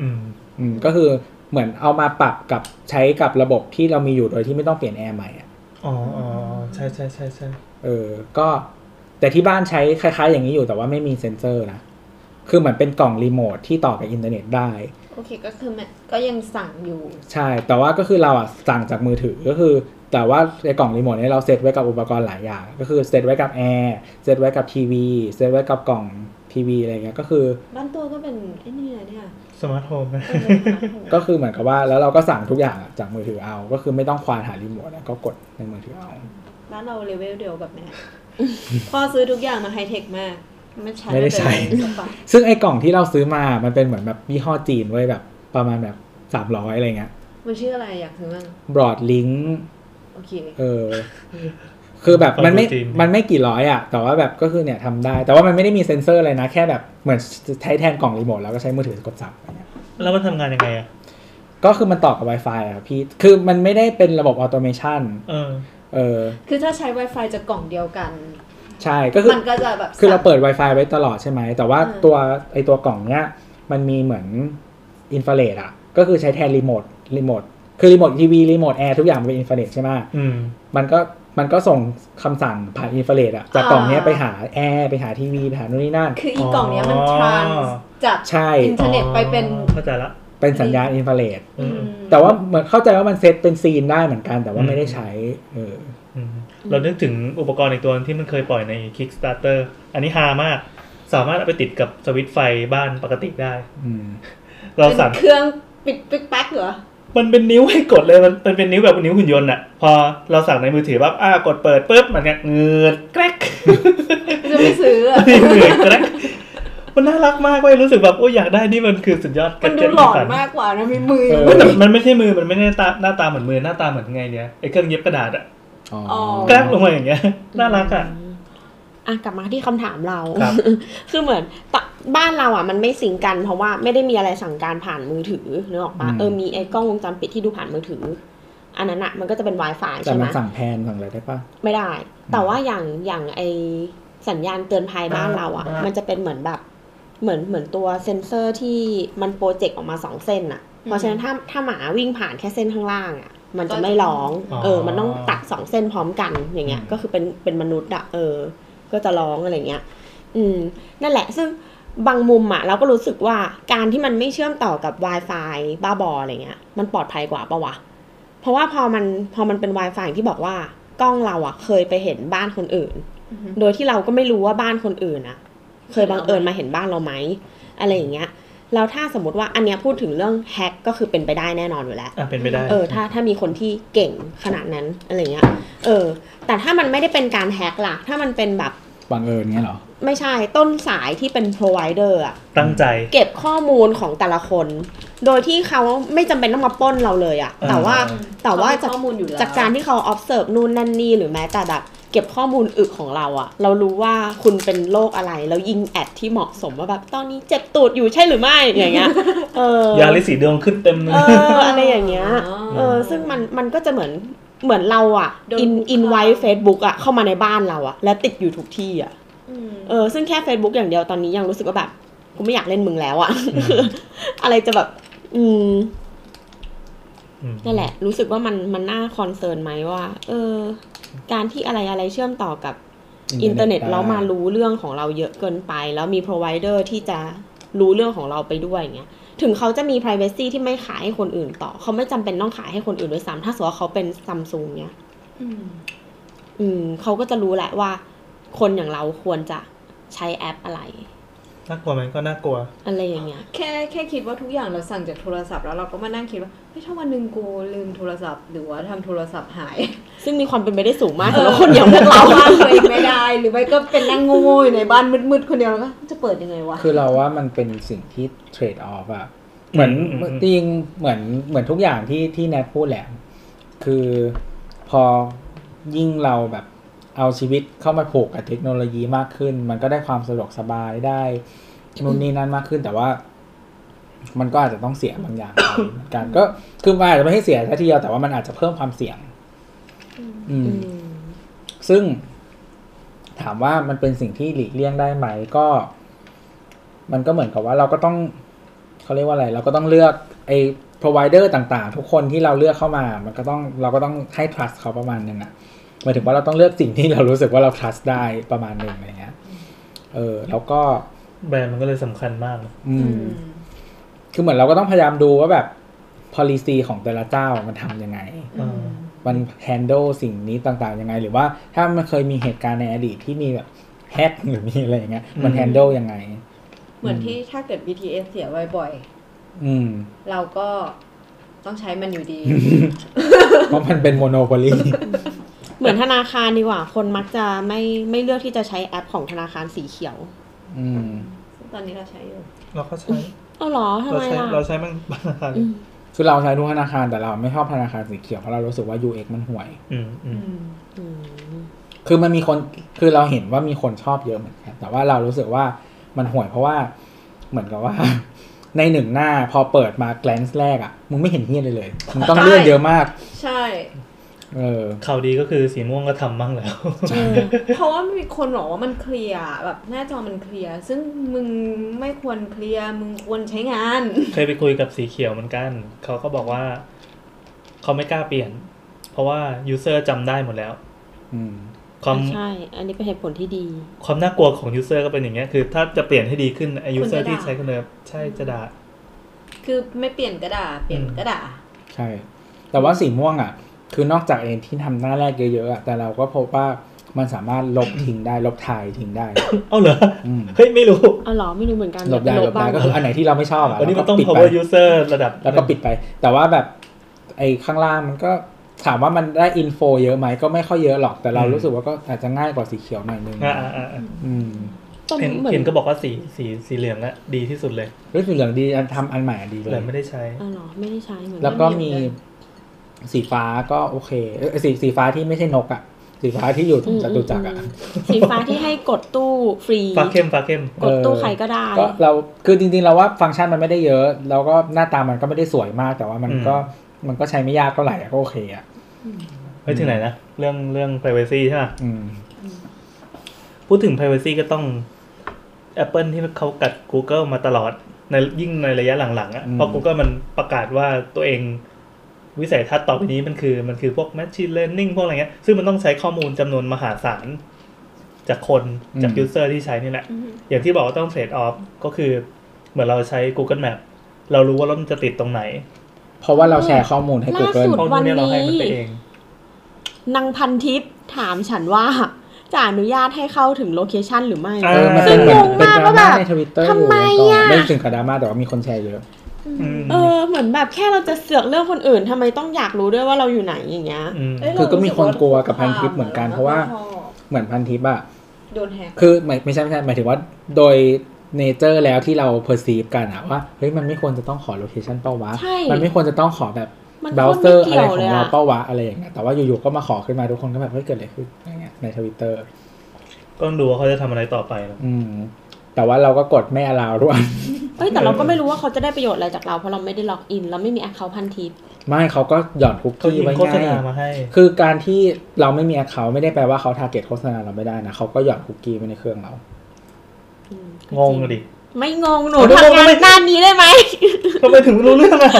อืม
อืมก็คือเหมือนเอามาปรับกับใช้กับระบบที่เรามีอยู่โดยที่ไม่ต้องเปลี่ยนแอร์ใหม่อะ
อ๋ออ๋อใช่ใช่ใช่ใช่
เออก็แต่ที่บ้านใช้คล้าย ๆ อย่างนี้อยู่แต่ว่าไม่มีเซ็นเซอร์นะคือเหมือนเป็นกล่องรีโมทที่ต่อกับอินเทอร์เน็ตได้
โอเคก็คือแม่ก็ยังสั่งอยู่
ใช่ แต่ว่าก็คือเราอ่ะสั่งจากมือถือก็คือ แต่ว่าในกล่องรีโมทเนี่ยเราเซตไว้กับอุปกรณ์หลายอย่าง ก็คือเซตไว้กับแอร์เซตไว้กับทีวีเซตไว้กับกล่องทีวีอะไรเงี้ยก็คือ
บ้านตัวก็เป็นไอ้นี่เลย เนี่ย
สมาร์ทโฮมนะ
เป็นเลยนะโห
ก็คือเหมือนกับว่าแล้วเราก็สั่งทุกอย่างอะจากมือถือเอา ก็คือไม่ต้องควานหารีโมทนะก็กดในมือถือเอา
บ้านเราเลเวลเดียวกับแม่พ่อซื้อทุกอย่างมาไฮเทคมาก ไม่ใช้
ไม่ได้ใช้
เลยสักบาท
ซึ่งไอ้กล่องที่เราซื้อมามันเป็นเหมือนแบบยี่ห้อจีนไว้ยแบบประมาณแบบสามร้อยอะไรเงี้ย
มันชื่ออะไรอยากซื้อบ้าง
บรอดลิง
โอเค
เออ คือแบบมันไม่
ฟังดูจีน
มันไม่กี่ร้อยอะแต่ว่าแบบก็คือเนี่ยทำได้ แต่ว่ามันไม่ได้มีเซ็นเซอร์อะไรนะ แค่แบบเหมือนใช้แทนกล่องรีโมทแล้วก็ใช้มือถือกดสับอะไรเงี้ย
แล้วมันทำงานยังไงอ่ะ
ก็คือมันต่อกับ Wi-Fi อะครับพี่ คือมันไม่ได้เป็นระบบออโตเมชัน
เออ
เออ
คือถ้าใช้ Wi-Fi จากกล่องเดียวกัน
ใช่ ก็คือ
มันก็จะแบบ
คือเรา
สั่ง
เปิด Wi-Fi ไว้ตลอดใช่ไหม แต่ว่า
อืม
ตัวไอตัวกล่องเนี้ย มันมีเหมือนอินฟราเรดอะก็คือใช้แทนรีโมท รีโมท คือรีโมททีวี รีโมทแอร์ทุกอย่างมันเป็นอินฟราเรดใช่ไหม
อืม
มันก็มันก็ส่งคำสั่งผ่านอินฟราเรดอะจากกล่องเนี้ยไปหาแอร์ไปหาทีวีไปหานู่นนี่นั่น
คืออีกกล่องเนี้ยมัน
อ๋อ
ทรานจาก
ใช่
อินเทอร์เน็ตไปเป็น
เข้าใจละ
เป็นสัญญาณอินฟราเรด
อืม
อืม
แต่ว่าเหมือนเข้าใจว่ามันเซตเป็นซีนได้เหมือนกัน แต่ว่า
อืม
ไม่ได้ใช้เออ
อืมเรานึกถึงอุปกรณ์อีกตัวที่มันเคยปล่อยใน Kickstarter อันนี้ฮามาก สามารถเอาไปติดกับสวิตช์ไฟบ้านปกติได้
อืม
เราสั่ง
ป็นเครื่องปิดปิ๊กแป๊กเหรอ
มันเป็นนิ้วให้กดเลยมันมันเป็นนิ้วแบบนิ้วหุ่นยนต์อะพอเราสั่งในมือถือปั๊บอ้ากดเปิดปุ๊บมันเนี่ยเงือดแกรก
จะไม่ซื้อ อะ
เหนื่อยแกรกมันน่ารักมากเว้ยรู้สึกแบบโอ้ยอยากได้นี่มันคือสุดยอด
มันดู
แจ็ตที่
หลอน
ฝั
มากกว่านะมีมือ
เออ
เว้ยแต่มันไม่ใช่มือมันไม่ได้หน้าตาหน้าตาเหมือนมือหน้าตาเหมือนไงเนี่ยไอ้เครื่องเย็บกระดาษอะ
อ๋อ
อ๋อ
แกรกลงมาอย่างเงี้ยน่ารักอะ
อ่ะกลับมาที่คำถามเรา
ครับ
คือเหมือนตะบ้านเราอ่ะมันไม่สิงกันเพราะว่าไม่ได้มีอะไรสั่งการผ่านมือถือนึกออกปะเออมีไอ้กล้องวงจรปิดที่ดูผ่านมือถือ อันนั้นอ่ะมันก็จะเป็น Wi-Fi
แต่
ใช่ไหม
มันสั่งแพนสั่งอะไรได้ปะ
ไม่ได้ แต่ว่าอย่างอย่างไอสัญญาณเตือนภัยบ้านเราอ่ะ มันจะเป็นเหมือนแบบเหมือนเหมือนตัวเซ็นเซอร์ที่มันโปรเจกต์ออกมาสองเส้นอ่ะ เพราะฉะนั้นถ้าถ้าหมาวิ่งผ่านแค่เส้นข้างล่างอ่ะ มันจะไม่ร้อง
อ๋อ
เออ มันต้องตัดสองเส้นพร้อมกันอย่างเงี้ย ก็คือเป็นเป็นมนุษย์อะเออ ก็จะร้องอะไรเงี้ย อืม นั่นแหละ ซึ่งบางมุมอะเราก็รู้สึกว่าการที่มันไม่เชื่อมต่อกับ Wi-Fi บ้าบออะไรเงี้ย มันปลอดภัยกว่าปะวะ เพราะว่าพอมันพอมันเป็น Wi-Fi อย่างที่บอกว่ากล้องเราอะเคยไปเห็นบ้านคนอื่น
อือฮึ
โดยที่เราก็ไม่รู้ว่าบ้านคนอื่นอะเคยบังเอิญมาเห็นบ้านเราไหมอะไรอย่างเงี้ย แล้วถ้าสมมติว่าอันเนี้ยพูดถึงเรื่องแฮกก็คือเป็นไปได้แน่นอนอยู่แล้ว
อ่ะเป็นไปได้
เออถ้าถ้ามีคนที่เก่งขนาดนั้นอะไรเงี้ย เออ แต่ถ้ามันไม่ได้เป็นการแฮกล่ะ ถ้ามันเป็นแบบ
บังเอิญเงี้ยเหรอ
ไม่ใช่ต้นสายที่เป็น provider อะ
ตั้งใจ
เก็บข้อมูลของแต่ละคน โดยที่เขาไม่จำเป็นต้องมาปล้นเราเลยอะ
เออ
แต่ว่าแต่ว่า
เข
จาก
ข้อมูลอยู่แล้ว
จากการที่เขา observe นู่นนั่นนี่หรือแม้แต่แบบ เก็บข้อมูลอึของเราอะเรารู้ว่าคุณเป็นโรคอะไร แล้วยิงแอดที่เหมาะสมว่าแบบตอนนี้เจ็บตูดอยู่ใช่หรือไม่อย่างเงี้ยเออย
าลิสีดวงขึ้นเต็มเลย
เอออะไรอย่างเงี้ย เออซึ่งมันมันก็จะเหมือนเหมือนเราอ่ะ
โดน
อิน
คุกคาม
อินไว้ Facebook อ่ะเข้ามาในบ้านเราอ่ะ และติดอยู่ทุกที่อ่ะเออซึ่งแค่ Facebook อย่างเดียวตอนนี้ยังรู้สึกว่าแบบกูไม่อยากเล่นมึงแล้วอ่ะ
อืม
อะไรจะแบบ อืม
ม
นั่นแหละ รู้สึกว่ามันมันน่าคอนเซิร์นไหมว่า เออ การที่อะไรอะไรเชื่อมต่อกับอินเทอร์เน็ตแล้วมารู้เรื่องของเราเยอะเกินไป แล้วมี provider ที่จะรู้เรื่องของเราไปด้วยอย่างเงี้ย ถึงเขาจะมี p r i เวซีที่ไม่ขายให้คนอื่นต่อ เขาไม่จำเป็นต้องขายให้คนอื่นด้วยซ้ำถ้าสมมติว่าเขาเป็นซัมซุงเนี่ย อืมเขาก็จะรู้แหละว่า คนอย่างเราควรจะใช้แอปอะไร
น่ากลัวไหมก็น่ากลัว
อะไรอย่างเงี้ย
แค่แค่คิดว่าทุกอย่างเราสั่งจากโทรศัพท์แล้วเราก็มานั่งคิดว่าเฮ้ยถ้าวันหนึ่งกูลืมโทรศัพท์หรือว่าทำโทรศัพท์หาย
ซึ่งมีความเป็นไปได้สูงมากสำหรับคนอย่างพวกเรา
บ้านตัวเองไม่ได้ หรือไม่ก็เป็นนั่งโง่ๆอยู่ในบ้านมืดๆคนเดียวแล้วก็จะเปิดยังไงวะ
คือเราว่ามันเป็นสิ่งที่เทรดออฟอะเหมือน
อืมอืม
จริงเหมือนเหมือนทุกอย่างที่ที่แนทพูดแหละ คือพอยิ่งเราแบบเอาชีวิตเข้ามาผูกกับเทคโนโลยีมากขึ้น มันก็ได้ความสะดวกสบายได้นู่นนี่นั่นมากขึ้น แต่ว่า มันก็อาจจะต้องเสียบางอย่างไปเหมือนกันก็คือมันอาจจะไม่ให้เสียซะทีเดียวแต่ว่ามันอาจจะเพิ่มความเสี่ยง อืม ซึ่งถามว่ามันเป็นสิ่งที่หลีกเลี่ยงได้ไหมก็ มันก็เหมือนกับว่าเราก็ต้องเขาเรียกว่าอะไร เราก็ต้องเลือกไอ้ provider ต่างๆ ทุกคนที่เราเลือกเข้ามา มันก็ต้องเราก็ต้องให้ trust เขาประมาณนึงอะหมายถึงว่าเราต้องเลือกสิ่งที่เรารู้สึกว่าเรา trust ได้ประมาณนึงอะไรเงี้ยเออ แล้วก็
แบรนด์มันก็เลยสำคัญมากนะ
อืม คือเหมือนเราก็ต้องพยายามดูว่าแบบ policy ของแต่ละเจ้ามันทำยังไง
อ่า
มัน handle สิ่งนี้ต่างๆยังไง หรือว่าถ้ามันเคยมีเหตุการณ์ในอดีตที่มีแบบแฮกหรือมีอะไรอย่างเงี้ยมัน
อืม
handle ยังไง
เหมือนที่ถ้าเกิด BTS เสียบ่อย
อืม
ๆ เราก็ต้องใช้มันอยู่ดี
เพราะมันเป็น monopoly
เหมือนธนาคารดีกว่า คนมักจะไม่ไม่เลือกที่จะใช้แอปของธนาคารสีเขียว
อืม
ตอนนี้เราใช้อยู่
เราก็ใช้
เอ้าเหรอทำ
เรา
ไม
ใช้
ล่ะ
เราใช้มันบาง ครั้ง
อืม
คือเราใช้ทุกธนาคารแต่เราไม่ชอบธนาคารสีเขียวเพราะเรารู้สึกว่า UX มันห่วย
อืมอืม
อืม
คือมันมีคนคือเราเห็นว่ามีคนชอบเยอะเหมือนกันแต่ว่าเรารู้สึกว่ามันห่วยเพราะว่าเหมือนกับว่า ในหนึ่งหน้าพอเปิดมา glance แรกอะ่ะมึงไม่เห็นเฮียเลยเลยมึงต้องเลื่อนเยอะมาก
ใช่
เออ
ข่าวดีก็คือสีม่วงก็ทำบ้างแล้ว
เออเพราะว่ามันมีคนบอกว่ามันเคลียร์แบบหน้าจอมันเคลียร์ ซึ่งมึงไม่ควรเคลียร์มึงควรใช้งาน
เคยไปคุยกับสีเขียวเหมือนกัน เขาก็บอกว่า เขาไม่กล้าเปลี่ยน เพราะว่ายูเซอร์จำได้หมดแล้ว
อืม
ความ
ใช่ อันนี้เป็นเหตุผลที่ดี
ความน่ากลัวของยูเซอร์ก็เป็นอย่างเงี้ย คือถ้าจะเปลี่ยนให้ดีขึ้นไอ้ยูเซอร์
คนจะด่า
ที่ใช้คนเดิมใช่จะด่า
คือไม่เปลี่ยนก็ด่าเปลี่ยนก็ด่า
ใช่ แต่ว่าสีม่วงอ่ะ คือนอกจากเองที่ทำหน้าแรกเยอะๆอ่ะ แต่เราก็พบว่ามันสามารถลบทิ้งได้ ลบทายทิ้งได้
เอ้าเหรอ
อืม
เฮ้ย ไม่รู้
เอ้าเหรอไม่รู้เหมือนกัน
ลบได้ ลบได้
าง
ก็คืออันไหนที่เราไม่ชอบอ่ะ
วันนี้มัน
เรา
ต้อง
ปิดไป
power user ระดับ
แล้วก็ปิดไป แต่ว่าแบบไอ้ข้างล่างมันก็ถามว่ามันได้อินโฟเยอะไหม ก็ไม่ค่อยเยอะหรอก แต่เรารู้สึกว่าก็อาจจะง่ายกว่าสีเขียวหน่อยนึง
อ่าอ่าอ่าอ่า
อืม
ต้ม
เห็น
เหมือน
เห็นก็บอกว่าสีสีสีเหลืองอะดีที่สุดเลย
เฮ้ยสีเหลืองดีอันทำอันใหม่อันดีเล
เหลือย งไม่ได้ใช้
เอ้าเหรอไม่ได้ใช้เหมือนน
แล้วก็มีสีฟ้าก็โอเคเอ้ยสีสีฟ้าที่ไม่ใช่นกอ่ะ สีฟ้าที่อยู่ตรงจตุจักรอ่ะ
มมสีฟ้าที่ให้กดตู้ฟรี
ฟ้าเข้มฟ้าเข้ม
กดตู้ใครก็ได้
ก็เราคือจริงๆเราว่าฟังก์ชันมันไม่ได้เยอะแล้วก็หน้าตามันก็ไม่ได้สวยมาก แต่ว่ามันก็มันก็ใช้ไม่ยากเท่าไหร่อะก็โอเคอ่ะ
ไปถึงไหนนะ เรื่องเรื่อง privacy ใช่ไหม
อืม
พูดถึง privacy ก็ต้อง Apple ที่เขากัด Google มาตลอด ในยิ่งในระยะหลังๆอะ
อืม
เพราะ Google มันประกาศว่าตัวเองวิสัยทัศน์ต่อไปนี้มันคือมันคือพวก machine learning พวกอะไรเงี้ย ซึ่งมันต้องใช้ข้อมูลจำนวนมหาศาล จากคนจาก user ที่ใช้นี่แหละ อย่างที่บอกว่าต้อง trade off ก็คือ เหมือนเราใช้ Google Map เรารู้ว่ารถมันจะติดตรงไหน
เพราะว่าเราแชร์ข้อมูลให้
ล่า
Google
สุด
ข้อมูลเนี้ยเราให้มันไปเอง
นางพันทิพย์ถามฉันว่า จะอนุญาตให้เข้าถึงโลเคชันหรือไม่
อ่า
เออมันเป็นเหมือน
ซึ่งงง
เป็น
มาก
ดรา
ว่า
ม่า
แบบ
ในทวิตเตอร์
ทำไมอะ
ไม่ถึงกับดราม่าแต่ว่ามีคนแชร์เยอะ
อืม
เออเหมือนแบบแค่เราจะเสือกเรื่องคนอื่นทำไมต้องอยากรู้ด้วยว่าเราอยู่ไหนอย่างเงี้ย
ม
เย
คือก็มีคนกลัวกับ
รา
พัน
สึ
ทิปเหมือนกันเพราะว่า เหมือนพันทิปอ่ะ
โดนแฮก
คือหมายไม่ใช่ไม่ใช่หมายถึงว่าโดยเนเจอร์แล้วที่เราเพอร์ซีฟกันอะว่าเฮ้ยมันไม่ควรจะต้องขอโลเคชันเป้าวะ
ใช่
มันไม่ควรจะต้องขอแบบ
มัน
เบรา
โคตร
ว์เซอ
ไม่
ร์อะ
เกี่ยว
ไรขอ
เล
ง
ย
เรา
อะ
เป้าวะอะไรอย่างเงี้ยแต่ว่าอยู่ๆก็มาขอขึ้นมาทุกคนก็แบบเฮ้ยเกิดอะไรขึ้นอะไรเงี้ยในทวิตเตอร์
ก็ดูว่าเขาจะทำอะไรต่อไปนะ
อืม แต่ว่าเราก็กดไม่อลาวด้วย
เอ้ยแต่เราก็ไม่รู้ว่าเขาจะได้ประโยชน์อะไรจากเราเพราะเราไม่ได้ล็อกอินเราไม่มีแอคเคาท์พันทิป
ไม่เขาก็หย่อนคุก
เขา
กี้
ยิง
ไว้
โฆษณา
ให้
มาให้
คือการที่เราไม่มีเขาไม่ได้แปลว่าเขาทาร์เก็ตโฆษณาเราไม่ได้นะเขาก็หย่อนคุกกี้ไว้ในเครื่องเรา
อืม
งงอะดิ
ไม่งงหนู
เอาดู
ทำงาน
ไม่
ด้านนี้ได้ไหม
ทำไมถึงไม่รู้เรื่องอะ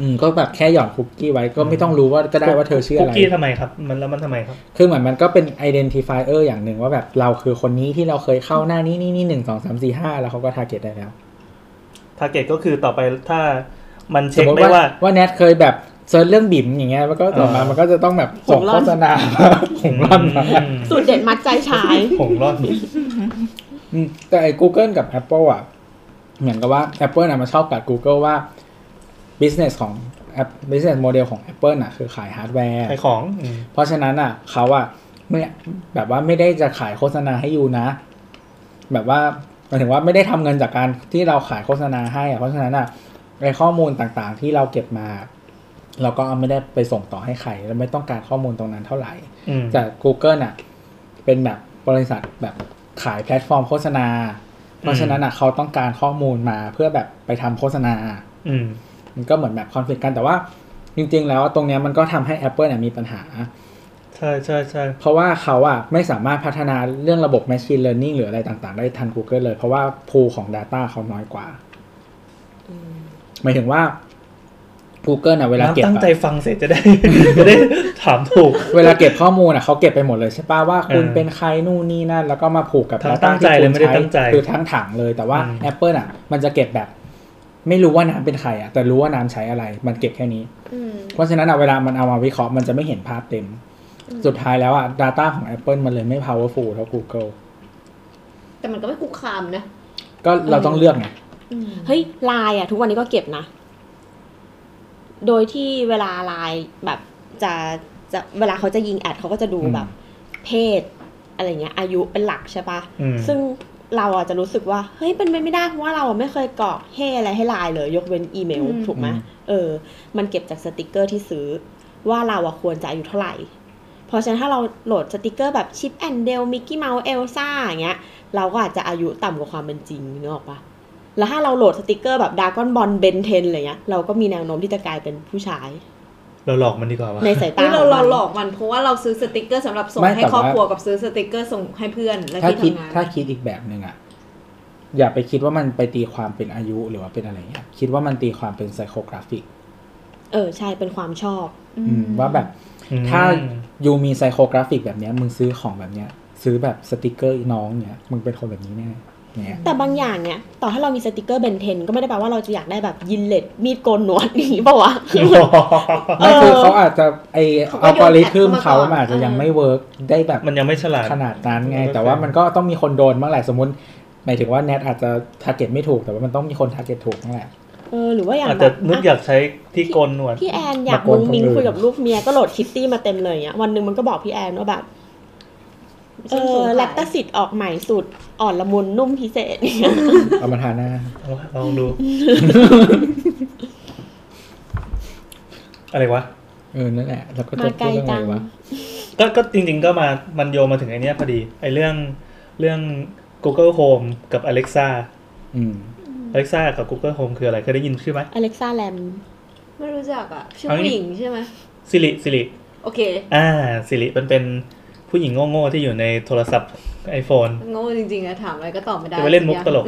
อืมก็แบบแค่หย่อนคุกกี้ไว้ก็ไม่ต้องรู้ว่าก็ได้ว่าเธอชื่อ
คุ
อะ
ก
ไร
กี้ทำไมครับ มันแล้วมันทำไมครับ
คือเหมือนมันก็เป็น identifier อย่างหนึ่งว่าแบบเราคือคนนี้ที่เราเคยเข้าหน้านี้นี่นี่หนึ่งสองสามสี่ห้าแล้วเขาก็ target ได้แล้ว
ทาร์เก็ตก็คือต่อไปถ้ามัน
ส
เช็
ม
ค
มติ
ได้
ว่า
ว่า
ว่าแนทเคยแบบเซิร์ชเรื่องบิ่มอย่างเงี้ยมันก็ต่อมา
เออ
มันก็จะต้องแบบส่
หง
ง
ส์ร่
โฆ
อน
ษณา หงส์ร่อนมา
อืม
สูตรเด็ดมัดใจชาย
ผงร่อน
อืมแต่ไอ้ Google กับ Apple อ่ะ เหมือนกับว่า Apple น่ะมันชอบกัด Google ว่า business ของ App- business model ของ Apple น่ะคือขายฮาร์ดแวร์
ขายของอืม
เพราะฉะนั้นอ่ะเขาอ่ะไม่แบบว่าไม่ได้จะขายโฆษณาให้ยูนะ แบบว่าหมายถึงว่าไม่ได้ทำเงินจากการที่เราขายโฆษณาให้อ่ะเพราะฉะนั้นอ่ะไอข้อมูลต่างๆ ที่เราเก็บมา เราก็เอาไม่ได้ไปส่งต่อให้ใครเราไม่ต้องการข้อมูลตรงนั้นเท่าไหร่
อืม
แต่ Google น่ะเป็นแบบบริษัทแบบขายแพลตฟอร์มโฆษณา เพราะฉะนั้นอ่ะเขาต้องการข้อมูลมาเพื่อแบบไปทำโฆษณา
อืม
มันก็เหมือนแบบคอนฟ lict กันแต่ว่าจริง ๆ แล้วตรงเนี้ยมันก็ทำให้ Apple น่ะมีปัญหา
ใช่ใช่ใช่
เพราะว่าเขาอะไม่สามารถพัฒนาเรื่องระบบ Machine Learning หรืออะไรต่างๆ ได้ทัน Google เลย เพราะว่า pool ของ Data เขาน้อยกว่าหมายถึงว่า Google นะเวลาเก็บ
ตั้งใจ
อะ
ฟังเสร็จจะได้ จะได้ถามถูก
เวลาเก็บข้อมูลอะเขาเก็บไปหมดเลยใช่ป่ะว่าคุณ
เออ
เป็นใครนู่นนี่นั่น แล้วก็มาผูกกับ
ทั้ง
Data
ตั้งใจ
ที่คุ
เลย
ณ
ไม่ได้
ใช้
ตั้งใจ
คือทั้งถังเลยแต่ว่า
อืม
Apple อะมันจะเก็บแบบ ไม่รู้ว่าน้ำเป็นใครอะแต่รู้ว่าน้ำใช้อะไร มันเก็บแค่นี้
อืม
เพราะฉะนั้นอะเวลามันเอามาวิเคราะห์มันจะไม่เห็นภาพเต็ม สุดท้ายแล้วอะ Data ของ Apple มันเลยไม่ powerful เท่า Google
แต่มันก็ไม่คุกคามนะ
ก็เราต้องเลือกไง
เฮ้ยไลายอะทุกวันนี้ก็เก็บนะ โดยที่เวลาไลายแบบจะจะเวลาเขาจะยิงแอดเขาก็จะดู
อืม
แบบ เพศ อะไรเงี้ย อายุเป็นหลักใช่ปะ
อืม
ซึ่งเราอาจจะรู้สึกว่า เฮ้ยเป็นไปไม่ได้เพราะว่าเราอะไม่เคยกรอกเฮอะไรให้ไลายเลย ยกเว้นอีเมล
อืม
ถูกไหมเออ มันเก็บจากสติกเกอร์ที่ซื้อ ว่าเราอะควรจะอายุเท่าไหร่ เพราะฉะนั้นถ้าเราโหลดสติกเกอร์แบบชิปแอนเดลมิกกี้เมาส์เอลซ่าอย่างเงี้ย เราก็อาจจะอายุต่ำกว่าความเป็นจริงนึกออกปะแล้วถ้าเราโหลดสติกเกอร์แบบดากอนบอลเบนเทนอะไรเงี้ย เราก็มีแนวโน้มที่จะกลายเป็นผู้ชาย
เราหลอกมันดีกว่าวะ
ในสายตา
เฮ้ยเรา
ของ
เรา
มัน
หลอกมันเพราะว่าเราซื้อสติกเกอร์สำหรับส่ง
ไม่
ให้
แต่
ครอบ
ว่า
ครัวกับซื้อสติกเกอร์ส่งให้เพื่อนและ
ถ้า
ที่
คิด
ทำงาน
ถ้าคิดอีกแบบหนึ่งอ่ะ อย่าไปคิดว่ามันไปตีความเป็นอายุหรือว่าเป็นอะไรเงี้ยคิดว่ามันตีความเป็นไซโคกราฟิก
เออ ใช่ เป็นความชอบ
อืม
ว่าแบบ
อืม
ถ้ายูมีไซโคกราฟิกแบบเนี้ยมึงซื้อของแบบเนี้ย ซื้อแบบสติกเกอร์อีน้องเนี้ยมึงเป็นคนแบบนี้แน่เนี้ย
แต่บางอย่างเนี่ย ต่อให้เรามีสติกเกอร์เบนเทนก็ไม่ได้แปลว่าเราจะอยากได้แบบยินเล็ดมีดโกนหนวด อย่างนี้ป่าวะ
ไม่คือเขาอาจจะไออัลกอริทึมเขา
เขาก็โยนแอปเข้ามาก่อน
มันอาจจะยังไม่เวิร์กได้แบบ
มันยังไม่ฉลาด
ขนาดนั้นไง
มันก็
แต่ว่า
ใช่
มันก็ต้องมีคนโดนบ้างแหละสมมติหมายถึงว่าแนทอาจจะทาร์เก็ตไม่ถูกแต่ว่ามันต้องมีคนทาร์เก็ตถูกนั่นแหละ
เออ หรือว่าอย่าง
อาจ
แบ
จะ
บ
นึก
อ่ะ
อยากใช้ที่โกนหนวด
พี่แอนอยาก
มาโก
มุ
น
งมิง
คนอื่น
คุยกับลูกเมียก็โหลดคิตตี้มาเต็มเลยเนี่ยวันหนึ่งมันก็บอกพี่แอนว่าแบบ เออแลคตาสิดออกใหม่สุดอ่อนละมุนนุ่มพิเศษ เนี่ย
เอามาทาหน้า
เอาวะลอง ดู อะไรวะ
เออ นั่นแหละ แล้วก็
มา
จะ
ไก
พู
ล
ดเรื่อง
จั
อะไร
ง
วะ
ก็ก็จริง ๆ ก็มา มันโยงมาถึงไอเนี้ยพอดี ไอเรื่องเรื่อง Google Home กับ Alexa
อืม
Alexa กับ Google Home คืออะไรเคยได้ยินชื่อไหม
อเล็กซ่าแลม
ไม่รู้จักอ่ะชื่อ
เอางี้
ผู้หญิงใช่ไหม
Siri Siri
โอเค
อ่า Siri มันเป็นผู้หญิงโง่ๆที่อยู่ในโทรศัพท์ iPhone
โง่จริงๆอะถามอะไรก็ตอบไม่ได้
จะไปเล่นมุกตลก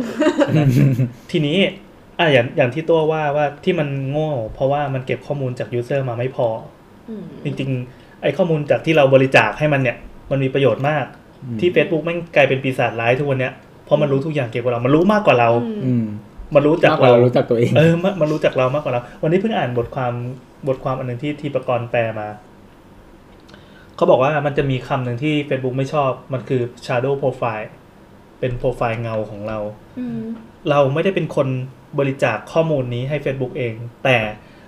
สั
ทีนี้อ่ะอย่างอย่างที่ตัวว่าว่าที่มันโง่ เพราะว่ามันเก็บข้อมูลจากยูเซอร์มาไม่พอ
อืม
จริงๆ ไอ้ข้อมูลจากที่เราบริจาคให้มันเนี่ย มันมีประโยชน์มาก
อืม
ที่ Facebook แม่งกลายเป็นปีศาจร้ายทุกวันเนี้ยเพราะมันรู้ทุกอย่างเกี่ยวกับเรา มันรู้มากกว่าเรา
อืม
มันรู้จัก
มากกว่า
เรา
เรารู้จักตัวเอง
เออมันมันรู้จักเรามากกว่าเรา วันนี้เพิ่งอ่านบทความบทความอันหนึ่งที่ทีประกรณ์แปลมา เขาบอกว่ามันจะมีคำหนึ่งที่ Facebook ไม่ชอบ มันคือ shadow profile เป็นโปรไฟล์เงาของเรา
อืม
เราไม่ได้เป็นคนบริจาคข้อมูลนี้ให้ Facebook เอง แต่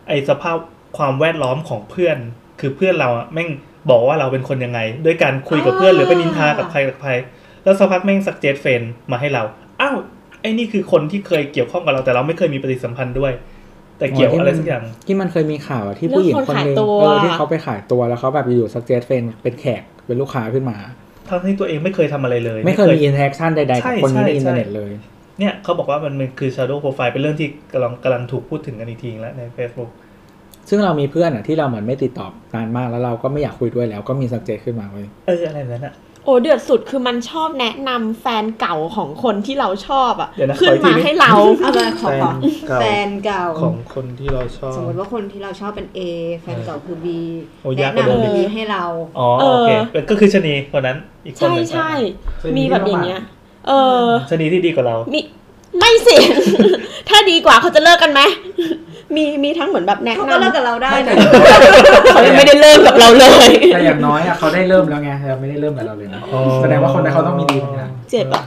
ไอสภาพความแวดล้อมของเพื่อน คือเพื่อนเราอะแม่งบอกว่าเราเป็นคนยังไง ด้วยการคุยกับเพื่อนหรือไปนินทากับใครกับใคร แล้วสักพักแม่งสักเจตเฟนมาให้เรา อ้าวไอ้นี่คือคนที่เคยเกี่ยวข้องกับเราแต่เราไม่เคยมีปฏิสัมพันธ์ด้วย แต่เกี่ยวอะไรสักอย่าง
ที่มันเคยมีข่าวอะที่ผู้หญิงคนหนึ่ง
เรื่องคนขายตัว
เออที่เขาไปขายตัวแล้วเขาแบบอยู่สักเจสเฟนเป็นแขกเป็นลูกค้าขึ้นมา
ทั้งที่ตัวเองไม่เคยทำอะไรเลย
ไม่เคยมีอินเทอร์แอคชั่นใดๆ
ใช่
กับคน
ใช่
นี้ในอินเทอร์เน็ต
ใช่
เลย
เนี่ยเขาบอกว่ามันมันคือ shadow profile เป็นเรื่องที่กำลังกำลังถูกพูดถึงกันอีกทีแล้วใน Facebook
ซึ่งเรามีเพื่อนอะที่เราเหมือนไม่ติดต่อนานมากแล้วเราก็ไม่อยากคุยด้วยแล้วก็มีสักเจสขึ้นมาเว้ย
เอออะไรแบบนั้นอะ
โอ้เดือดสุดคือมันชอบแนะนำแฟนเก่าของคนที่เราชอบอ่ะ
เดี๋ยวนะ
ขึ้น
ขออีกที
มา
นึง
ให้เรา
เอาไปขอขอ
เก่า
แฟนเก่า
ของคนที่เราชอบ
สมมติว่าคนที่เราชอบเป็น A แฟนเก่าคือ B
โอ้ยาก
แนะ
กว่าเดิม
นำ B ให้เรา
อ๋อโอเค
เออ
เป็นก็คือชะนีคนนั้นอีกคน
ใช่
หนึ่ง
ใช่มีแบบอย่างเงี้ย เออ
ชะนีที่ดีกว่าเรา
มีไม่สิ ถ้าดีกว่าเขาจะเลิกกันไหม มีมีทั้งเหมือนแบบแนะ
เขา
นำ
ก็เลิกกับเราได้นะ
เขายังไม่ได้เลิกกับเราเลย
แต่อย่างน้อยอะเขาได้เริ่มแล้วไงเราไม่ได้เริ่มกับเราเลยนะ
อ๋อ
แสดงว่าคนนั้นเขาต้องมีดีเหมือนกัน
เจ็บอ่ะ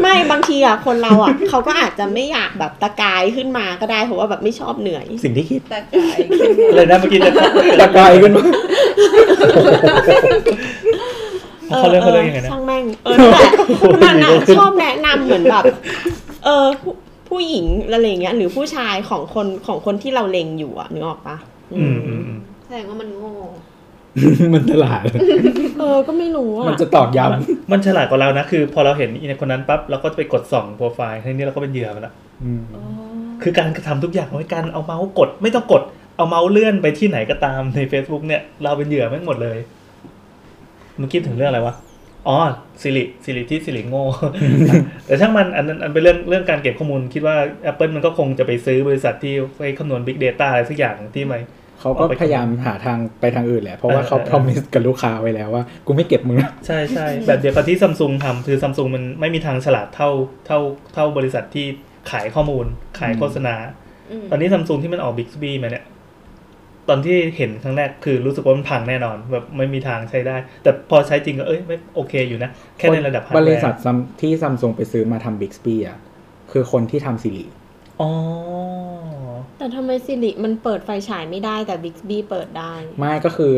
ไม่บางทีอ่ะคนเราอ่ะ เขาก็อาจจะไม่อยากแบบตะกายขึ้นมาก็ได้เพราะว่าแบบไม่ชอบเหนื่อย
สิ่งที่คิด
แต่ใจเป็นไง
เลยนะเมื่อกี้จะ
ตะกายขึ้นมา
เขาเรื่องเขาเรื่องยังไงนะ
ช่างแม่งเอ อนั่นแหละนั่น
โอ้
อะ
โห
ชอบแนะนำเหมือนแบบ เออผู้ผู้หญิงอะไรอย่างเงี้ย หรือผู้ชายของคนของคนที่เราเลงอยู่อ่ะนึกออกปะ
อืมอืมอืม
แสดงว่ามันโง่
มันตลาด
เออก็ไม่รู้
มัน
อ่ะ
จะตอกย้
มันฉลาดกว่าเรานะคือ พอเราเห็นอีนคนนั้นปั๊บเราก็จะไปกดส่องโปรไฟล์ทีนี้เราก็เป็นเหยื่อมันละ
ำอืม
คือการกระทำทุกอย่างเอาไว้การเอาเมาส์กด ไม่ต้องกดเอาเมาส์เลื่อนไปที่ไหนก็ตามใน Facebook เนี่ย เราเป็นเหยื่อแม่งหมดเลยเมื่อกี้ถึงเรื่องอะไรวะอ๋อสิริสิริที่สิริโง่ แต่ช่างมันอันนั้นอันเป็นเรื่องเรื่องการเก็บข้อมูลคิดว่า Apple มันก็คงจะไปซื้อบริษัทที่ไปคำนวณ Big Data อะไรสักอย่างที่ไม่
เขาก็พยายามหาทางไปทางอื่นแหละเพราะว่าเขา
เออ
พ
เออ
รอมิสกับลูกค้าไว้แล้วว่ากูไม่เก็บมึงนะ
ใช่ใช่ แบบเดียวกับที่ซัมซุงทำคือซัมซุงมันไม่มีทางฉลาดเท่าเท่าเท่าบริษัทที่ขายข้อมูล ขายโฆษณา ตอนนี้ซัมซุงที่มันออกบิ๊กบีมาเนี่ย ตอนที่เห็นครั้งแรกคือรู้สึกว่ามันพังแน่นอน แบบไม่มีทางใช้ได้ แต่พอใช้จริงก็เอ้ยไม่โอเคอยู่นะ แค่ในระดับ
บ
hardware
ริษัท Sam- ที่ซัมซุงไปซื้อมาทำบิ๊กสปีอ่ะคือคนที่ทำซีรีส์
อ๋อ
แต่ทำไมสิริมันเปิดไฟฉายไม่ได้แต่บิ๊กบีเปิดได้
ไม่ก็คือ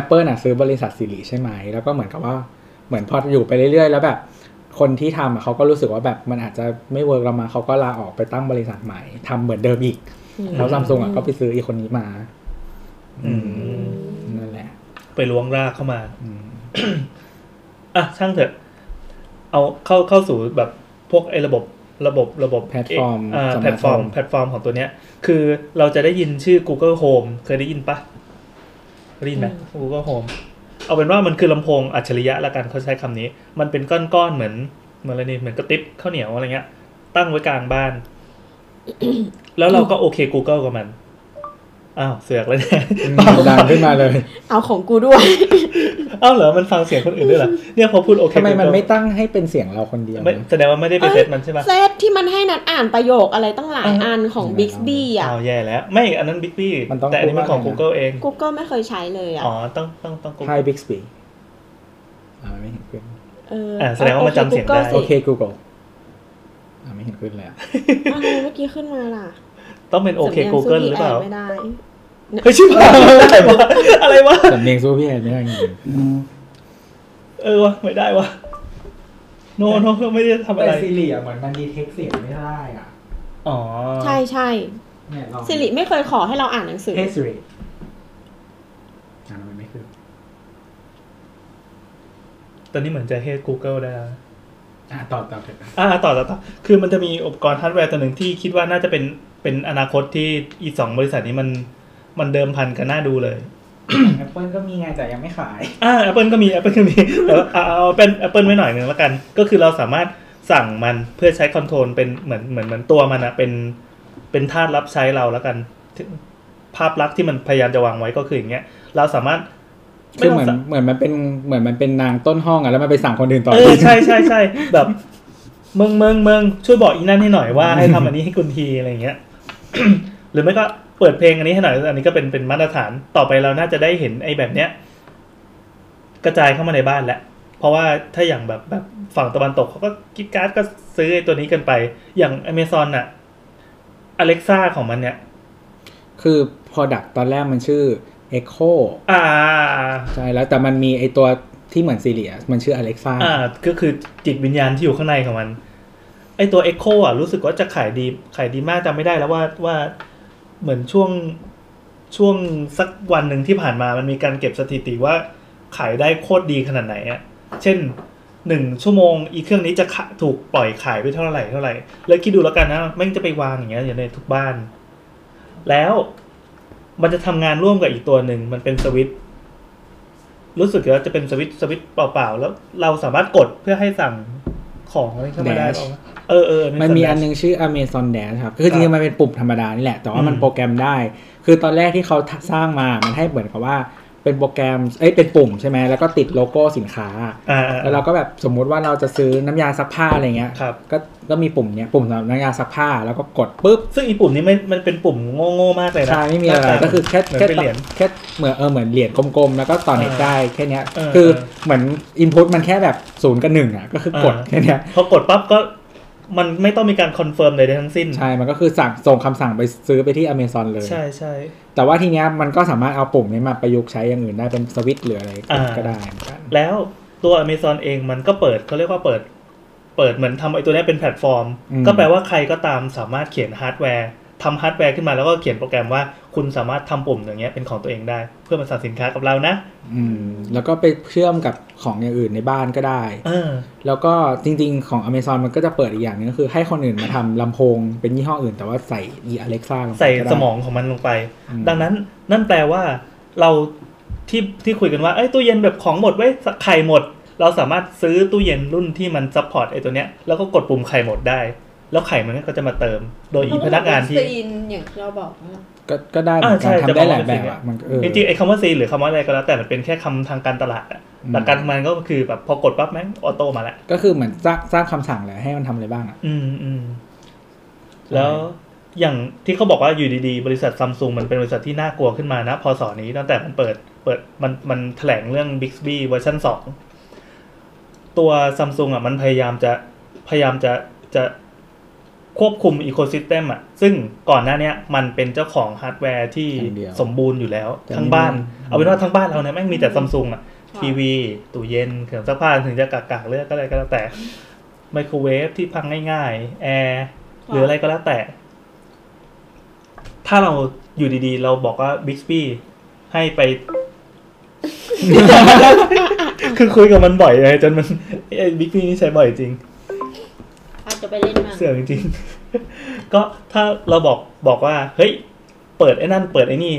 Apple น่ะซื้อบริษัทซีรีส์ใช่ไหม แล้วก็เหมือนกับว่าเหมือนพออยู่ไปเรื่อย ๆ แล้วแบบ คนที่ทำอ่ะเขาก็รู้สึกว่าแบบมันอาจจะไม่เวิร์กเรามาเขาก็ลาออกไปตั้งบริษัทใหม่ทำเหมือนเดิมอีก แล้วซัมซุงอ่ะก็ไปซื้ออีกคนนี้มา
อืม
นั่นแหละ
ไปล้วงรากเข้ามา
อืม
อ่ะ ช่างเถอะ เอาเข้าเข้าสู่แบบพวกไอ้ระบบระบบระบบ
แพลตฟอร์ม
เอ่อ
สมา
แพล
ร์
ต
ท
ฟอร์มแพลตฟอร์มของตัวเนี้ย คือเราจะได้ยินชื่อ Google Home เคยได้ยินปะเคยได้ยินไหม Google Home เอาเป็นว่ามันคือลำโพงอัจฉริยะละกันเขาใช้คำนี้ มันเป็นก้อนๆเหมือนเหมือนอะไรนี่เหมือนกระติบข้าวเหนียวอะไรเงี้ย ตั้งไว้กลางบ้าน แล้วเราก็โอเค Google กับมัน อ้าวเสือกเลยเนี่ย
ดังขึ้นมาเลย
เอาของกูด้วย
อ้าวเหรอมันฟังเสียงคนอื่นด้วยเหรอเนี่ยพอพูดโอเค
ทำไมมัน
Google
ไม่ตั้งให้เป็นเสียงเราคนเดียว
ไม่
นะ
แสดงว่าไม่ได้ไปเซตมันใช่ปะ
เซตที่มันให้นัดอ่านประโยคอะไรตั้งหลายอันของ
เอา
บิ๊กบีอ่ะ
อ้าวแย่แล้ว ไม่อันนั้นบิ๊กบี้
มันต้อง
แต่อันนี้
พูด
มันของ
ว่าไงนะ
Google เอง
Google ไม่เคยใช้เลยอ่ะ
อ๋อ ต้องต้องต้อง Google
Hi Bixby อ่าไม่เห็นขึ้น
เออ
แสดงว่ามันจำเสียงได้
โอ
โอ
เค
เค Google อ่ะไม่เห็นขึ้นเลย อะ
Google สิอ้าวเมื่อกี้ขึ้นมาล่ะ
ต้องเป็นโอเค
สำนียง
Google
สู้
หรือเปล่า
VI ไม่ได้
เฮ้ยชิบหายอะไรวะอะไรวะ
สำเนียงสู้พี่แอนไม่ได้จริง
เออวะไม่ได้วะโนโนเราไม่ได้ทำอะ
แต่
ไร
ซีรีส์อะเหมือนมันดีเทคเสียงไม่ได้อ่ะ
อ๋อ
ใช่ใช่
เนี่ยลอง
สิริไม่เคยขอให้เราอ่านหนังสือ
เฮ้ยซีรีส์อ่ะมันไม่ขึ้น
ตอนนี้เหมือนจะเฮด Google ได้แล้ว
อ่ะตอบตอบเถอะ
อ่าต่อต่อต่อคือมันจะมีอุปกรณ์ฮาร์ดแวร์ตัวหนึ่งที่คิดว่าน่าจะเป็นเป็นอนาคตที่อีสองบริษัทนี้มันมันเดิมพันกันน่าดูเลย
แอปเปิลก็มีไงแต่ยังไม่ขาย
อ่า Apple ก็มี Apple ก็มี แต่ว่าเอาเอาเป็น Apple ไว้หน่อยหนึ่งแล้วกัน ก็คือเราสามารถสั่งมันเพื่อใช้คอนโทรลเป็นเหมือนเหมือนเหมือนตัวมันอะเป็นเป็นธาตุรับใช้เราแล้วกันที่ภาพลักษณ์ที่มันพยายามจะวางไว้ก็คืออย่างเงี้ย เราสามารถ
ๆคือเหมือน
ไต้งสั่ง
เหมือนมันเป็นเหมือนมันเป็นนางต้นห้องอ่ะแล้วมันไปสั่งคนอื่นต่อ
เออใช่ใช่ใช่แบบเมืองเมืองเมืองช่วยบอกอีนั่นให้หน่อยว่าให้ทำอันนี้ให้คุณทีอะไรอย่างเงี้ ย หรือไม่ก็เปิดเพลงอันนี้ให้หน่อย อันนี้ก็เป็นเป็นมาตรฐานต่อไปเราน่าจะได้เห็นไอ้แบบเนี้ย กระจายเข้ามาในบ้านแล้ว เพราะว่าถ้าอย่างแบบแบบฝั่งตะวันตกเขาก็กิ๊กการ์ดก็ซื้อไอ้ตัวนี้กันไป อย่างอเมซอนน่ะอเล็กซ่าของมันเนี่ย
คือ product ตอนแรกมันชื่อ Echo
อ่า
ใช่แล้วแต่มันมีไอตัวที่เหมือนซีเรียมันชื่อ Alexa
อ่าก็คือจิตวิญญาณที่อยู่ข้างในของมัน ไอตัว Echo อ่ะรู้สึกว่าจะขายดีขายดีมากจำไม่ได้แล้วว่าว่า เหมือนช่วงช่วงสักวันหนึ่งที่ผ่านมามันมีการเก็บสถิติว่าขายได้โคตรดีขนาดไหนอะเช่นหนึ่งชั่วโมงอีเครื่องนี้จะขะถูกปล่อยขายไปเท่าไหร่เท่าไหร่ แล้วคิดดูแล้วกันนะแม่งจะไปวางอย่างเงี้ยอยู่ในทุกบ้าน แล้วมันจะทำงานร่วมกับอีกตัวหนึ่งมันเป็นสวิตช์รู้สึกว่าจะเป็นสวิตช์สวิตช์เปล่าๆ แล้วเราสามารถกดเพื่อให้สั่งของอะไรเข้ามาได้
Dash
เออเออ
มันมี
สำ
อันหนึงชื่อ Amazon Dash ครับคือจริงๆมันเป็นปุ่มธรรมดานี่แหละ แต่ว่ามันโปรแกรมได้ คือตอนแรกที่เขาสร้างมา มันให้เหมือนกับว่าเป็นโปรแกรม เอ้ย เป็นปุ่มใช่ไหม แล้วก็ติดโลโก้สินค้า
อ่า
แล้วเราก็แบบสมมุติว่าเราจะซื้อน้ำยาซักผ้าอะไรเงี้ย
ครับ
ก็ ก็มีปุ่มเนี้ย ปุ่มสำหรับน้ำยาซักผ้า แล้วก็กดปุ๊บ
ซึ่งอีปุ่มนี้ไม่มันเป็นปุ่มโง่ๆมากเลยนะ
ใช่ไม่มีอะไร
หน้าตา
ก็คือแค่
เหมือน
แค่
เป็นเหรียญ
แค่เหมือนเออเหมือนเหรียญกลมๆ แล้วก็ต่อเน็ต
เออ
ได้แค่เนี้ย
เออ
คือ
เออ
เหมือนอินพุตมันแค่แบบศูนย์กับหนึ่งอ่ะก็คือกด
เออ
แค่เนี้ย
พอกดปั๊บก็มันไม่ต้องมีการคอนเฟิร์มใดๆทั้งสิ้น
ใช่ มันก็คือสั่งส่งคำสั่งไปซื้อไปที่ Amazon เลย
ใช่ใช่
แต่ว่าทีเนี้ยมันก็สามารถเอาปุ่มนี้มาประยุกต์ใช้อย่างอื่นได้เป็นสวิตช์หรืออะไร
อ่า
ก็ได้เหมือนกัน
แล้วตัว Amazon เองมันก็เปิดเขาเรียกว่าเปิด เปิดเหมือนทำไอ้ตัวเนี้ยเป็นแพลตฟอร์ม ก็แปลว่าใครก็ตามสามารถเขียนฮาร์ดแวร์ทำฮาร์ดแวร์ขึ้นมาแล้วก็เขียนโปรแกรมว่าคุณสามารถทำปุ่มอย่างเงี้ยเป็นของตัวเองได้ เพื่อมาสั่งสินค้ากับเรานะ
อืมแล้วก็ไปเชื่อมกับของอย่างอื่นในบ้านก็ได้
เออ
แล้วก็จริง ๆ ของ Amazon มันก็จะเปิดอีกอย่างหนึงก็คือให้คนอื่นมาทำลำโพงเป็นยี่ห้ออื่น แต่ว่าใส่ e Alexa ลงไป
ใส่
ก็ได้
สมองของมันลงไป
อืม
ดังนั้นนั่นแปลว่าเราที่ที่คุยกันว่า เอ้ยตู้เย็นแบบของหมดไว้ยไข่หมด เราสามารถซื้อตู้เย็นรุ่นที่มันซัพพอร์ตไอ้ตัวเนี้ยแล้วก็กดปุ่มไข่หมดได้ แล้วไข่มันก็จะมาเติม โดยอีพนักงานที่
ซีนอย่างที่เราบอกนั่นแหละ
ก็ก็ได้เหมือนกัน
อ่าใช่
ทำได้หลาย
จะบอกว่าเป็นสิ่ง
แบบอะ
อะ
มันก็เออ
จริงๆไอ้คำว่าซีหรือคำว่าอะไรก็แล้วแต่มันเป็นแค่คำทางการตลาดอะ
อืม
หลักการทำงานก็คือแบบพอกดปั๊บแม่งออโต้มาแล้ว
ก็คือเหมือนสร้างสร้างคำสั่งแหละให้มันทำอะไรบ้างอ่ะ
อืมอืมแล้วอย่างที่เขาบอกว่าอยู่ดีๆ บริษัทซัมซุงมันเป็นบริษัทที่น่ากลัวขึ้นมานะพอสอนี้ตั้งแต่มันเปิดเปิดมันมันแถลงเรื่อง Bixby เวอร์ชันสอง ตัวซัมซุงอ่ะมันพยายามจะพยายามจะจะควบคุมอีโคซิสเต็มอ่ะ ซึ่งก่อนหน้าเนี้ยมันเป็นเจ้าของฮาร์ดแวร์ที่
อย่างเดียว
สมบูรณ์อยู่แล้ว
แต่
ทั้ง
นี่
บ้าน
มัน
เอาเป็นว่าทั้งบ้านเราเนี่ยแม่งมีแต่ซัมซุงอ่ะ ทีวี ตู้เย็นเครื่องซักผ้าถึงจะกากๆเลือกก็อะไรก็แล้วแต่ ไมโครเวฟที่พังง่ายๆ แอร์ หรืออะไรก็แล้วแต่ ถ้าเราอยู่ดีๆ เราบอกว่า Bixby ให้ไป คือคุยกับมันบ่อยไงจนมันไอ้บิ๊กนี่นี่ใช้บ่อยจริง
อาจจะไปเล่นมา
เสื่อมจริง ก็ถ้าเราบอกบอกว่า เฮ้ย เปิดไอ้นั่น เปิดไอ้นี่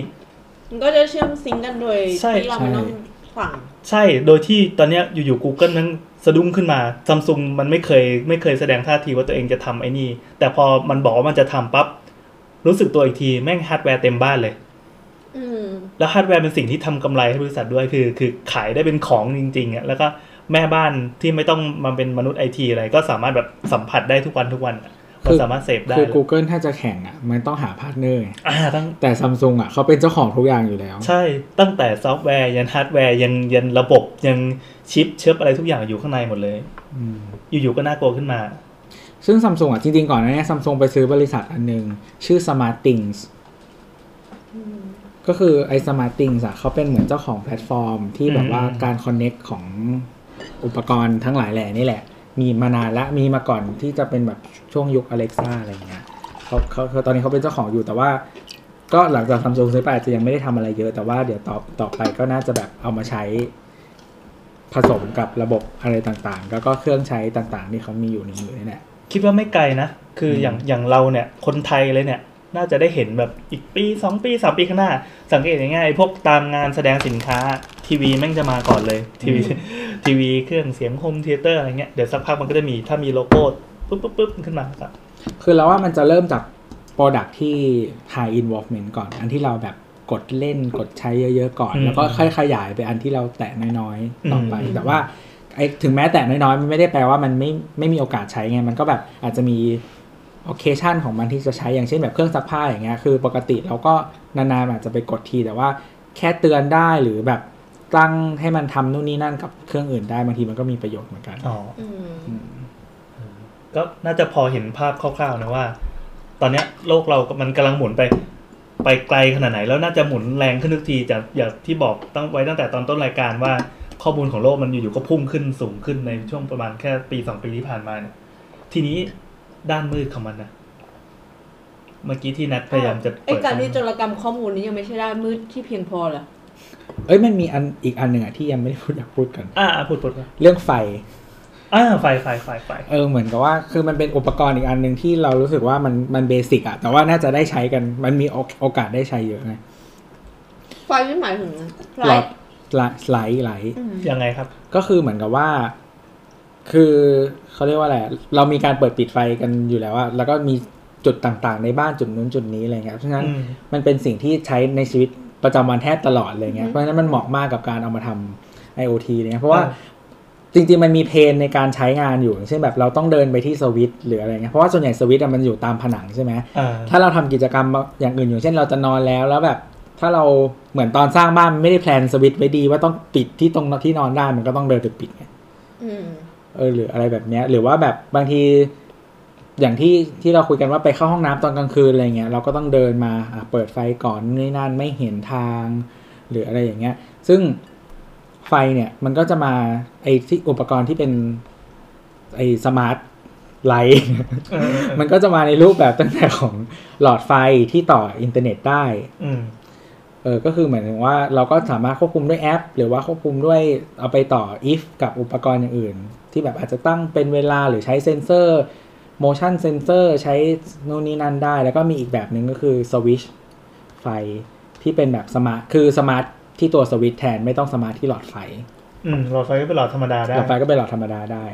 มันก็จะเชื่อมซิงก์กันโดย
ใช่
ที่เราไม่ต้อง
ใช่
ฝัง
ใช่ โดยที่ตอนเนี้ยอยู่ๆ Google นั้นสะดุ้งขึ้นมาซัมซุงมันไม่เคยไม่เคยแสดงท่าทีว่าตัวเองจะทำไอ้นี่ แต่พอมันบอกว่ามันจะทำปั๊บ รู้สึกตัวอีกทีแม่งฮาร์ดแวร์เต็มบ้านเลย
อืม
แล้วฮาร์ดแวร์เป็นสิ่งที่ทำกำไรให้บริษัทด้วยคือ คือขายได้เป็นของจริงๆอ่ะแล้วก็แม่บ้านที่ไม่ต้องมาเป็นมนุษย์ไอทีอะไรก็สามารถแบบสัมผัสได้ทุกวันทุกวันอะก็สามารถเสพได้
คือ
เลย
Google ถ้าจะแข่งอ่ะ มันต้องหาพาร์ทเนอร์ไง
อ่าตั้ง
แต่ซัมซุงอ่ะเขาเป็นเจ้าของทุกอย่างอยู่แล้ว
ใช่ตั้งแต่ซอฟต์แวร์ ยันฮาร์ดแวร์ยังยันระบบยังชิปเชิปอะไรทุกอย่างอยู่ข้างในหมดเลย
อืม
อยู่ๆก็น่ากลัวขึ้นมา
ซึ่งซัมซุงอ่ะ จริง ๆ ก่อนหน้านี้ซัมซุงไปซื้อบริษัทอันหนึง ชื่อ Smart Things ก็คือไอ้ Smart Things อ่ะเขาเป็นเหมือนเจ้าของแพลตฟอร์ม ที่แบบว่า
อืม
การคอนเน็กของอุปกรณ์ทั้งหลายแหล่นี่แหละ มีมานานละมีมาก่อนที่จะเป็นแบบช่วงยุค Alexa อะไรอย่างเงี้ยเขาเขาเขาตอนนี้เขาเป็นเจ้าของอยู่แต่ว่า ก็หลังจากซัมซุงซื้อไปอาจจะยังไม่ได้ทำอะไรเยอะ แต่ว่าเดี๋ยวต่อต่อไปก็น่าจะแบบเอามาใช้ ผสมกับระบบอะไรต่างๆ แล้วก็เครื่องใช้ต่างๆ ที่เขามีอยู่ในมือนี่แหละ
คิดว่าไม่ไกลนะ คือ
ม
อย่างอย่างเราเนี่ย คนไทยเลยเนี่ย น่าจะได้เห็นแบบอีกปีสองปีสามปีข้างหน้า สังเกตง่ายๆพวกตามงานแสดงสินค้า ทีวีแม่งจะมาก่อนเลย ทีวี ทีวีเครื่องเสียงโฮมเทเตอร์อะไรเงี้ย เดี๋ยวสักพักมันก็จะมีถ้ามีโลโก้ปุ๊บปุ๊บปุ๊บขึ้นมาครับ
คือเราว่ามันจะเริ่มจาก Product ที่ High Involvement ก่อน อันที่เราแบบกดเล่นกดใช้เยอะ ๆ ก่อน
อืม
แล้วก็ค่อยขยายไปอันที่เราแตะน้อยๆ ต่อไป
อืม
แต่ว่าไอ้ถึงแม้แตะน้อยๆ มันไม่ได้แปลว่ามันไม่ไม่มีโอกาสใช้ไง มันก็แบบอาจจะมีโอเคชันของมันที่จะใช้อย่างเช่นแบบเครื่องซักผ้าอย่างเงี้ยคือปกติเราก็นานๆอาจจะไปกดที แต่ว่าแค่เตือนได้หรือแบบตั้งให้มันทำนู่นนี่นั่นกับเครื่องอื่นได้บางทีมันก็มีประโยชน์เหมือนกัน
อ๋อ
อืม
ก็น่าจะพอเห็นภาพคร่าวๆนะว่า ตอนเนี้ยโลกเรามันกำลังหมุนไป ไปไกลขนาดไหน แล้วน่าจะหมุนแรงขึ้นทุกทีจากอย่างที่บอกตั้งไว้ตั้งแต่ตอนต้นรายการว่า ข้อมูลของโลกมันอยู่ๆก็พุ่งขึ้นสูงขึ้นในช่วงประมาณแค่ปีสองปีที่ผ่านมาเนี่ยทีนี้ด้านมืดของมันนะ เมื่อกี้ที่นัดพยายามจะ
ไอ้
เปิด
การที่โจรกรรมข้อมูลนี้ยังไม่ใช่ได้านมืดที่เพียงพอเหรอ
เอ้ยมันมีอันอีกอันหนึ่งอะที่ยังไม่ได้พูดอยากพูดกัน
อ่าพูดพูดว่า
เรื่องไฟ
อ่าไฟไฟไฟไฟ
เออเหมือนกับว่าคือมันเป็นอุปกรณ์อีกอันหนึ่งที่เรารู้สึกว่ามันมันเบสิกอะแต่ว่าน่าจะได้ใช้กันมันมีโอโอกาสได้ใช้เยอะไง
ไฟไม่หมายถึงไฟ
หลอดไลไลไล
ยังไงครับ
ก็คือเหมือนกับว่า คือเขาเรียกว่าอะไรเรามีการเปิดปิดไฟกันอยู่แล้วอะแล้วก็มีจุดต่างๆ ในบ้านจุดนู้นจุดนี้อะไรเงี้ยเพราะฉะนั้น
อืม
มันเป็นสิ่งที่ใช้ในชีวิตประจำวันแทบตลอดเลยเงี้ยเพราะฉะนั้นมันเหมาะมากกับการเอามาทำ IoT เนี่ยเพราะว่า จริงๆ มันมีเพนในการใช้งานอยู่อย่างเช่นแบบเราต้องเดินไปที่สวิตช์หรืออะไรเงี้ยเพราะว่าส่วนใหญ่สวิตช์อะมันอยู่ตามผนังใช่ไหม
อ่า
ถ้าเราทำกิจกรรมอย่างอื่นอย่างเช่นเราจะนอนแล้วแล้วแบบ ถ้าเราเหมือนตอนสร้างบ้านไม่ได้แพลนสวิตช์ไว้ดีว่าต้องปิดที่ตรงที่นอนได้มันก็ต้องเดินไปปิดไง
อืม
เออหรืออะไรแบบเนี้ยหรือว่าแบบบางทีอย่างที่ที่เราคุยกันว่าไปเข้าห้องน้ำตอนกลางคืนอะไรเงี้ยเราก็ต้องเดินมาอ่ะเปิดไฟก่อนนี่นั่นไม่เห็นทาง หรืออะไรอย่างเงี้ย ซึ่งไฟเนี่ยมันก็จะมาไอที่อุปกรณ์ที่เป็นไอสมาร์ทไลท์
เออเออเออ
มันก็จะมาในรูปแบบตั้งแต่ของหลอดไฟที่ต่ออินเทอร์เน็ตได้
อืม
เออ ก็คือเหมือนถึงว่าเราก็สามารถควบคุมด้วยแอป หรือว่าควบคุมด้วยเอาไปต่อ if กับอุปกรณ์อย่างอื่น ที่แบบอาจจะตั้งเป็นเวลาหรือใช้เซนเซอร์ motion sensor ใช้นู่นนี่นั่นได้ แล้วก็มีอีกแบบหนึ่งก็คือ switch ไฟที่เป็นแบบสมาร์ทคือสมาร์ทที่ตัวสวิตช์แทนไม่ต้องสมาร์ทที่หลอดไฟ
อืมหลอดไฟก็เป็นหลอดธรรมดาได้
หลอดไฟก็เป็นหลอดธรรมดาได้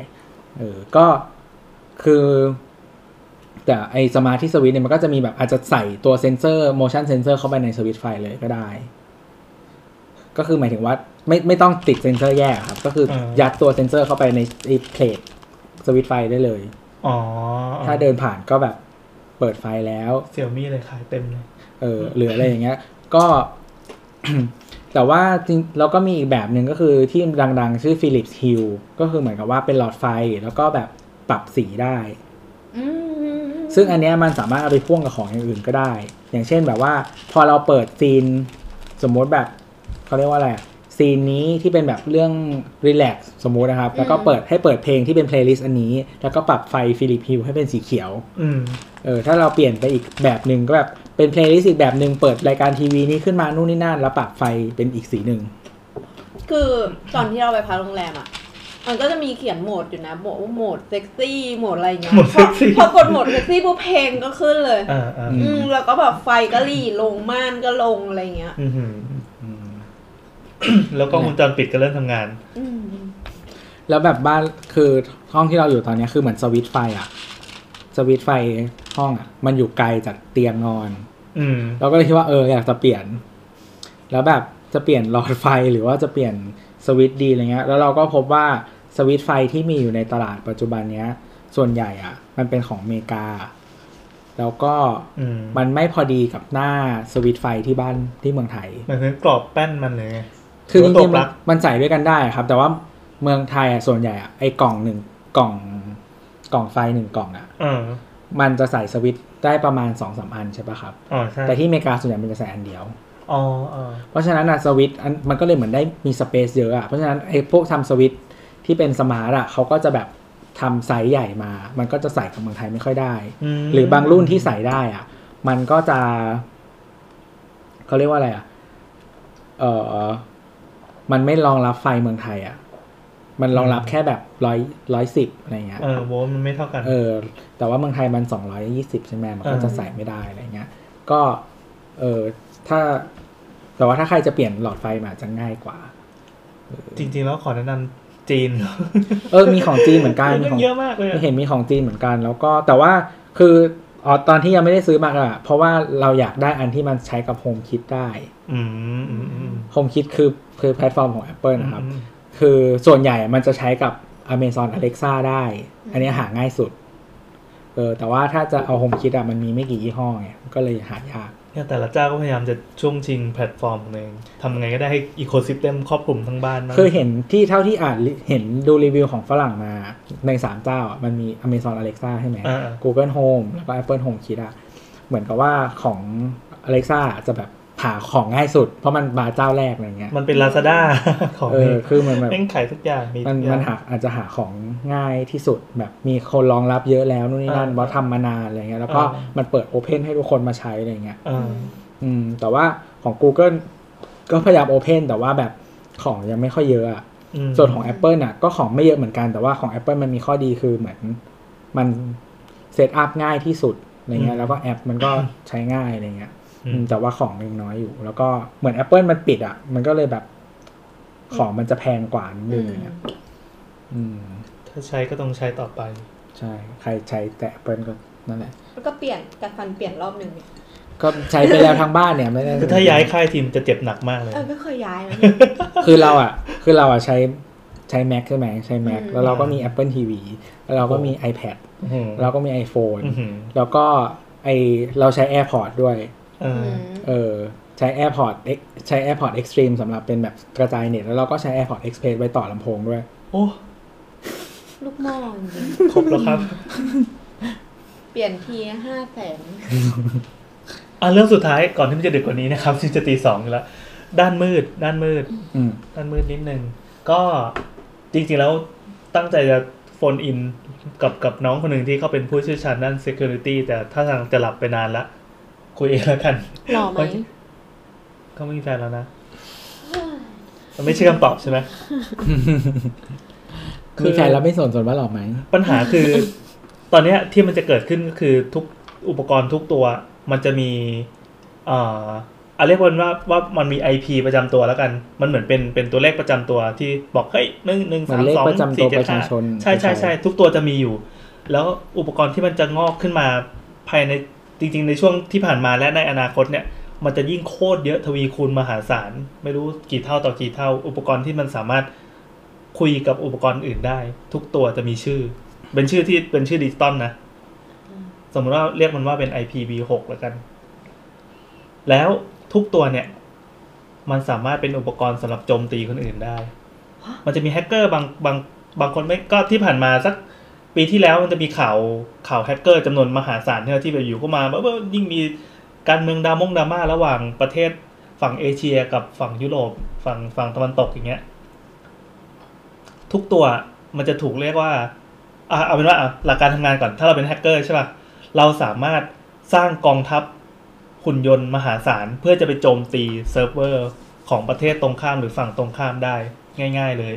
เออ ก็คือ แต่ไอสมาร์ทที่สวิตช์เนี่ยมันก็จะมีแบบอาจจะใส่ตัวเซนเซอร์ motion sensor เข้าไปในสวิตช์ไฟเลยก็ได้ ก็คือหมายถึงว่า ไม่ไม่ต้องติดเซนเซอร์แยกครับ ก็คืออา ยัดตัวเซนเซอร์เข้าไปในไอเพลทสวิตช์ไฟได้เลย
อ๋อ
ถ้าเดินผ่านก็แบบเปิดไฟแล้ว
เสี่ยมี่เลยขายเต็มเลย
เออหรืออะไรอย่างเงี้ย ก็ แต่ว่าจริงเราก็มีอีกแบบหนึ่งก็คือที่ดังๆ ชื่อ Philips Hue ก็คือเหมือนกับว่าเป็นหลอดไฟแล้วก็แบบปรับสีได้
อืม
ซึ่งอันเนี้ยมันสามารถเอาไปพ่วงกับของอย่างอื่นก็ได้ อย่างเช่นแบบว่า พอเราเปิดซีน สมมติแบบเขาเรียกว่าอะไรอะซีนนี้ที่เป็นแบบเรื่องรีแลกซ์สมมตินะครับ แล้วก็เปิดให้เปิดเพลงที่เป็นเพลย์ลิสต์อันนี้ แล้วก็ปรับไฟฟิลิปฮิวให้เป็นสีเขียว
อืม
เออถ้าเราเปลี่ยนไปอีกแบบหนึ่งก็แบบเป็นเพลย์ลิสต์อีกแบบหนึ่งเปิดรายการทีวีนี้ขึ้นมานู่นนี่นั่นแล้วปรับไฟเป็นอีกสีหนึ่ง
คือตอนที่เราไปพักโรงแรมอ่ะ มันก็จะมีเขียนโหมดอยู่นะบอกว่าโหมดเซ็กซี่โหมดอะไรอย่างเงี้ย
โหมด
พอ
sexy
พอกดโหมดเซ็กซี่ปุ๊บเพลงก็ขึ้นเลย
อ่าอ่า
อืมแล้วก็แบบไฟก็หลีลงม่านก็ลงอะไรอย่างเงี้ย
อืมแล้วก็วงจรปิดก็เริ่มทำงาน
อืม
แล้วแบบบ้านคือห้องที่เราอยู่ตอนเนี้ยคือเหมือนสวิตช์ไฟอะสวิตช์ไฟห้องอะมันอยู่ไกลจากเตียงนอน
อืม
เราก็เลยคิดว่าเอออยากจะเปลี่ยน แล้วแบบจะเปลี่ยนหลอดไฟหรือว่าจะเปลี่ยนสวิตช์ดีอะไรเงี้ย แล้วเราก็พบว่าสวิตช์ไฟที่มีอยู่ในตลาดปัจจุบันเนี้ย ส่วนใหญ่อะมันเป็นของอเมริกา แล้วก็
อืม
มันไม่พอดีกับหน้าสวิตช์ไฟที่บ้านที่เมืองไทย
หมายถึงกรอบแป้นมันเลยไง
คือจ
ตัว
ริงๆ
ปลั๊
มัน
ก
มันใส่ด้วยกันได้ครับ แต่ว่าเมืองไทยอ่ะส่วนใหญ่อ่ะไอ้กล่องหนึ่งกล่องกล่องไฟหนึ่งกล่องอ่ะ
อ่า
มันจะใส่สวิตช์ได้ประมาณสองสามอันใช่ปะครับ
อ๋อใช่
แต่ที่อเมริกาส่วนใหญ่มันจะใส่อันเดียว
อ๋ออ๋อ
เพราะฉะนั้นอ่ะสวิตช์อันมันก็เลยเหมือนได้มีสเปซเยอะอ่ะ เพราะฉะนั้นไอ้พวกทำสวิตช์ที่เป็นสมาร์ทอ่ะเขาก็จะแบบทำไซส์ใหญ่มา มันก็จะใส่กับเมืองไทยไม่ค่อยได้
ม
หรือบางรุ่นที่ใส่ได้อ่ะ มันก็จะเขาเรียกว่าอะไรอ่ะ เออมันไม่รองรับไฟเมืองไทย อ่ะ มันรองรับแค่แบบร้อยร้อยสิบอะไรเงี้ย
เออโวลต์มันไม่เท่ากัน
เออ แต่ว่าเมืองไทยมันสองร้อยยี่สิบใช่ไหมมันก็
เออ
จะใส่ไม่ได้อะไรเงี้ย ก็ เออถ้า แต่ว่าถ้าใครจะเปลี่ยนหลอดไฟมาอาจจะง่ายกว่า
จริง ๆ แล้วขอแนะนำจีน
เออ มีของจีนเหมือนกันมี
เรื่อ
ของ
งเยอะมากเลยอะ
ไม่เห็นมีของจีนเหมือนกัน แล้วก็แต่ว่าคืออ๋อตอนที่ยังไม่ได้ซื้อมาอะเพราะว่าเราอยากได้อันที่มันใช้กับโฮมคิดได้
อืมอืมอืม
โฮมคิดคือคือแพลตฟอร์มของ Apple นะครับ
อืม
คือส่วนใหญ่มันจะใช้กับ Amazon Alexa ได้ อันนี้หาง่ายสุดเออแต่ว่าถ้าจะเอาโฮมคิดอะมันมีไม่กี่ยี่ห้อไงก็เลยหายาก
เนี่ยแต่ละเจ้าก็พยายามจะช่วงชิงแพลตฟอร์มของตัวเองทำไงก็ได้ให้อีโคซิสเต็มครอบคลุมทั้งบ้านมั้ง
คือเห็นที่เท่าที่อ่านลิเห็นดูรีวิวของฝรั่งมาในสามเจ้าอ่ะมันมี Amazon Alexa ใช่ไหม
อ่า
Google Home แล้วก็ Apple HomeKit อะเหมือนกับว่าของ Alexa จะแบบ หาของง่ายสุด เพราะมันมาเจ้าแรกอะไรเงี้ย
มันเป็นลาซาด้า ของ
เออคือมันแบบ
แม่งขายทุกอย่างมี
มัน
ทุกอย่
มั
ง
นหาอาจจะหาของง่ายที่สุดแบบมีคนรองรับเยอะแล้วนู่นนี่นั่น
อ่า
เพราะทำมานานอะไรเงี้ยแล้วก็
อ่า
มันเปิดโอเพนให้ทุกคนมาใช้อะไรเงี้ย
เออ
อืมแต่ว่าของ Google ก็พยายามโอเพนแต่ว่าแบบของยังไม่ค่อยเยอะอะ
อืม
ส่วนของ Apple น่ะก็ของไม่เยอะเหมือนกันแต่ว่าของ Apple มันมีข้อดีคือเหมือนมันเซตอัพง่ายที่สุดอะไรเงี้ยแล้วก็แอปมันก็ใช้ง่ายอะไรเงี้ย
อื
อื
ม
มแต่ว่าของยังน้อยอยู่ แล้วก็เหมือน Apple มันปิดอ่ะ มันก็เลยแบบของมันจะแพงกว่านิดนึงอะไรเงี้ยอืม
ถ้าใช้ก็ต้องใช้ต่อไป
ใช่ใครใช้แต่ Apple ก็นั่นแหละ
แล้วก็เปลี่ยนกัดฟันเปลี่ยนรอบหนึ่งเนี่ย
ก็ใช้ไปแล้วทั้งบ้านเนี่ยไม่ได้
คือถ้าย้ายค่ายทีมจะเจ็บหนักมากเลย
เออก็เคยย้ายแล้ว
คือเราอ่ะ คือเราอ่ะใช้ใช้ Mac ใช่ไหมใช้ Mac
อืม
แล้วเราก็มี Apple TV แล้วเราก็มี iPad เราก็มี iPhone แล้วก็ไอเราใช้ AirPods ด้วย
เอออ
เออใช้ AirPods X ใช้ AirPods Extreme สำหรับเป็นแบบกระจายเน็ต แล้วเราก็ใช้ AirPods Express ไว้ต่อลำโพงด้วย
โอ้
ลูกหมอจริง
ครบแล้วครับ
ๆเปลี่ยนทีห้าแสน
อ่ะเรื่องสุดท้ายก่อนที่มันจะดึกกว่านี้นะครับที่จะตีสองอยู่แล้ว ด้านมืด ด้านมืด
อืม
ด้านมืดนิดนึง ก็จริงๆแล้วตั้งใจจะโฟนอินกับกับน้องคนหนึ่งที่เขาเป็นผู้เชี่ยวชาญด้าน Security แต่ถ้าทางจะหลับไปนานละ คุยเองแล้วกัน
หล่อไหม
เขาไม่มีแฟนแล้วนะมันไม่ใช่คำตอบใช่ไหม คือ
มีแฟนแล้วไม่สนสนว่าหร อไหม
ปัญหาคือ ตอนเนี้ยที่มันจะเกิดขึ้นก็คือทุกอุปกรณ์ทุกตัว มันจะมีเอ่อเอาเรียกมันว่าว่ามันมี IP ประจำตัวแล้วกัน มันเหมือนเป็นเป็นตัวเลขประจำตัวที่บอกเฮ้ยหนึ่งหนึ่ง
มั
สาน ม
เลข
สอง
ประจำตั
สี่
ว
เจ็
ป
ด
ระชา
ห้า
ชน
ใช่ใช่ใช่ทุกตัวจะมีอยู่ แล้วอุปกรณ์ที่มันจะงอกขึ้นมาภายในจริง ๆ ในช่วงที่ผ่านมาและในอนาคตเนี่ย มันจะยิ่งโคตรเยอะทวีคูณมหาศาล ไม่รู้กี่เท่าต่อกี่เท่า อุปกรณ์ที่มันสามารถคุยกับอุปกรณ์อื่นได้ ทุกตัวจะมีชื่อ เป็นชื่อที่เป็นชื่อดิจิตอลนะ สมมติว่าเรียกมันว่าเป็น IPv6 แล้วกัน แล้วทุกตัวเนี่ย มันสามารถเป็นอุปกรณ์สำหรับโจมตีคนอื่นได้ มันจะมีแฮกเกอร์บางบางบางคนไม่ก็ที่ผ่านมาสัก ปีที่แล้วมันจะมีข่าวข่าวแฮกเกอร์จำนวนมหาศาลที่เราที่แบบอยู่ก็มาแบบว่ายิ่งมีการเมืองดรามงดราม่าระหว่างประเทศฝั่งเอเชียกับฝั่งยุโรปฝั่งฝั่งตะวันตกอย่างเงี้ย ทุกตัวมันจะถูกเรียกว่าอ่ะเอาเป็นว่าอ่ะหลักการทำงานก่อน ถ้าเราเป็นแฮกเกอร์ใช่ป่ะเราสามารถสร้างกองทัพหุ่นยนต์มหาศาล เพื่อจะไปโจมตีเซิร์ฟเวอร์ของประเทศตรงข้ามหรือฝั่งตรงข้ามได้ง่าย ๆเลย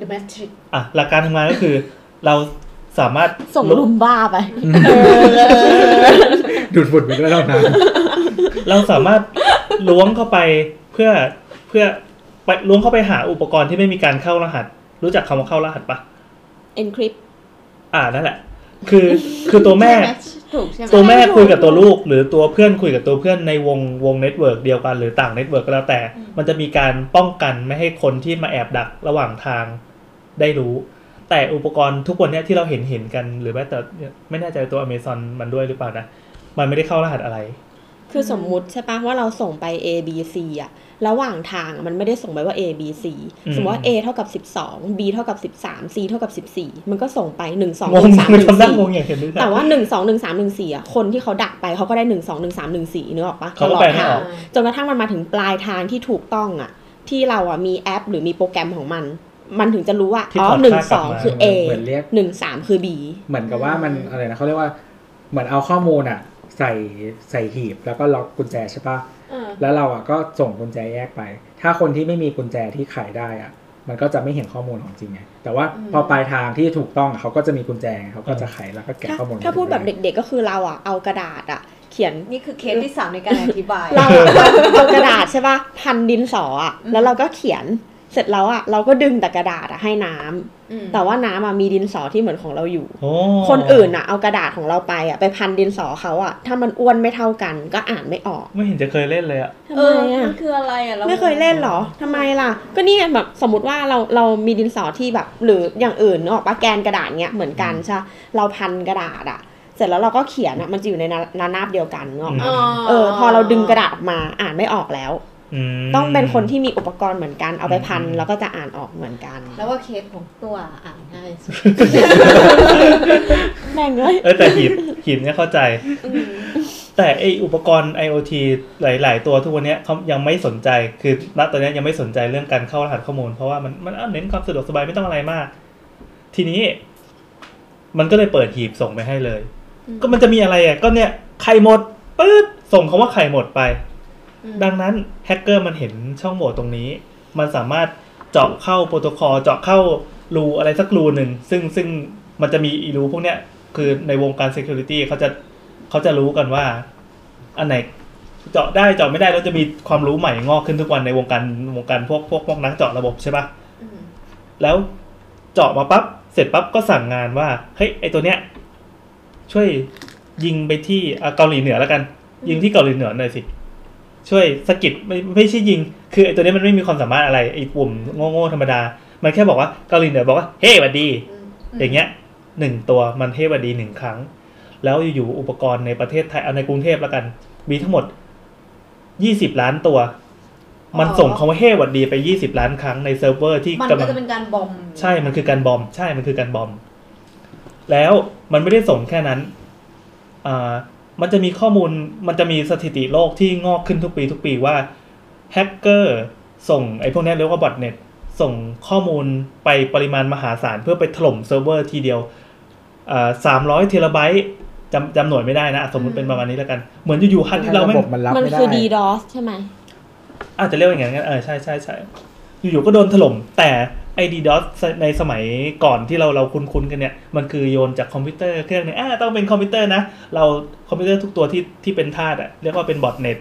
The Matrix
อ่ะหลักการทำงานก็คือ เราสามารถ
ส่ง
ลุก
ลุมบ้าไป
ดูดฝุ่นไปด้วยแล้วนะ
เราสามารถ ล้วงเข้าไปเพื่อเพื่อไปล้วงเข้าไปหาอุปกรณ์ที่ไม่มีการเข้ารหัส รู้จักคำว่าเข้ารหัสปะ
encrypt
อ่านั่นแหละ คือคือตัวแม่
ถูกใช่ไหม
ตัวแม่คุยกับตัวลูก หรือตัวเพื่อนคุยกับตัวเพื่อนในวงวงเน็ตเวิร์กเดียวกันหรือต่างเน็ตเวิร์กก็แล้วแต่ มันจะมีการป้องกันไม่ให้คนที่มาแอบดักระหว่างทางได้รู้ แต่อุปกรณ์ทุกวันเนี้ยที่เราเห็นเห็นกันหรือแม้แต่ไม่แน่ใจตัวอเมซอนมันด้วยหรือเปล่านะมันไม่ได้เข้ารหัสอะไร
คือสมมุติใช่ปะว่าเราส่งไป A B C อะระหว่างทางอะมันไม่ได้ส่งไปว่า A B C
อืม
สมมติว่า A เท่ากับ 12 B เท่ากับ 13 C เท่ากับ 14 มันก็ส่งไป 1 2 1
งง
3
เป็นคำนั่งงง
1
อย่างเห็นด้วย
4
นะ
แต่ว่า 1 2 1 3 1 4อะคนที่เขาดักไปเขาก็ได้ 1 2 1 3 1 4นึกออกปะ
เขาก็แปลไม่
ทา
ออง ก
จนกระทั่งมันมาถึงปลายทางที่ถูกต้องอะที่เราอะมีแอป หรือมีโปรแกรมของมัน มันถึงจะรู้ว่า
ที่
อ๋อ
ถอด
หนึ่ง
ค่าก
ส
ลับ
อง
มา
คือ A
เหมือนเรียก
หนึ่งสามคือ B
เหมือนกับว่ามันอะไรนะเขาเรียกว่าเหมือนเอาข้อมูลอ่ะ ใส่ใส่หีบแล้วก็ล็อกกุญแจใช่ปะ
เออ
แล้วเราอ่ะก็ส่งกุญแจแยกไป ถ้าคนที่ไม่มีกุญแจที่ขายได้อ่ะ มันก็จะไม่เห็นข้อมูลของจริงไง แต่ว่าพอปลายทางที่ถูกต้องอ่ะเขาก็จะมีกุญแจไงเขาก็จะไขแล้วก็แกะ
ถ้า
ข้อมูล
ถ้าพูดแบบเด็กๆก็คือเราอะเอากระดาษอะเขียน
นี่คือเคสที่สามในการอธิบาย
เราอะเอากระดาษใช่ป่ะพันดินสออะแล้วเราก็เขียนเสร็จแล้วอะเราก็ดึงแต่กระดาษอะให้น้ำ
อืม
แต่ว่าน้ำอะมีดินสอที่เหมือนของเราอยู่
โอ้
คนอื่นอะเอากระดาษของเราไปอะไปพันดินสอเขาอะถ้ามันอ้วนไม่เท่ากันก็อ่านไม่ออก
ไม่เห็นจะเคยเล่นเลยอะ
ทำ
เอ
ไม
อ
อะ
มันคืออะไรอ่ะเรา
ไม่เคยเล่นเหรอทำไมล่ะ ก็นี่ไงแบบสมมติว่าเราเรามีดินสอที่แบบ หรืออย่างอื่นเนกออกปะแกนกระดาษเนี้ยเหมือนกันใช่ปะเราพันกระดาษอะเสร็จแล้วเราก็เขียนอะมันจะอยู่ในระนาบเดียวกันเนกออกปะเออ พอเราดึงกระดาษออกมาอ่านไม่ออกแล้ว
ม
ต้องเป็นคนที่มีอุปกรณ์เหมือนกันเอาไปพัน
อืม
แล้วก็จะอ่านออกเหมือนกัน
แล้วว่าเคสของตัวอ่านง่ายสุด
แม่งเลย
เออแต่หีบหีบเนี่ยเข้าใจ แ แต่ไออุปกรณ์ IoT หลาย ๆ ตัวทุกวันเนี้ยเขายังไม่สนใจคือณตอนเนี้ยยังไม่สนใจเรื่องการเข้ารหัสข้อมูล เพราะว่ามันมันเน้นความสะดวกสบายไม่ต้องอะไรมาก ทีนี้ มันก็เลยเปิดหีบส่งไปให้เลย ก็มันจะมีอะไรอ่ะก็เนี่ยไข่หมดปึ๊บส่งคาว่าไข่หมดไป ดังนั้นแฮกเกอร์มันเห็นช่องโหว่ตรงนี้ มันสามารถเจาะเข้าโปรโตคอลเจาะเข้ารูอะไรสักรูหนึ่ง ซึ่งซึ่งมันจะมีอีรูพวกเนี้ย คือในวงการ Security เขาจะเขาจะรู้กันว่า อันไหนเจาะได้เจาะไม่ได้แล้วจะมีความรู้ใหม่งอกขึ้นทุกวันในวงการวงการพวกพวกพวกนักเจาะระบบใช่ปะแล้วเจาะมาปั๊บเสร็จปั๊บก็สั่งงานว่าเฮ้ยไอตัวเนี้ย ช่วยยิงไปที่อ่ะเกาหลีเหนือแล้วกัน ยิงที่เกาหลีเหนือหน่อยสิ ช่วยสะกิดไม่ไม่ใช่ยิง คือไอตัวเนี้ยมันไม่มีความสามารถอะไรไอปุ่มโง่ๆธรรมดา มันแค่บอกว่าเกาหลีเหนือบอกว่าเฮ้หวัดดี อย่างเงี้ยหนึ่งตัวมันเฮ้หวัดดีหนึ่งครั้ง แล้วอยู่ๆอุปกรณ์ในประเทศไทยเอาในกรุงเทพแล้วกัน มีทั้งหมดยี่สิบล้านตัว มันส่งคำว่าเฮ้หวัดดีไปยี่สิบล้านครั้งในเซิร์ฟเวอร์ที่
มัน
กำ
ก็
ลัง
จะเป็นการบอม
ใช่ มันคือการบอม ใช่ มันคือการบอม แล้วมันไม่ได้ส่งแค่นั้นอ่ามันจะมีข้อมูล มันจะมีสถิติโลกที่งอกขึ้นทุกปีทุกปีว่าแฮกเกอร์ส่งไอ้พวกเนี้ยเรียกว่าบอทเน็ต ส่งข้อมูลไปปริมาณมหาศาลเพื่อไปถล่มเซิร์ฟเวอร์ทีเดียวสามร้อยเทราไบต์จำจำหน่วยไม่ได้นะ สมมติเป็นประมาณนี้แล้วกัน เหมือนอยู่ๆฮัทที่เรา
ระ
ไม่
บ
ง
บมันรับ
มัน
ไม่ได้
คือดีดอสใช่ไหม
อาจจะเรียกว่าอย่างนั้นก็เออใช่ใช่ใช่อยู่ๆก็โดนถล่ม แต่ไอดีดอสในสมัยก่อนที่เราเราคุ้นๆกันเนี่ย มันคือโยนจากคอมพิวเตอร์เครื่องหนึงอ่าต้องเป็นคอมพิวเตอร์นะ เราคอมพิวเตอร์ทุกตัวที่ที่เป็นธาตุอะเรียกว่าเป็นบอทเน็ต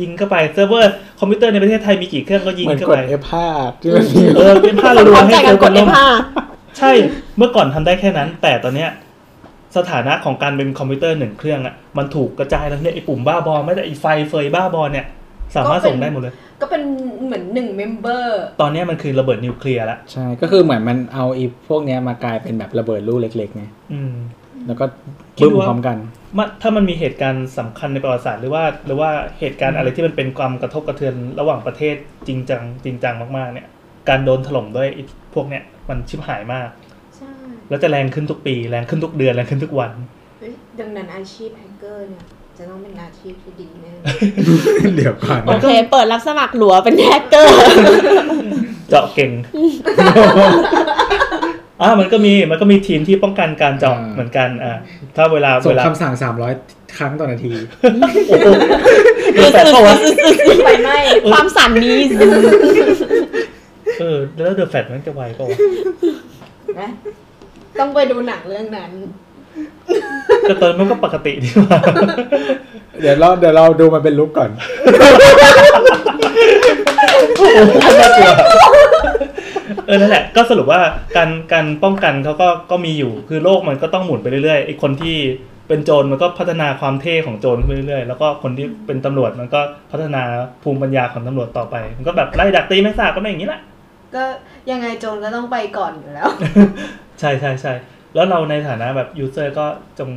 ยิงเข้าไปเซิร์ฟเวอร์คอมพิวเตอร์ในประเทศไทยมีกี่เครื่องก็ยิง
เหมือน
เข้าก
ด
ไป
F5 ที่มันมี
เออเป็นผ้าลัวๆให้เซิร์ฟเวอร์ล่ม
F5
ใช่เมื่อก่อนทำได้แค่นั้น แต่ตอนเนี้ยสถานะของการเป็นคอมพิวเตอร์หนึ่งเครื่องอะมันถูกกระจายแล้วเนี่ยไอปุ่มบ้าบอไม่ได้ไอไฟเฟยบ้าบอเนี่ย สามารถส่งได้หมดเลย
ก็เป็นเหมือนหนึ่งเมมเบอร์
ตอนเนี้ยมันคือระเบิดนิวเคลียร์ละ
ใช่ ก็คือเหมือนมันเอาไอีพวกเนี้ยมากลายเป็นแบบระเบิดลูกเล็กๆไง
อืม
แล้วก็
คิด
บึ้ม
ว่า
พร้อมกัน
มันถ้ามันมีเหตุการณ์สำคัญในประวัติศาสตร์หรือว่า หรือว่าเหตุการณ์อะไรที่มันเป็นความกระทบกระเทือนระหว่างประเทศจริงจังจริงจังมากๆ เนี่ย การโดนถล่มด้วยไอ้พวกเนี้ยมันชิบหายมาก
ใช่
แล้วจะแรงขึ้นทุกปี แรงขึ้นทุกเดือนแรงขึ้นทุกวัน
เฮ้ยดังนั้นอาชีพแฮกเกอร์เนี่ย จะต้องเป็นอาชีพที่ดี แน่
เดี๋ยวก่อน
โอเค เปิดรับสมัครหลัวเป็นแฮกเกอร์
เจาะ เก่ง อ่ะมันก็มีมันก็มีทีมที่ป้องกันการเจาะเหมือนกันอ่ะถ้าเวลา
ส่
เว
ง
ลา
คำสั่ง 300 ครั้งต่อนาที
โอ้โหเดี๋ยวแปดเข้าวะ
ไปไหมความสั่นนี้
เออแล้วเดอะแฟตมันจะไวเปล่าวะ
นะต้องไปดูหนังเรื่องนั้น
แต่ตอนนนมันก็ปกติดีว่า
เดี๋ยวเราเดี๋ยวเราดูมันเป็นลุกก่อน
เออนั่นแหละก็สรุปว่าการการป้องกันเขาก็ก็มีอยู่คือโลกมันก็ต้องหมุนไปเรื่อยๆไอ้คนที่เป็นโจรมันก็พัฒนาความเท่ของโจรขึ้นไปเรื่อยๆแล้วก็คนที่เป็นตำรวจมันก็พัฒนาภูมิปัญญาของตำรวจต่อไป มันก็แบบไล่ดักตีไม่ทราบก็ไม่อย่างนี้แหละ
ก็ยังไงโจรก็ต้องไปก่อนอยู่แล้ว
ใช่ใช่ใช่แล้วเราในฐานะแบบยูเซอร์ก็จง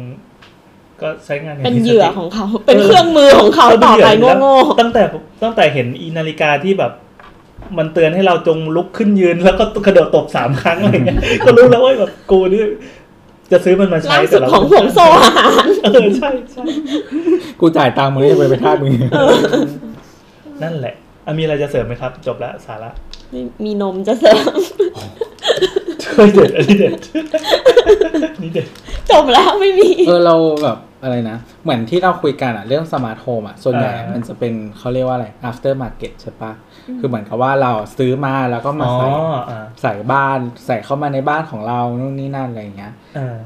ก็ใช้งานอย่าง
เป็น
มีสติ
เหยื่อของเขา เป็นเครื่องมือของเขาต่อไปโง่ๆ
ตั้งแต่ตั้งแต่เห็นอีนาฬิกาที่แบบ มันเตือนให้เราจงลุกขึ้นยืนแล้วก็กระโดดตบสามครั้งอะไร เงี้ย ก็รู้แล้วว่าแบบกูนี่จะซื้อมันมาใช้
ล่าสุ
แต่
ด
เรา
ของห่วงโซ่อาหาร
เออใช่ใช่
กูจ่ายตังค์มึงแล้วจะไปไปนทาสมึง
นั่นแหละอ่ะมีอะไรจะเสริมไหมครับ จบละสาระ
นี่มีนมจะเสริม
เฮ้ยเด็ดอันนี้เด็ด นี่เด็ด
จบแล้วไม่มี
เออเราแบบอะไรนะ เหมือนที่เราคุยกันอะเรื่องสมาร์ทโฮมอะส่วนใหญ่มันจะเป็นเขาเรียกว่าอะไร after market ใช่ปะคือเหมือนกับว่าเราซื้อมาแล้วก็มา
อ๋อ
ใส่
อ่า
ใส่บ้าน ใส่เข้ามาในบ้านของเรานู่นนี่นั่นอะไรอย่างเงี้ย
อ่า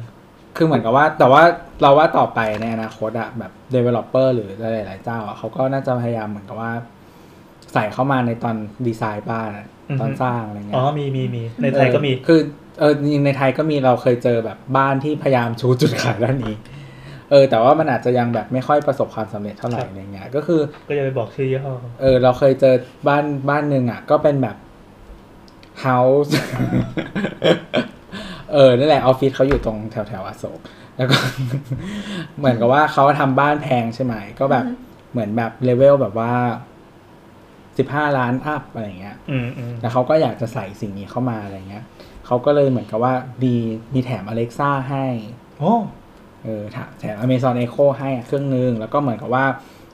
คือเหมือนกับว่าแต่ว่าเราว่าต่อไปในอนาคตอะแบบ developer หรือหลายๆเจ้าอะเขาก็น่าจะพยายามเหมือนกับว่า ใส่เข้ามาในตอนดีไซน์บ้านอะตอนสร้างอะไร
อ๋
เงี้
อย มีมีมีในไทยก็มี
เออคือเออจริงๆในไทยก็มีเราเคยเจอแบบบ้านที่พยายามชูจุดขายด้านนี้ เออ แต่ว่ามันอาจจะยังแบบไม่ค่อยประสบความสำเร็จเท่าไหร่
ครับ
อะไรเงี้ยก็คือ
ก็จะไปบอกชื่อยี่ห้อ
เออ เราเคยเจอบ้านบ้านหนึ่งอ่ะ ก็เป็นแบบ house เออนั่นแหละออฟฟิศเขาอยู่ตรงแถวแถวๆอโศกแล้วก็ เหมือนกับว่าเขาทำบ้านแพงใช่ไหม ก็แบบเหมือนแบบเลเวลแบบว่าสิบห้าล้านอัพอะไรอย่างเงี้ย
อืมอืม
แล้วเขาก็อยากจะใส่สิ่งนี้เข้ามาอะไรเงี้ยเขาก็เลยเหมือนกับว่ามีมีแถม Alexa ให้
โอ้
เออถ้าแถม Amazon Echo ให้อะเครื่องหนึง แล้วก็เหมือนกับว่า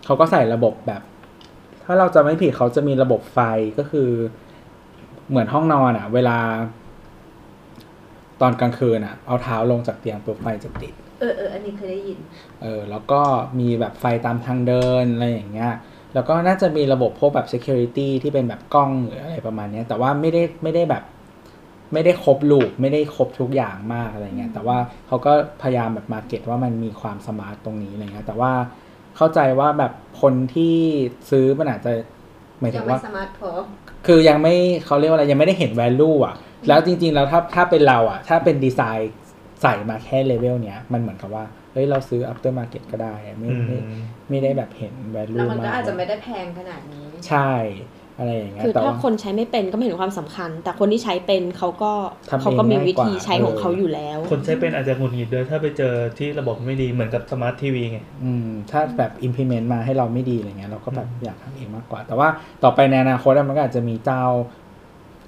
เขาก็ใส่ระบบแบบ ถ้าเราจะไม่ผิดเขาจะมีระบบไฟก็คือ เหมือนห้องนอนอะเวลา ตอนกลางคืนอะเอาเท้าลงจากเตียงปุ๊บไฟจะติด
เออเอออันนี้เคยได้ยิน
เออแล้วก็มีแบบไฟตามทางเดินอะไรอย่างเงี้ย แล้วก็น่าจะมีระบบพวกแบบ security ที่เป็นแบบกล้องหรืออะไรประมาณเนี้ย แต่ว่าไม่ได้ไม่ได้แบบ ไม่ได้ครบลูกไม่ได้ครบทุกอย่างมากอะไรเงี้ย แต่ว่าเขาก็พยายามแบบมาเก็ตว่ามันมีความสมาร์ตตรงนี้อะไรเงี้ย แต่ว่าเข้าใจว่าแบบคนที่ซื้อมันอาจจะหมายถึ
ยัง
ง
ไม่
ว่า
สมาร์ทพอ
คือยังไม่เขาเรียกว่าอะไรยังไม่ได้เห็น value อ่ะ แล้วจริง ๆ แล้วถ้าถ้าเป็นเราอ่ะ ถ้าเป็นดีไซน์ใส่มาแค่เลเวลเนี้ย มันเหมือนกับว่า เฮ้ย เราซื้อ after market ก็ได้อะไม่
อื
ไม่
ม
ไม่ได้แบบเห็น value มา
แล้วมัน
ก
ก็อาจจะไม่ได้แพงขนาดนี้
ใช่ อะไรอย่างเงี้ย
คือ
แต่
ถ้า
ว่า
คนใช้ไม่เป็นก็ไม่เห็นความสำคัญ แต่คนที่ใช้เป็นเขาก็
ทำเอง
เขาก็มีวิธี
ง่ายกว่า
ใช้ของเขาอยู่แล้ว
คนใช้เป็นอาจจะหงุดหงิดด้วยถ้าไปเจอที่ระบบไม่ดีเหมือนกับสมาร์ททีวีไง
อืมถ้าแบบ implement มาให้เราไม่ดีอะไรเงี้ยเราก็แบบอยากทำเองมากกว่า แต่ว่าต่อไปในอนาคตอะมันก็อาจจะมีเจ้า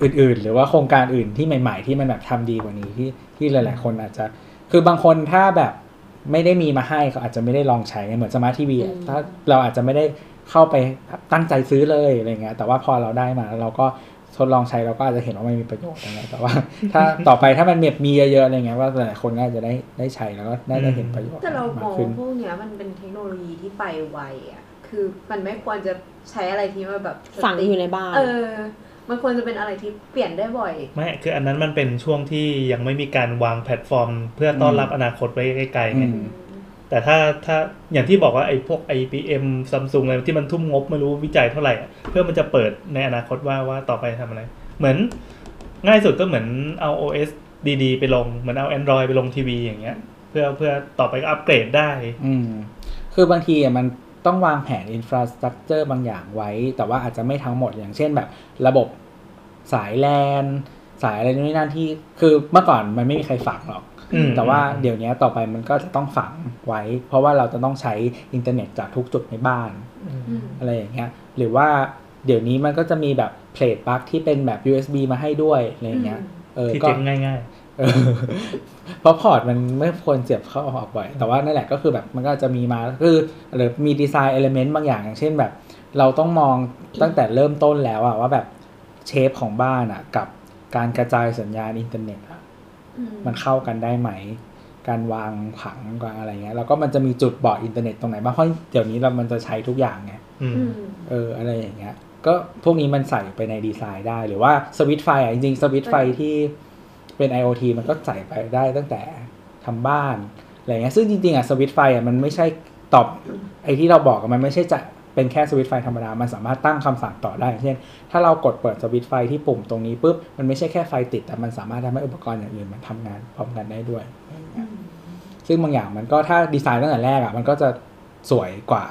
อื่น ๆ หรือว่าโครงการอื่นที่ใหม่ ๆ ที่มันแบบทำดีกว่านี้ที่ที่หลาย ๆ คนอาจจะ คือบางคนถ้าแบบไม่ได้มีมาให้เขาอาจจะไม่ได้ลองใช้ไงเหมือนสมาร์ททีวี
อืม
ถ้าเราอาจจะไม่ได้เข้าไปตั้งใจซื้อเลยอะไรเงี้ยแต่ว่าพอเราได้มาแล้วเราก็ทดลองใช้เราก็อาจจะเห็นว่ามันมีประโยชน์อะไรเงี้ยแต่ว่า ถ้าต่อไปถ้ามันมีมีเยอะๆอะไรเงี้ยว่าหลายๆคนน่าจะได้ได้ใช้แล้วก็น่าจะเห็นประโยชน์
แต่เราม
มา
อก ง
ขึ้น
พวกเนี้ยมันเป็นเทคโนโลยีที่ไปไวอ่ะ คือมันไม่ควรจะใช้อะไรที่มาแบบ
ฝังอยู่ในบ้าน
เออ มันควรจะเป็นอะไรที่เปลี่ยนได้บ่อย
ไม่ คืออันนั้นมันเป็นช่วงที่ยังไม่มีการวางแพลตฟอร์ม เพื่อต้อนรับอนาคตไว้ไกลๆไง
อืม
แต่ถ้าถ้าอย่างที่บอกว่าไอ้พวก IBM Samsung อะไรที่มันทุ่มงบไม่รู้วิจัยเท่าไหร่อะเพื่อมันจะเปิดในอนาคตว่าว่าต่อไปทำอะไร เหมือนง่ายสุดก็เหมือนเอา OS ดีๆ ไปลง เหมือนเอา Android ไปลงทีวีอย่างเงี้ย เพื่อเพื่อต่อไปก็อัปเกรดได้
อืม คือบางทีอ่ะมันต้องวางแผนอินฟราสตรักเจอร์บางอย่างไว้ แต่ว่าอาจจะไม่ทั้งหมดอย่างเช่นแบบระบบสายแลน สายอะไรนู่นนนั่นที่ คือเมื่อก่อนมันไม่มีใครฝังหรอก
อืม
แต่ว่าเดี๋ยวนี้ต่อไปมันก็จะต้องฝังไว้ เพราะว่าเราจะต้องใช้อินเทอร์เน็ตจากทุกจุดในบ้าน อะไรอย่างเงี้ย หรือว่าเดี๋ยวนี้มันก็จะมีแบบเพลทปลั๊กที่เป็นแบบ USB มาให้ด้วยอะไรอย่างเงี้ย เออ
ที่
ก็
เจ๊งง่าย
เออ เพราะพอร์ตมันไม่ควรเสียบเข้าออกบ่อย แต่ว่านั่นแหละก็คือแบบมันก็จะมีมาคือหรือมีดีไซน์เอลเมนต์บางอย่างอย่างเช่นแบบ เราต้องมองตั้งแต่เริ่มต้นแล้วอะว่าแบบเชฟของบ้านอะกับการกระจายสัญญาณอินเทอร์เน็ตอะมันเข้ากันได้ไหม การวางผังการอะไรเงี้ยแล้วก็มันจะมีจุดบอดอินเทอร์เน็ตตรงไหนบ้างเพราะเดี๋ยวนี้เรามันจะใช้ทุกอย่างไง
ๆอืม
เอออะไรอย่างเงี้ย ก็พวกนี้มันใส่ไปในดีไซน์ได้ หรือว่าสวิตช์ไฟอ่ะจริงๆสวิตช์ไฟที่เป็น IoT มันก็ใส่ไปได้ตั้งแต่ทำบ้านอะไรเงี้ยซึ่งจริงๆอ่ะสวิตช์ไฟอ่ะมันไม่ใช่ตอบไอ้ที่เราบอกอะมันไม่ใช่จะเป็นแค่สวิตช์ไฟธรรมดา มันสามารถตั้งคำสั่งต่อได้ เช่น ถ้าเรากดเปิดสวิตช์ไฟที่ปุ่มตรงนี้ปุ๊บมันไม่ใช่แค่ไฟติด แต่มันสามารถทำให้อุปกรณ์อย่างอื่นมันทำงานพร้อมกันได้ด้วย ซึ่งบางอย่างมันก็ถ้าดีไซน์ตั้งแต่แรกอ่ะมันก็จะสวยกว่า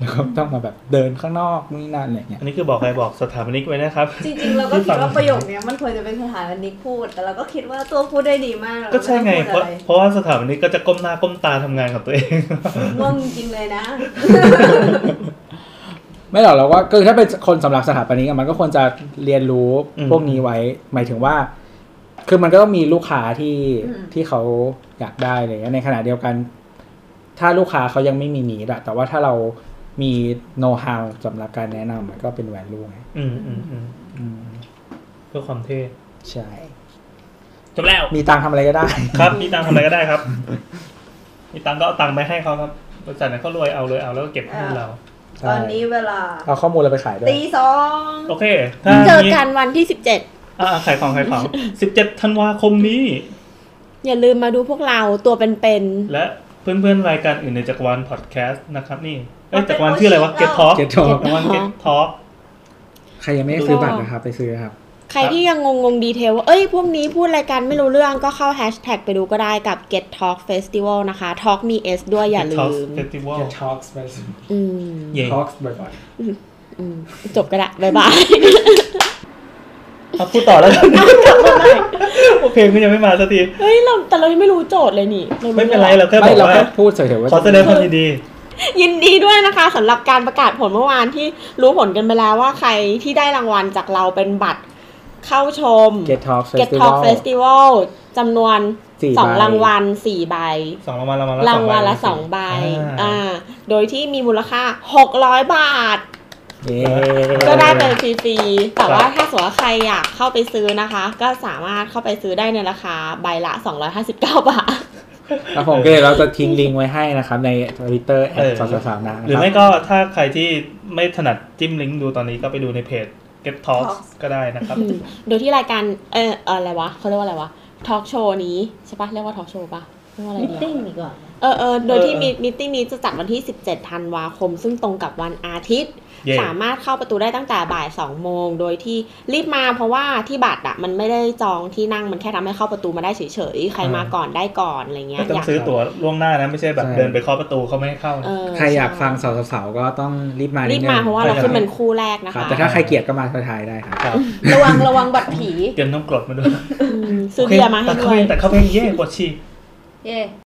แล้วก็ต้องมาแบบเดินข้างนอกนู่นนนั่นอะไรเงี้ย
อันนี้คือบอกใครบอกสถาปนิกไว้นะครับ
จริงๆ เราก็
ที่
คิ
ฟั
ด
ง
ว่าประโยคเนี้ยมันควรจะเป็นสถานนิกพูด แต่เราก็คิดว่าตัวพูดได้ดีมากเรา
ก็ใช่ไง
ม่
เพ
ด้พูด
ราะ
อะร
เพราะว่าสถาปนิกก็จะก้มหน้าก้มตาทำงานกับตัวเอง
ง่วงจริงๆเลยนะ
ไม่หรอกเราว่าคือถ้าเป็นคนสำหรับสถาปนิกอะมันก็ควรจะเรียนรู้
อืม
พวกนี้ไว้ หมายถึงว่า คือมันก็ต้องมีลูกค้าที่
อืม
ที่เขาอยากได้อะไรเลยในขณะเดียวกัน ถ้าลูกค้าเขายังไม่มีนีดอะแต่ว่าถ้าเรามีโน้ตฮาวสำหรับการแนะนำมันก็เป็นแวลูไง
อืมอืมอืม
อืม
เพื่อความเท่
ใช่
จบแล้ว
มีตังค์ทำอะไรก็ได้
ครับ มีตังค์ทำอะไรก็ได้ครับ มีตังค์ก็เอาตังค์ไปให้เขาครับบริษัทไหนเขารวยเอาเลยเอาแล้วก็เก็บให้เรา
ตอนนี้เวลา
เอาข้อมูลเราไปขายด้วย
ตีสอง
โอเค ถ้า
เจอ
มี
กันวันที่สิบเจ็ด
อ่าขายของขายของ 17 ธันวาคมนี้
อย่าลืมมาดูพวกเราตัวเป็น
และเพื่อนๆ รายการอื่นในจักรวาลพอดแคสต์นะครับนี่ เอ้ยจักรวาลชื่ออะไรวะ Get Talk
Get Talk
จักรวาล Get Talk
ใครยังไม่ได้ซื้อบัตรนะครับ ไปซื้อครับ
ๆ ใครที่ยังงงงๆดีเทลว่า เอ้ย พวกนี้พูดอะไรายการไม่รู้เรื่องก็เข้าแฮชแท็กไปดูก็ได้กับ Get Talk Festival นะคะ Talk มี S ด้วยอย่า
Get
ลื
Talk
ม
Festival
Get talks ไป
อืม
เย่
talks บ่อย
อืมจบก็ละบ๊ายบาย
เอาพูดต่อแล้วกัน โอเคมันยังไม่มาสักที
เฮ้ยเราแต่เรายังไม่รู้โจทย์เลยนี่า
ไม่เป็นไรเราแค่บอ
ไม่
ก
เรา
ว่า
แค่พูดเฉยๆว่า
ขอแสดงความยินดี
ยินดีด้วยนะคะสำหรับการประกาศผลเมื่อวานที่รู้ผลกันไปแล้วว่าใครที่ได้รางวัลจากเราเป็นบัตร
เข้าชม
Get Talk
Get Talk
Festival
Festival จำนวน
สี่
สอง
ใบ
รางวัลสี่ใบ
สองรางวัลรางวัล
รางวัลละ
ใบ
สองใบ
อ่า
อ่า โดยที่มีมูลค่าหกร้อยบาท
เย้
ก็ได้ไปฟรีๆ แต่
ครับ
ว่าถ้าสมมติว่าใครอยากเข้าไปซื้อนะคะ ก็สามารถเข้าไปซื้อได้ในราคาใบละ 259 บาท
แล้วผมก็เดี๋ยวเราจะทิ้งลิงก์ไว้ให้นะครับ ในทวิตเตอร์แอ
เอ
ด
อ
สาวสาวนะ
หรือไม่ก็ถ้าใครที่ไม่ถนัดจิ้มลิงก์ดูตอนนี้ก็ไปดูในเพจ Get Talks ก็ได้นะครับ
อืมโดยที่รายการเออเอ่ออะไรวะเขาเรียกว่าอะไรวะทอล์กโชว์นี้ใช่ปะเรียกว่าทอล์กโชว์ปะเรียกว่าอะไร
มิ
ดี
ท
อะ
ติ้งดีกว่า
เออเออโดยที่
เออ
มีมิทติ้งนี้จะจัดวันที่ 17 ธันวาคม ซึ่งตรงกับวันอาทิตย์
เย้
สามารถเข้าประตูได้ตั้งแต่บ่าย 2 โมง โดยที่รีบมาเพราะว่าที่บัตรอะมันไม่ได้จองที่นั่งมันแค่ทำให้เข้าประตูมาได้เฉยๆ ใครมาก่อนได้ก่อนอะไรเงี้
ก็
ย
ต้องซื้อตั๋วล่วงหน้านะ ไม่ใช่แบบเดินไปเคาะประตูเขาไม่ให้เข้านะ
เออ
ใครอยาก
ช่
ฟังสาวสาวก็ต้องรีบมา
รี
นิด
บ
นึง
มาเพราะว่าเรา
ใครอยาก
ขึ้นเป็นคู่แรกนะ
ครั
คะ
บแต่ถ้าใครเกลียดก็มาท้ายๆได้ครับ
ครับ
ระวังระวังบัตรผี
เตรียมน้ำกรดมาด้วย
อืมซื้อเบียร์มาให้
แต่
ด้วย
แต่เขาเพลงเย่ปวดฉี่
เย่